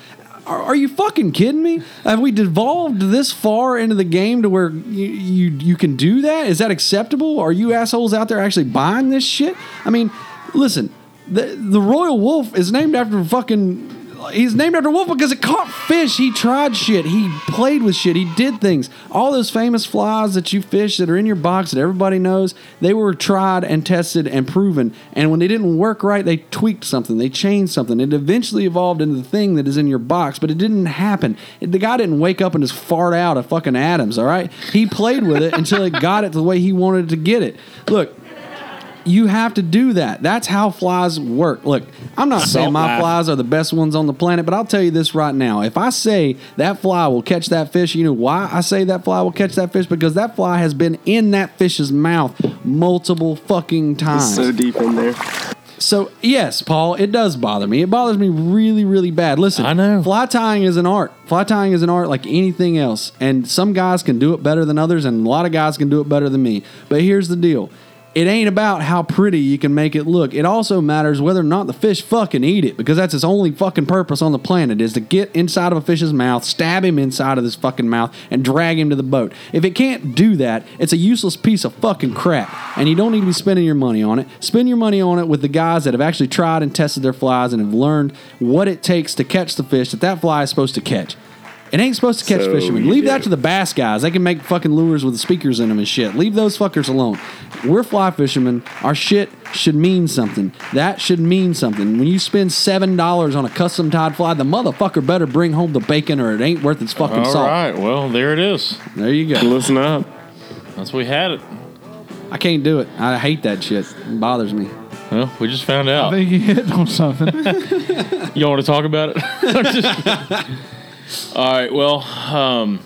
are, are you fucking kidding me? Have we devolved this far into the game to where you, you you can do that? Is that acceptable? Are you assholes out there actually buying this shit? I mean, listen, the the Royal Wolf is named after fucking. He's named after a Wolf because it caught fish. He tried shit. He played with shit. He did things. All those famous flies that you fish that are in your box that everybody knows, they were tried and tested and proven. And when they didn't work right, they tweaked something. They changed something. It eventually evolved into the thing that is in your box, but it didn't happen. It- The guy didn't wake up and just fart out a fucking Adams, all right? He played with it until it got it the way he wanted to get it. Look, you have to do that. That's how flies work. Look, I'm not saying
Salt
my
life.
flies are the best ones on the planet, but I'll tell you this right now. If I say that fly will catch that fish, you know why I say that fly will catch that fish? Because that fly has been in that fish's mouth multiple fucking times.
so deep in there.
So yes, Paul, it does bother me. It bothers me really, really bad. Listen, I know fly tying is an art. Fly tying is an art like anything else, and some guys can do it better than others, and a lot of guys can do it better than me. But here's the deal: it ain't about how pretty you can make it look. It also matters whether or not the fish fucking eat it, because that's its only fucking purpose on the planet is to get inside of a fish's mouth, stab him inside of his fucking mouth, and drag him to the boat. If it can't do that, it's a useless piece of fucking crap, and you don't need to be spending your money on it. Spend your money on it with the guys that have actually tried and tested their flies and have learned what it takes to catch the fish that that fly is supposed to catch. It ain't supposed to catch
So,
fishermen. Leave that to the bass guys. They can make fucking lures with speakers in them and shit. Leave those fuckers alone. We're fly fishermen. Our shit should mean something. That should mean something. When you spend seven dollars on a custom tied fly, the motherfucker better bring home the bacon or it ain't worth its fucking
All
salt.
right, well, there it is.
There you go.
Listen up. That's we had it.
I can't do it. I hate that shit. It bothers me.
Well, we just found out.
I think you hit on something.
Y'all want to talk about it? All right. Well, um,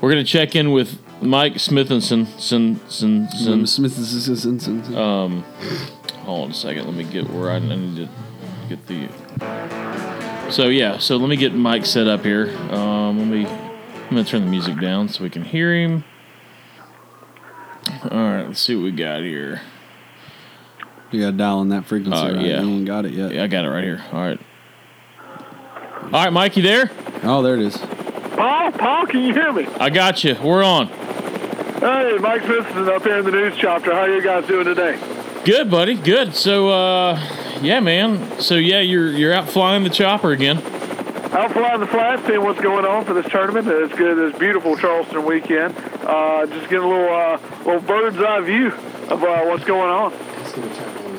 we're gonna check in with Mike Smithenson. Sin, sin, sin, Um, hold on a second. Let me get where I, I need to get the. So yeah. So let me get Mike set up here. Um, let me. I'm gonna turn the music down so we can hear him. All right. Let's see what we got here.
You gotta dial in that frequency.
Uh,
right?
yeah.
No one got it yet.
Yeah, I got it right here. All right. All right, Mike, you there?
Oh, there it is.
Paul, Paul, can you hear me?
I got you. We're on.
Hey, Mike Simpson up here in the news chapter. How you guys doing today?
Good, buddy. Good. So, uh, yeah, man. So, yeah, you're you're out flying the chopper again.
Out flying the flag, seeing what's going on for this tournament. It's good. It's beautiful Charleston weekend. Uh, just getting a little uh, little bird's eye view of uh, what's going on.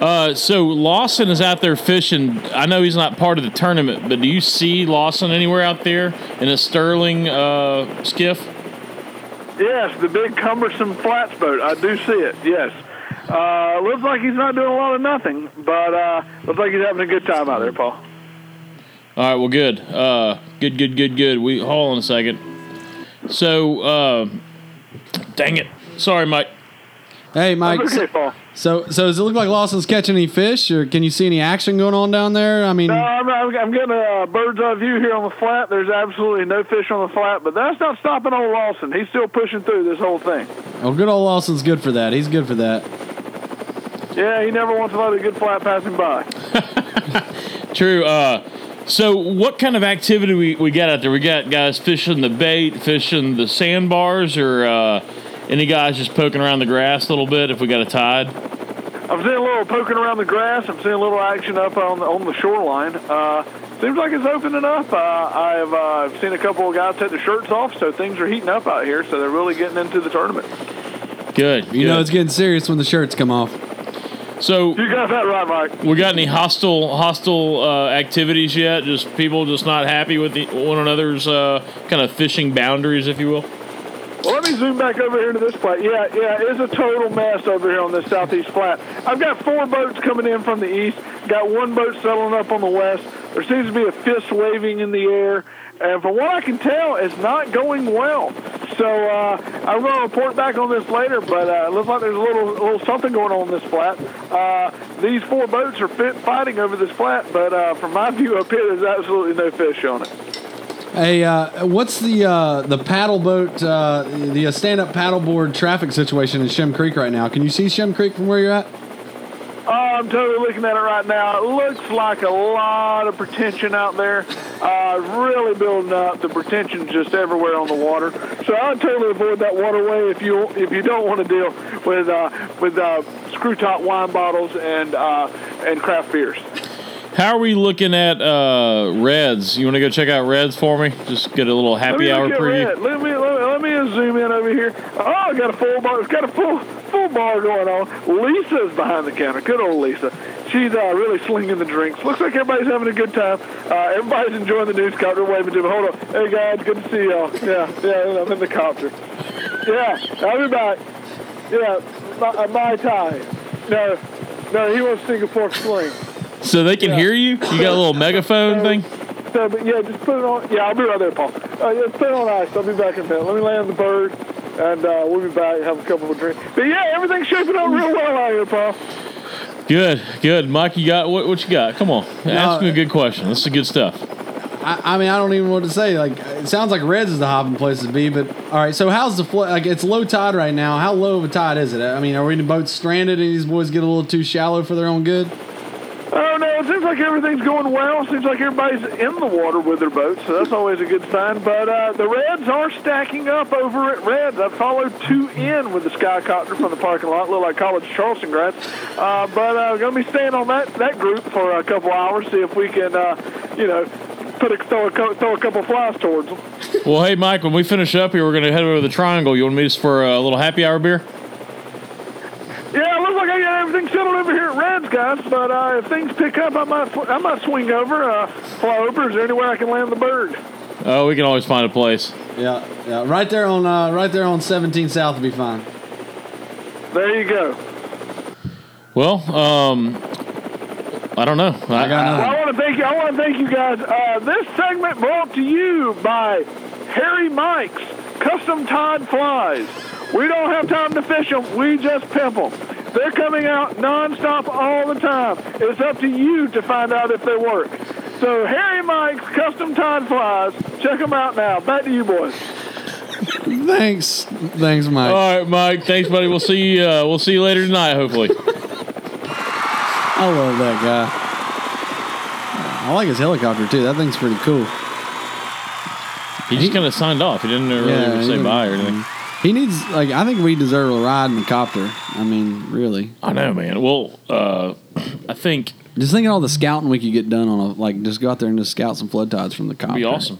Uh, so Lawson is out there fishing. I know he's not part of the tournament, but do you see Lawson anywhere out there in a Sterling uh, skiff?
Yes, the big cumbersome flats boat. I do see it. Yes. Uh, looks like he's not doing a lot of nothing, but uh, looks like he's having a good time out there, Paul.
All right. Well, good. Uh, good. Good. Good. Good. We hold on a second. So, uh, dang it. Sorry, Mike.
Hey, Mike.
That's okay,
Paul.
So, so does it look like Lawson's catching any fish, or can you see any action going on down there? I mean,
No, I'm, I'm, I'm getting a bird's eye view here on the flat. There's absolutely no fish on the flat, but that's not stopping old Lawson. He's still pushing through this whole thing.
oh, good old Lawson's good for that. He's good for that.
Yeah, he never wants to let a good flat pass him by.
True. Uh, so, what kind of activity we, we got out there? We got guys fishing the bait, fishing the sandbars, or uh, any guys just poking around the grass a little bit if we got a tide?
I'm seeing a little poking around the grass. I'm seeing a little action up on the, on the shoreline. Uh, seems like it's opening up. Uh, I've uh, seen a couple of guys take their shirts off, so things are heating up out here. So they're really getting into the tournament.
Good.
You know it's getting serious when the shirts come off.
So,
you got that right, Mike.
We got any hostile hostile uh, activities yet? Just people just not happy with the, one another's uh, kind of fishing boundaries, if you will.
Well, let me zoom back over here to this flat. Yeah, yeah, it's a total mess over here on this southeast flat. I've got four boats coming in from the east. Got one boat settling up on the west. There seems to be a fist waving in the air, and from what I can tell, it's not going well. So uh, I'm going to report back on this later, but uh, it looks like there's a little, little something going on in this flat. Uh, these four boats are fit fighting over this flat, but uh, from my view up here, there's absolutely no fish on it.
Hey, uh, what's the uh, the paddle boat, uh, the uh, stand up paddleboard traffic situation in Shem Creek right now? Can you see Shem Creek from where you're at?
Oh, I'm totally looking at it right now. It looks like a lot of pretension out there. Uh, really building up. The pretension's just everywhere on the water. So I would totally avoid that waterway if you if you don't want to deal with uh, with uh, screw top wine bottles and uh, and craft beers.
How are we looking at uh, Reds? You want to go check out Reds for me? Just get a little happy
let me
hour
look at
preview.
Red. Let me, let me let me zoom in over here. Oh, I got a full bar. It's got a full full bar going on. Lisa's behind the counter. Good old Lisa. She's uh, really slinging the drinks. Looks like everybody's having a good time. Uh, everybody's enjoying the news copter. Waving to me. Hold on. Hey guys, good to see y'all. Yeah, yeah. I'm in the copter. Yeah, I'll be back. Yeah, my, uh, my tie. No, no. He wants Singapore sling.
So they can hear you? You got a little megaphone thing?
So, but yeah, just put it on. Yeah, I'll be right there, Paul. Uh, yeah, put it on ice. I'll be back in a minute. Let me land the bird, and uh, we'll be back and have a couple of drinks. But yeah, everything's shaping up real well out here, Paul.
Good, good. Mike, you got what, what you got? Come on.
No.
Ask me a good question. This is good stuff.
I, I mean, I don't even know what to say. Like, it sounds like Reds is the hopping place to be. But all right, so how's the flood? Like, it's low tide right now. How low of a tide is it? I mean, are we in the boat stranded and these boys get a little too shallow for their own good?
Oh no! It seems like everything's going well. Seems like everybody's in the water with their boats, so that's always a good sign. But uh, the Reds are stacking up over at Reds. I followed two in with the skycopter from the parking lot. Look like college Charleston grads. Uh, but uh, going to be staying on that that group for a couple hours. See if we can, uh, you know, put a, throw a cou- throw a couple flies towards them.
Well, hey, Mike, when we finish up here, we're going to head over to the Triangle. You want to meet us for a little happy hour beer?
Yeah, it looks like I got everything settled over here at Reds, guys. But uh, if things pick up, I might fl- I might swing over, uh, fly over. Is there anywhere I can land the bird?
Oh, we can always find a place.
Yeah, yeah. Right there on uh, right there on 17 South would be fine.
There you go.
Well, um, I don't know. I,
I want to thank you. I want to thank you guys. Uh, this segment brought to you by Harry Mike's Custom Tide Flies. We don't have time to fish them. We just pimp them. They're coming out nonstop all the time. It's up to you to find out if they work. So Harry Mike's Custom Tide Flies. Check them out now. Back to you boys.
Thanks, thanks, Mike.
All right, Mike. Thanks, buddy. We'll see. Uh, we'll see you later tonight, hopefully.
I love that guy. I like his helicopter too. That thing's pretty cool.
He just kind of signed off. He didn't really
Yeah,
say
he-
bye or anything.
He needs like I think we deserve a ride in the copter. I mean, really.
I know, man. Well, uh, I think
Just thinking all the scouting we could get done on a like just go out there and just scout some flood tides from the copter.
it'd be awesome.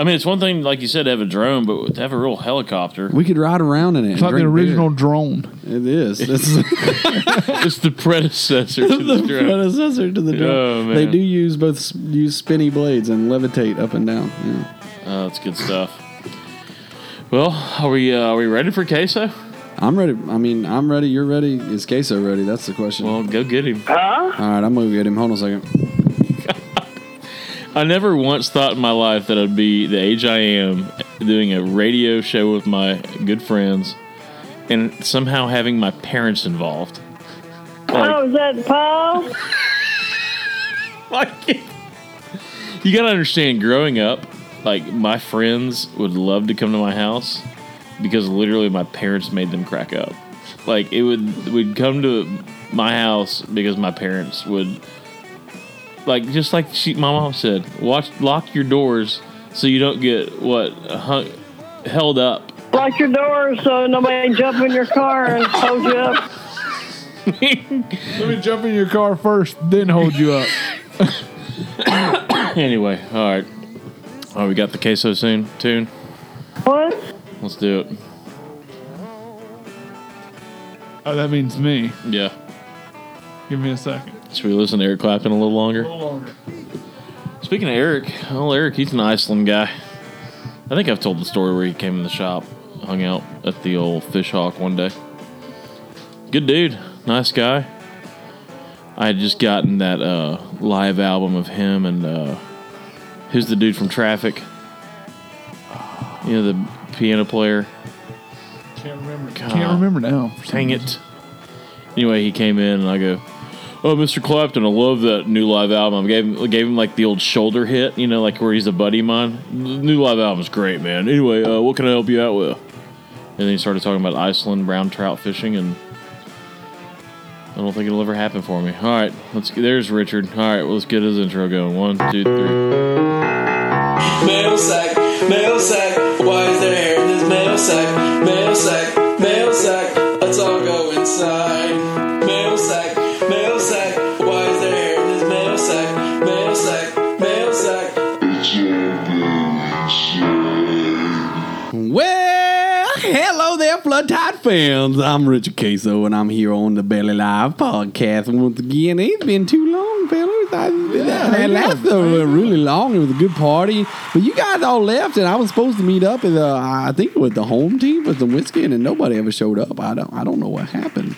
I mean, it's one thing, like you said, to have a drone, but to have a real helicopter,
We could ride around in it.
It's like the original drone.
It is. This is
it's the predecessor to the,
the
drone.
predecessor to the drone.
Oh, man.
they do use both s- use spinny blades and levitate up and down. Yeah.
Oh, that's good stuff. Well, are we uh, are we ready for queso?
I'm ready. I mean, I'm ready. You're ready. Is Queso ready? That's the question. Well,
go get him.
All right, I'm gonna get him. Hold on a second.
I never once thought in my life that I'd be the age I am doing a radio show with my good friends and somehow having my parents involved. Like,
Oh, is that Paul?
you gotta understand, growing up, like my friends would love to come to my house because literally my parents made them crack up. Like it would would come to my house because my parents would like just like she, my mom said, watch lock your doors so you don't get what hung, held up.
Lock your doors so nobody can jump in your car and hold you up.
Let me jump in your car first, then hold you up.
anyway, all right. Oh, we got the queso soon tune.
What?
Let's do it.
Oh, that means me.
Yeah.
Give me a second.
Should we listen to Eric Clapton a little
A
longer?
little longer.
Speaking of Eric, well, Eric, he's an Iceland guy. I think I've told the story where he came in the shop
hung out at the old Fish Hawk one day. Good dude, nice guy. I had just gotten that uh, live album of him and uh, who's the dude from Traffic? You know the piano player.
Can't remember.
God,
Can't remember now. for some
Dang
reason.
it. Anyway, he came in and I go, "Oh, Mr. Clapton, I love that new live album." I gave him gave him like the old shoulder hit, you know, like where he's a buddy of mine. The new live album's great, man. Anyway, uh, what can I help you out with? And then he started talking about Iceland brown trout fishing, and I don't think it'll ever happen for me. All right, let's. There's Richard. All right, well, let's get his intro going. One, two, three.
Mail sack, mail sack. Why is there hair in this mail sack? Mail sack, mail sack. Let's all go inside. Mail sack, mail sack. Why is there hair in this mail sack? Mail sack, mail sack.
Well, hello there, Flood Tide fans. I'm Richard Queso, and I'm here on the Belly Live podcast once again. It's been too long, fellas. I, that, that lasted uh, really long. It was a good party, but you guys all left, and I was supposed to meet up at uh, I think with the home team with the whiskey, and nobody ever showed up. I don't I don't know what happened.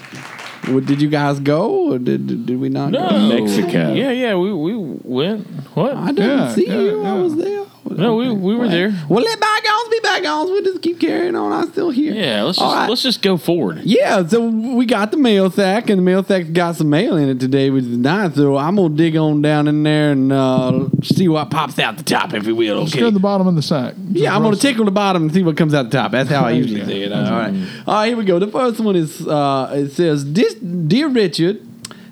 What, did you guys go, or did did, did we not? go?
Mexico. Yeah, yeah, we, we went. What? I
didn't see you. I was there.
No, we, we were there.
Well, let bygones be bygones. We'll just keep carrying on. I'm still here.
Yeah, let's
All
just
right.
let's just go forward.
Yeah, so we got the mail sack, and the mail sack's got some mail in it today, which is nice. So I'm gonna dig on down in there and uh, see what pops out the top, if you will.
Just
Okay.
go to the bottom of the sack.
Yeah, I'm gonna tickle the bottom and see what comes out the top. That's how I usually do it. All right, all right. Here we go. The first one is uh, it says, "This dear Richard,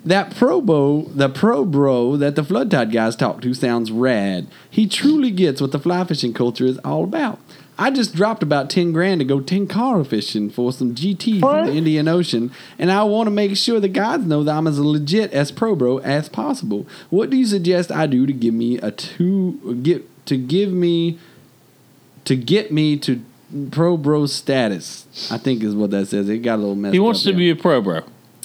that probo, the pro bro that the flood tide guys talk to sounds rad. He truly gets what the fly fishing culture is all about." I just dropped about 10 grand to go 10 car fishing for some GT from the Indian Ocean, and I want to make sure the guys know that I'm as legit as pro bro as possible. What do you suggest I do to give me a two get to give me to get me to pro bro status. I think is what that says. It got a little messed
He wants
up
to be a pro bro.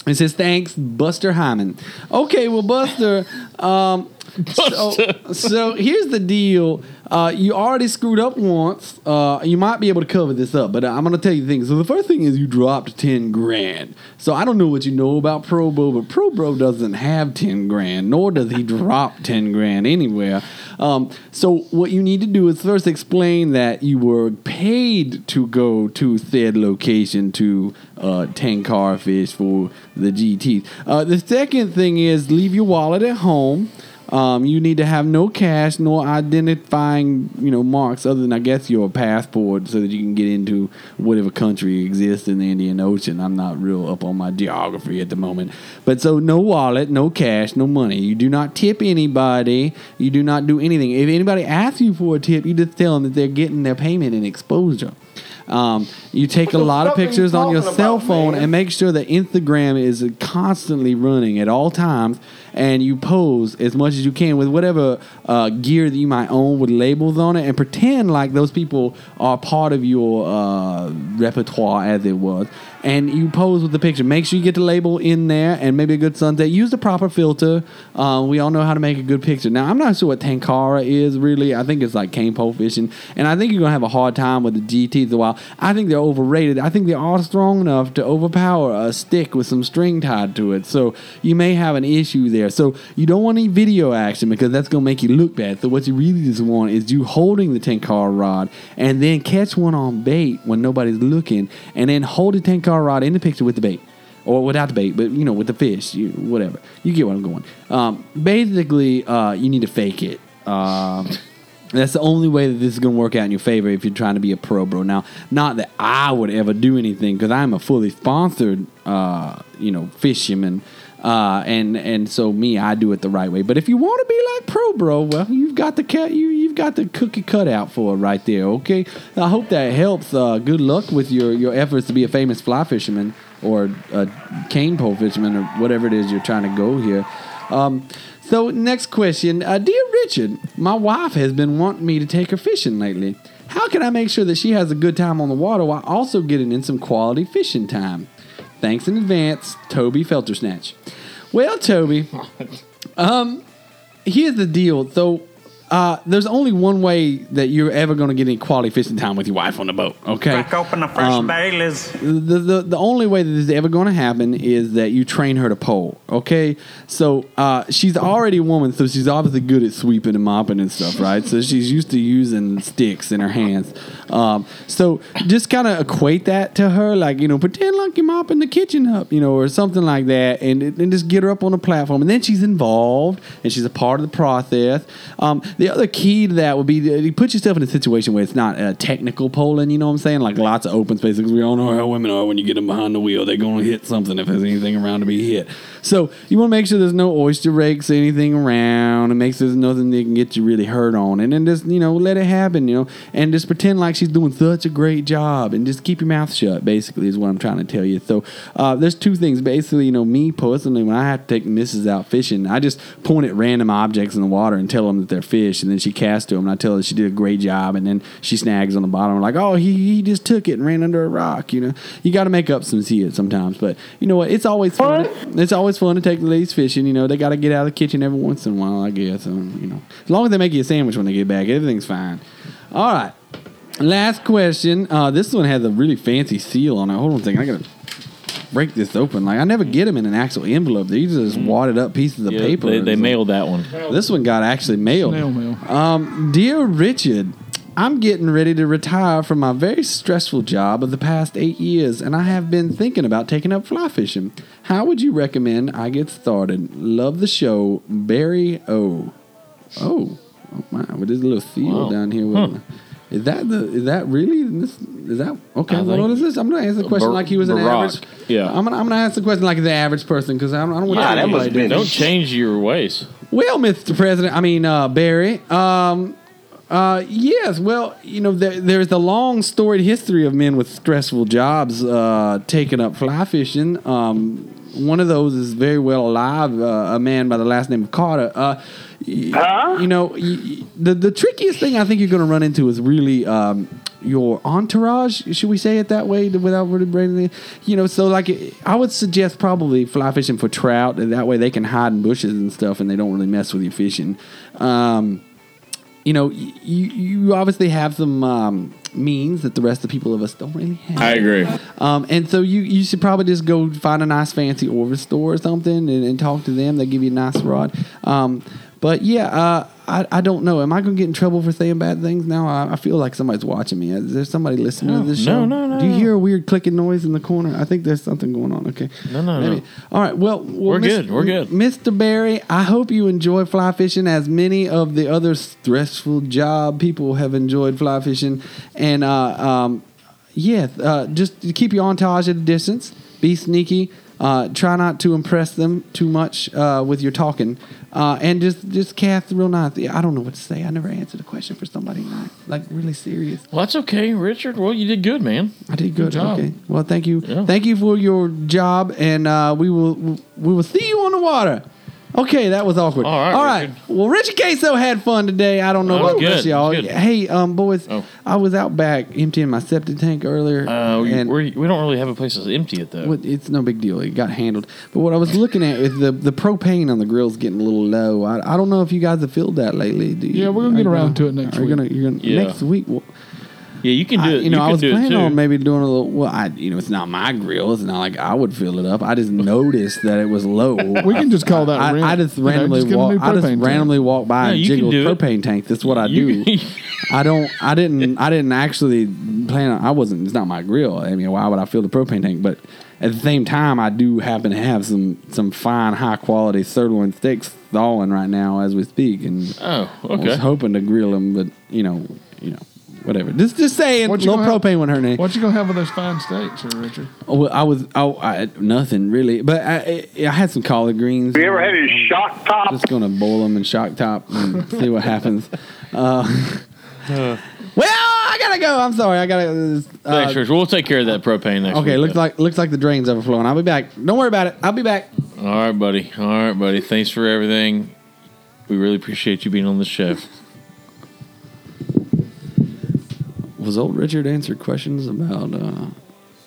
It says thanks, Buster Hyman. Okay, well, Buster. Um, So, so here's the deal. Uh, you already screwed up once. Uh, you might be able to cover this up, but I'm going to tell you things. So the first thing is you dropped ten grand. So I don't know what you know about Pro Bro, but Pro Bro doesn't have ten grand, nor does he drop ten grand anywhere. Um, so what you need to do is first explain that you were paid to go to said location to uh, ten car fish for the GT. Uh, the second thing is leave your wallet at home. Um, you need to have no cash nor identifying, you know, marks other than I guess your passport, so that you can get into whatever country exists in the Indian Ocean. I'm not real up on my geography at the moment, but so no wallet, no cash, no money. You do not tip anybody. You do not do anything. If anybody asks you for a tip, you just tell them that they're getting their payment and exposure. Um, you take a lot of
fuck are you
pictures on your
talking
cell
about,
phone
man?
and make sure that Instagram is constantly running at all times, and you pose as much as you can with whatever uh, gear that you might own with labels on it, and pretend like those people are part of your uh, repertoire, as it was. And you pose with the picture. Make sure you get the label in there, and maybe a good sunset. Use the proper filter. Uh, we all know how to make a good picture. Now, I'm not sure what Tankara is really. I think it's like cane pole fishing, and I think you're gonna have a hard time with the GTs a while. I think they're overrated. I think they are strong enough to overpower a stick with some string tied to it. So you may have an issue there. So you don't want any video action because that's gonna make you look bad. So what you really just want is you holding the Tankara rod and then catch one on bait when nobody's looking, and then hold the Tankara rod in the picture with the bait or without the bait, but you know, with the fish, you, whatever. You get what I'm going. Um, basically, uh, you need to fake it. Um, that's the only way that this is going to work out in your favor if you're trying to be a pro bro. Now, not that I would ever do anything because I'm a fully sponsored, uh, you know, fisherman. Uh, and and so me, I do it the right way. But if you want to be like pro bro, well, you've got the cut. You you've got the cookie cutout for it right there. Okay, I hope that helps. Uh, good luck with your your efforts to be a famous fly fisherman or a cane pole fisherman or whatever it is you're trying to go here. Um, so next question, uh, dear Richard, my wife has been wanting me to take her fishing lately. How can I make sure that she has a good time on the water while also getting in some quality fishing time? Thanks in advance, Toby Feltersnatch. Well, Toby, um, here's the deal. So Uh, there's only one way that you're ever going to get any quality fishing time with your wife on the boat. Okay,
Crack open the fresh
Um,
Baileys.
the, the the only way that this is ever going to happen is that you train her to pole. Okay, so uh, she's already a woman, so she's obviously good at sweeping and mopping and stuff, right? so she's used to using sticks in her hands. Um, so just kind of equate that to her, like you know, pretend like you're mopping the kitchen up, you know, or something like that, and and just get her up on a platform, and then she's involved and she's a part of the process. Um, the other key to that would be to you put yourself in a situation where it's not a technical polling. You know what I'm saying? Like lots of open spaces. We all know how women are when you get them behind the wheel. They're going to hit something if there's anything around to be hit. So you want to make sure there's no oyster rakes or anything around and make sure there's nothing that can get you really hurt on. And then just, you know, let it happen, you know, and just pretend like she's doing such a great job and just keep your mouth shut, basically, is what I'm trying to tell you. So uh, there's two things. Basically, you know, me personally, when I have to take Mrs. out fishing, I just point at random objects in the water and tell them that they're fish. And then she casts to them and I tell her she did a great job. And then she snags on the bottom, like, oh, he, he just took it and ran under a rock, you know. You got to make up some shit sometimes. But you know what? It's always fun. It's always fun to take the ladies fishing. You know, they got to get out of the kitchen every once in a while, I guess. Um, you know, as long as they make you a sandwich when they get back, everything's fine. All right. Last question. Uh, this one has a really fancy seal on it. Hold on a second. I gotta break this open. Like I never get them in an actual envelope. These are just wadded up pieces of
Mm. Yeah,
paper.
they- they mailed that one.
This one got actually mailed.
Snail mail.
Um, dear Richard, I'm getting ready to retire from my very stressful job of the past eight years, and I have been thinking about taking up fly fishing. How would you recommend I get started? Love the show, Barry O. Oh, oh my! With this little seal
Wow.
down here. With
Huh.
Is that the? Is that really? This, is that okay?
I
Well, what
think-
is this? I'm gonna ask the question
Bar-
like he was an
Barack.
average. Yeah, I'm gonna, I'm gonna ask the question like the average person because I don't, I don't want to.
Don't change your ways.
Well, Mr. President, I mean uh, Barry. Um, uh, yes, well, you know, there, there's the long storied history of men with stressful jobs uh, taking up fly fishing. Um, one of those is very well alive, uh, a man by the last name of Carter. Uh, y- You know, y- y- the the trickiest thing I think you're going to run into is really um, your entourage. Should we say it that way, without really bringing, you know? So like, I would suggest probably fly fishing for trout, and that way they can hide in bushes and stuff, and they don't really mess with your fishing. Um, you know, y- you you obviously have some um, means that the rest of the people of us don't really have.
I agree.
Um, and so you you should probably just go find a nice fancy Orvis store or something and, and talk to them. They give you a nice rod. Um, but yeah, uh, I I don't know. Am I gonna get in trouble for saying bad things now? I, I feel like somebody's watching me. Is there somebody listening
No,
to
no,
this show?
no, no,
Do you
no.
hear a weird clicking noise in the corner? I think there's something going on. Okay.
No, no, no.
All right. Well, well,
We're good, we're good.
Mr. Barry, I hope you enjoy fly fishing as many of the other stressful job people have enjoyed fly fishing. And uh, um, yeah, uh, just keep your entourage at a distance. Be sneaky. Uh, try not to impress them too much uh, with your talking, uh, and just just cast real nice. Yeah, I don't know what to say. I never answered a question for somebody nice, like really serious.
Well, that's okay, Richard. Well, you did good, man.
I did good.
job.
Okay. Well, thank you. Thank you for your job, and uh, we will we will see you on the water. Okay, that was awkward.
All right,
All right.
Richard.
Well, Richard Queso had fun today. I don't know
That was
about the
good.
rest of
That
y'all.
was good. Oh.
Hey, um, boys, I was out back emptying my septic tank earlier.
Uh, we,
and-
we're, we don't really have a place that's empty it though.
what- it's no big deal. It got handled. But what I was looking at is the, the propane on the grill's getting a little low. I, I don't know if you guys have filled that lately. Do you,
Yeah, we're gonna get
are you
around to
gonna-
it next
are you
week.
Gonna, you're gonna,
Yeah.
Next week. Well,
Yeah, you can do
I-
it.
You know,
can
I was
do it
planning
too.
on maybe doing a little. Well, I you know, it's not my grill. It's not like I would fill it up. I just noticed that it was low.
We can just call that
I,
rent.
I just
You know,
randomly
just get a
walk.
new
I just
propane tank.
randomly walk by
No,
and
you can
jiggle
do it.
propane tank. That's what I do. I don't. I didn't. I didn't actually plan. on I wasn't. It's not my grill. I mean, why would I fill the propane tank? But at the same time, I do happen to have some some fine, high quality sirloin steaks thawing right now as we speak. And
Oh,
I was
okay.
hoping to grill them, but you know, you know, whatever. Just just saying,
What you
little
gonna have-
propane wouldn't hurt any.
What you gonna have with those fine steaks, here, Richard?
Oh, well, I was oh I, nothing really, but I, I I had some collard greens.
You ever had his shock top?
Just gonna boil them in shock top and see what happens. Uh, well, I gotta go. I'm sorry. I gotta. Uh,
Thanks, Richard. We'll take care of that propane next.
okay,
week,
looks
though.
like looks like the drain's overflowing. I'll be back. Don't worry about it. I'll be back.
All right, buddy. All right, buddy. Thanks for everything. We really appreciate you being on the show.
Was old Richard answered questions about? Uh,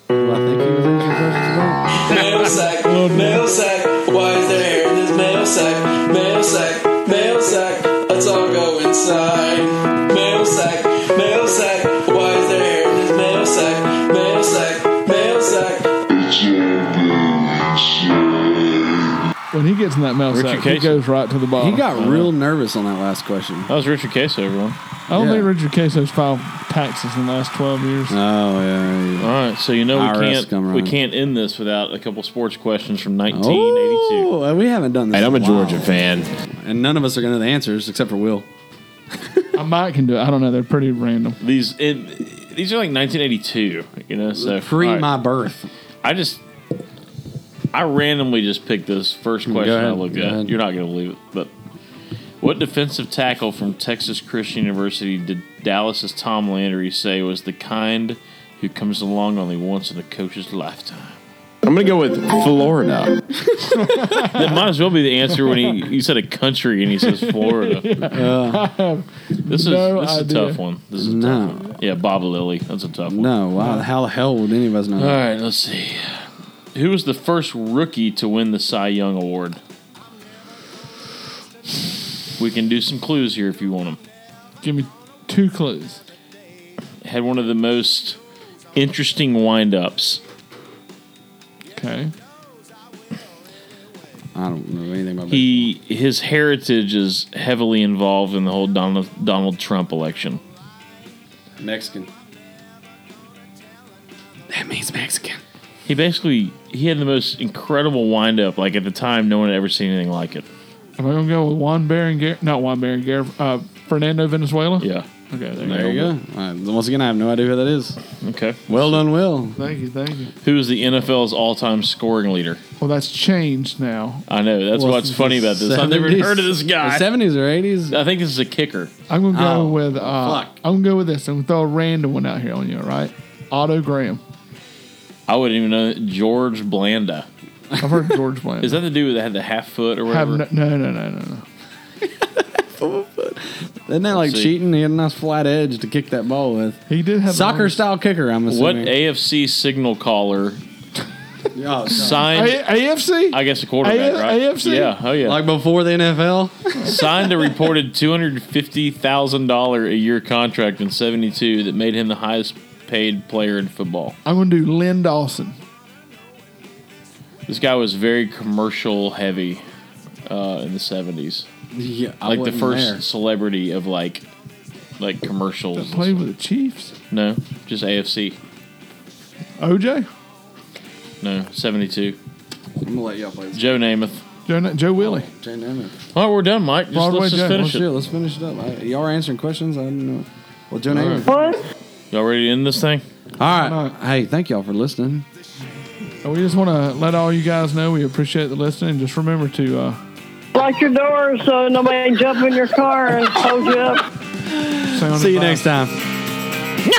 who I think he was answering questions about.
Mail sack, mail sack. Why is there hair in this mail sack? Mail sack, mail sack. Let's all go inside.
gets in that mail
Richard
sack, he
Casey.
goes right to the bottom.
He got real nervous on that last question.
That was Richard Queso, everyone. Oh,
I don't think Richard Queso's filed taxes in the last twelve years.
Oh yeah.
All right, so you know we
IRS come
can't we
running.
can't end this without a couple sports questions from 1982.
Oh, we haven't done this.
Hey, I'm
in
a
while.
Georgia fan.
and none of us are going to know the answers except for Will.
I might can do it. I don't know. They're pretty random.
These it, these are like 1982, you know, so
Pre
all right.
my birth.
I just I randomly just picked this first question I
ahead,
looked
go
at.
ahead.
You're not going to believe it, but what defensive tackle from Texas Christian University did Dallas's Tom Landry say was the kind who comes along only once in a coach's lifetime?
I'm gonna go with Florida.
that might as well be the answer when he, he said a country and he says Florida. This is
No
this is a
idea.
tough one. This is a
No.
tough one. Yeah, Bob Lilly. That's a tough one.
No, wow. How the hell would any of us know?
All
that?
right, let's see. Who was the first rookie to win the Cy Young Award? We can do some clues here if you want them.
Give me two clues.
Had one of the most interesting windups.
Okay.
I don't know anything about
He his heritage is heavily involved in the whole Donald Donald Trump election.
Mexican. That means Mexican.
He basically he had the most incredible windup. Like at the time, no one had ever seen anything like it.
Am I gonna go with Juan Berenguer? Not Juan Berenguer. Uh, Fernando Venezuela.
Yeah.
Okay. There,
There you go. All right, Once again, I have no idea who that is.
Okay.
Well done, Will.
Thank you. Thank you.
Who is the NFL's all-time scoring leader?
Well, that's changed now.
I know. That's
Well,
what's
since
funny
the
about this. I've never
70s.
heard of this guy.
The
70s or 80s?
I think this is a kicker.
I'm gonna go
Oh,
with. Uh, I'm gonna go with this. I'm gonna throw a random one out here on you. All right. Otto Graham.
I wouldn't even know George Blanda.
I've heard George Blanda.
Is that the dude that had the half foot or
Have
whatever?
no, Uh, no, no, no, no, no.
Isn't that like
See.
cheating? He had a nice flat edge to kick that ball with.
He did have a
soccer
nice-
style kicker. I'm
what
assuming.
AFC signal caller
God.
signed?
A-
AFC?
I guess a quarterback,
A-
right?
AFC?
Yeah. Oh yeah.
Like before the NFL.
signed a reported two hundred fifty thousand dollar a year contract in seventy two that made him the highest paid player in football.
I'm gonna do Lynn Dawson.
This guy was very commercial heavy uh, in the seventies.
Yeah, I
like the
wasn't
first
there.
celebrity of like like commercials.
Play with the Chiefs.
No, just AFC.
OJ.
No, seventy two.
I'm gonna let y'all play.
Joe Namath.
Joe, Joe Willie.
Jay Namath.
All right, we're done, Mike. Just,
Broadway
let's just
Joe.
finish
Let's do
it.
Let's finish it up. I, y'all are answering questions. I didn't know. Well, Joe
All
Namath.
right. Y'all ready to end this thing?
All right. Hey, thank y'all for listening.
And we just want to let all you guys know we appreciate the listening. And just remember to uh,
Lock your doors so nobody jump in your car and hold you up.
sound
See you
advice.
next time.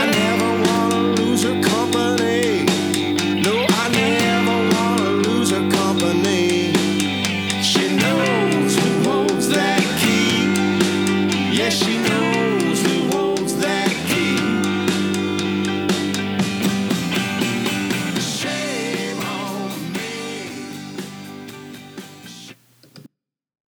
I never wanna lose her company. No, I never wanna lose her company. She knows who holds that key. Yes, she knows.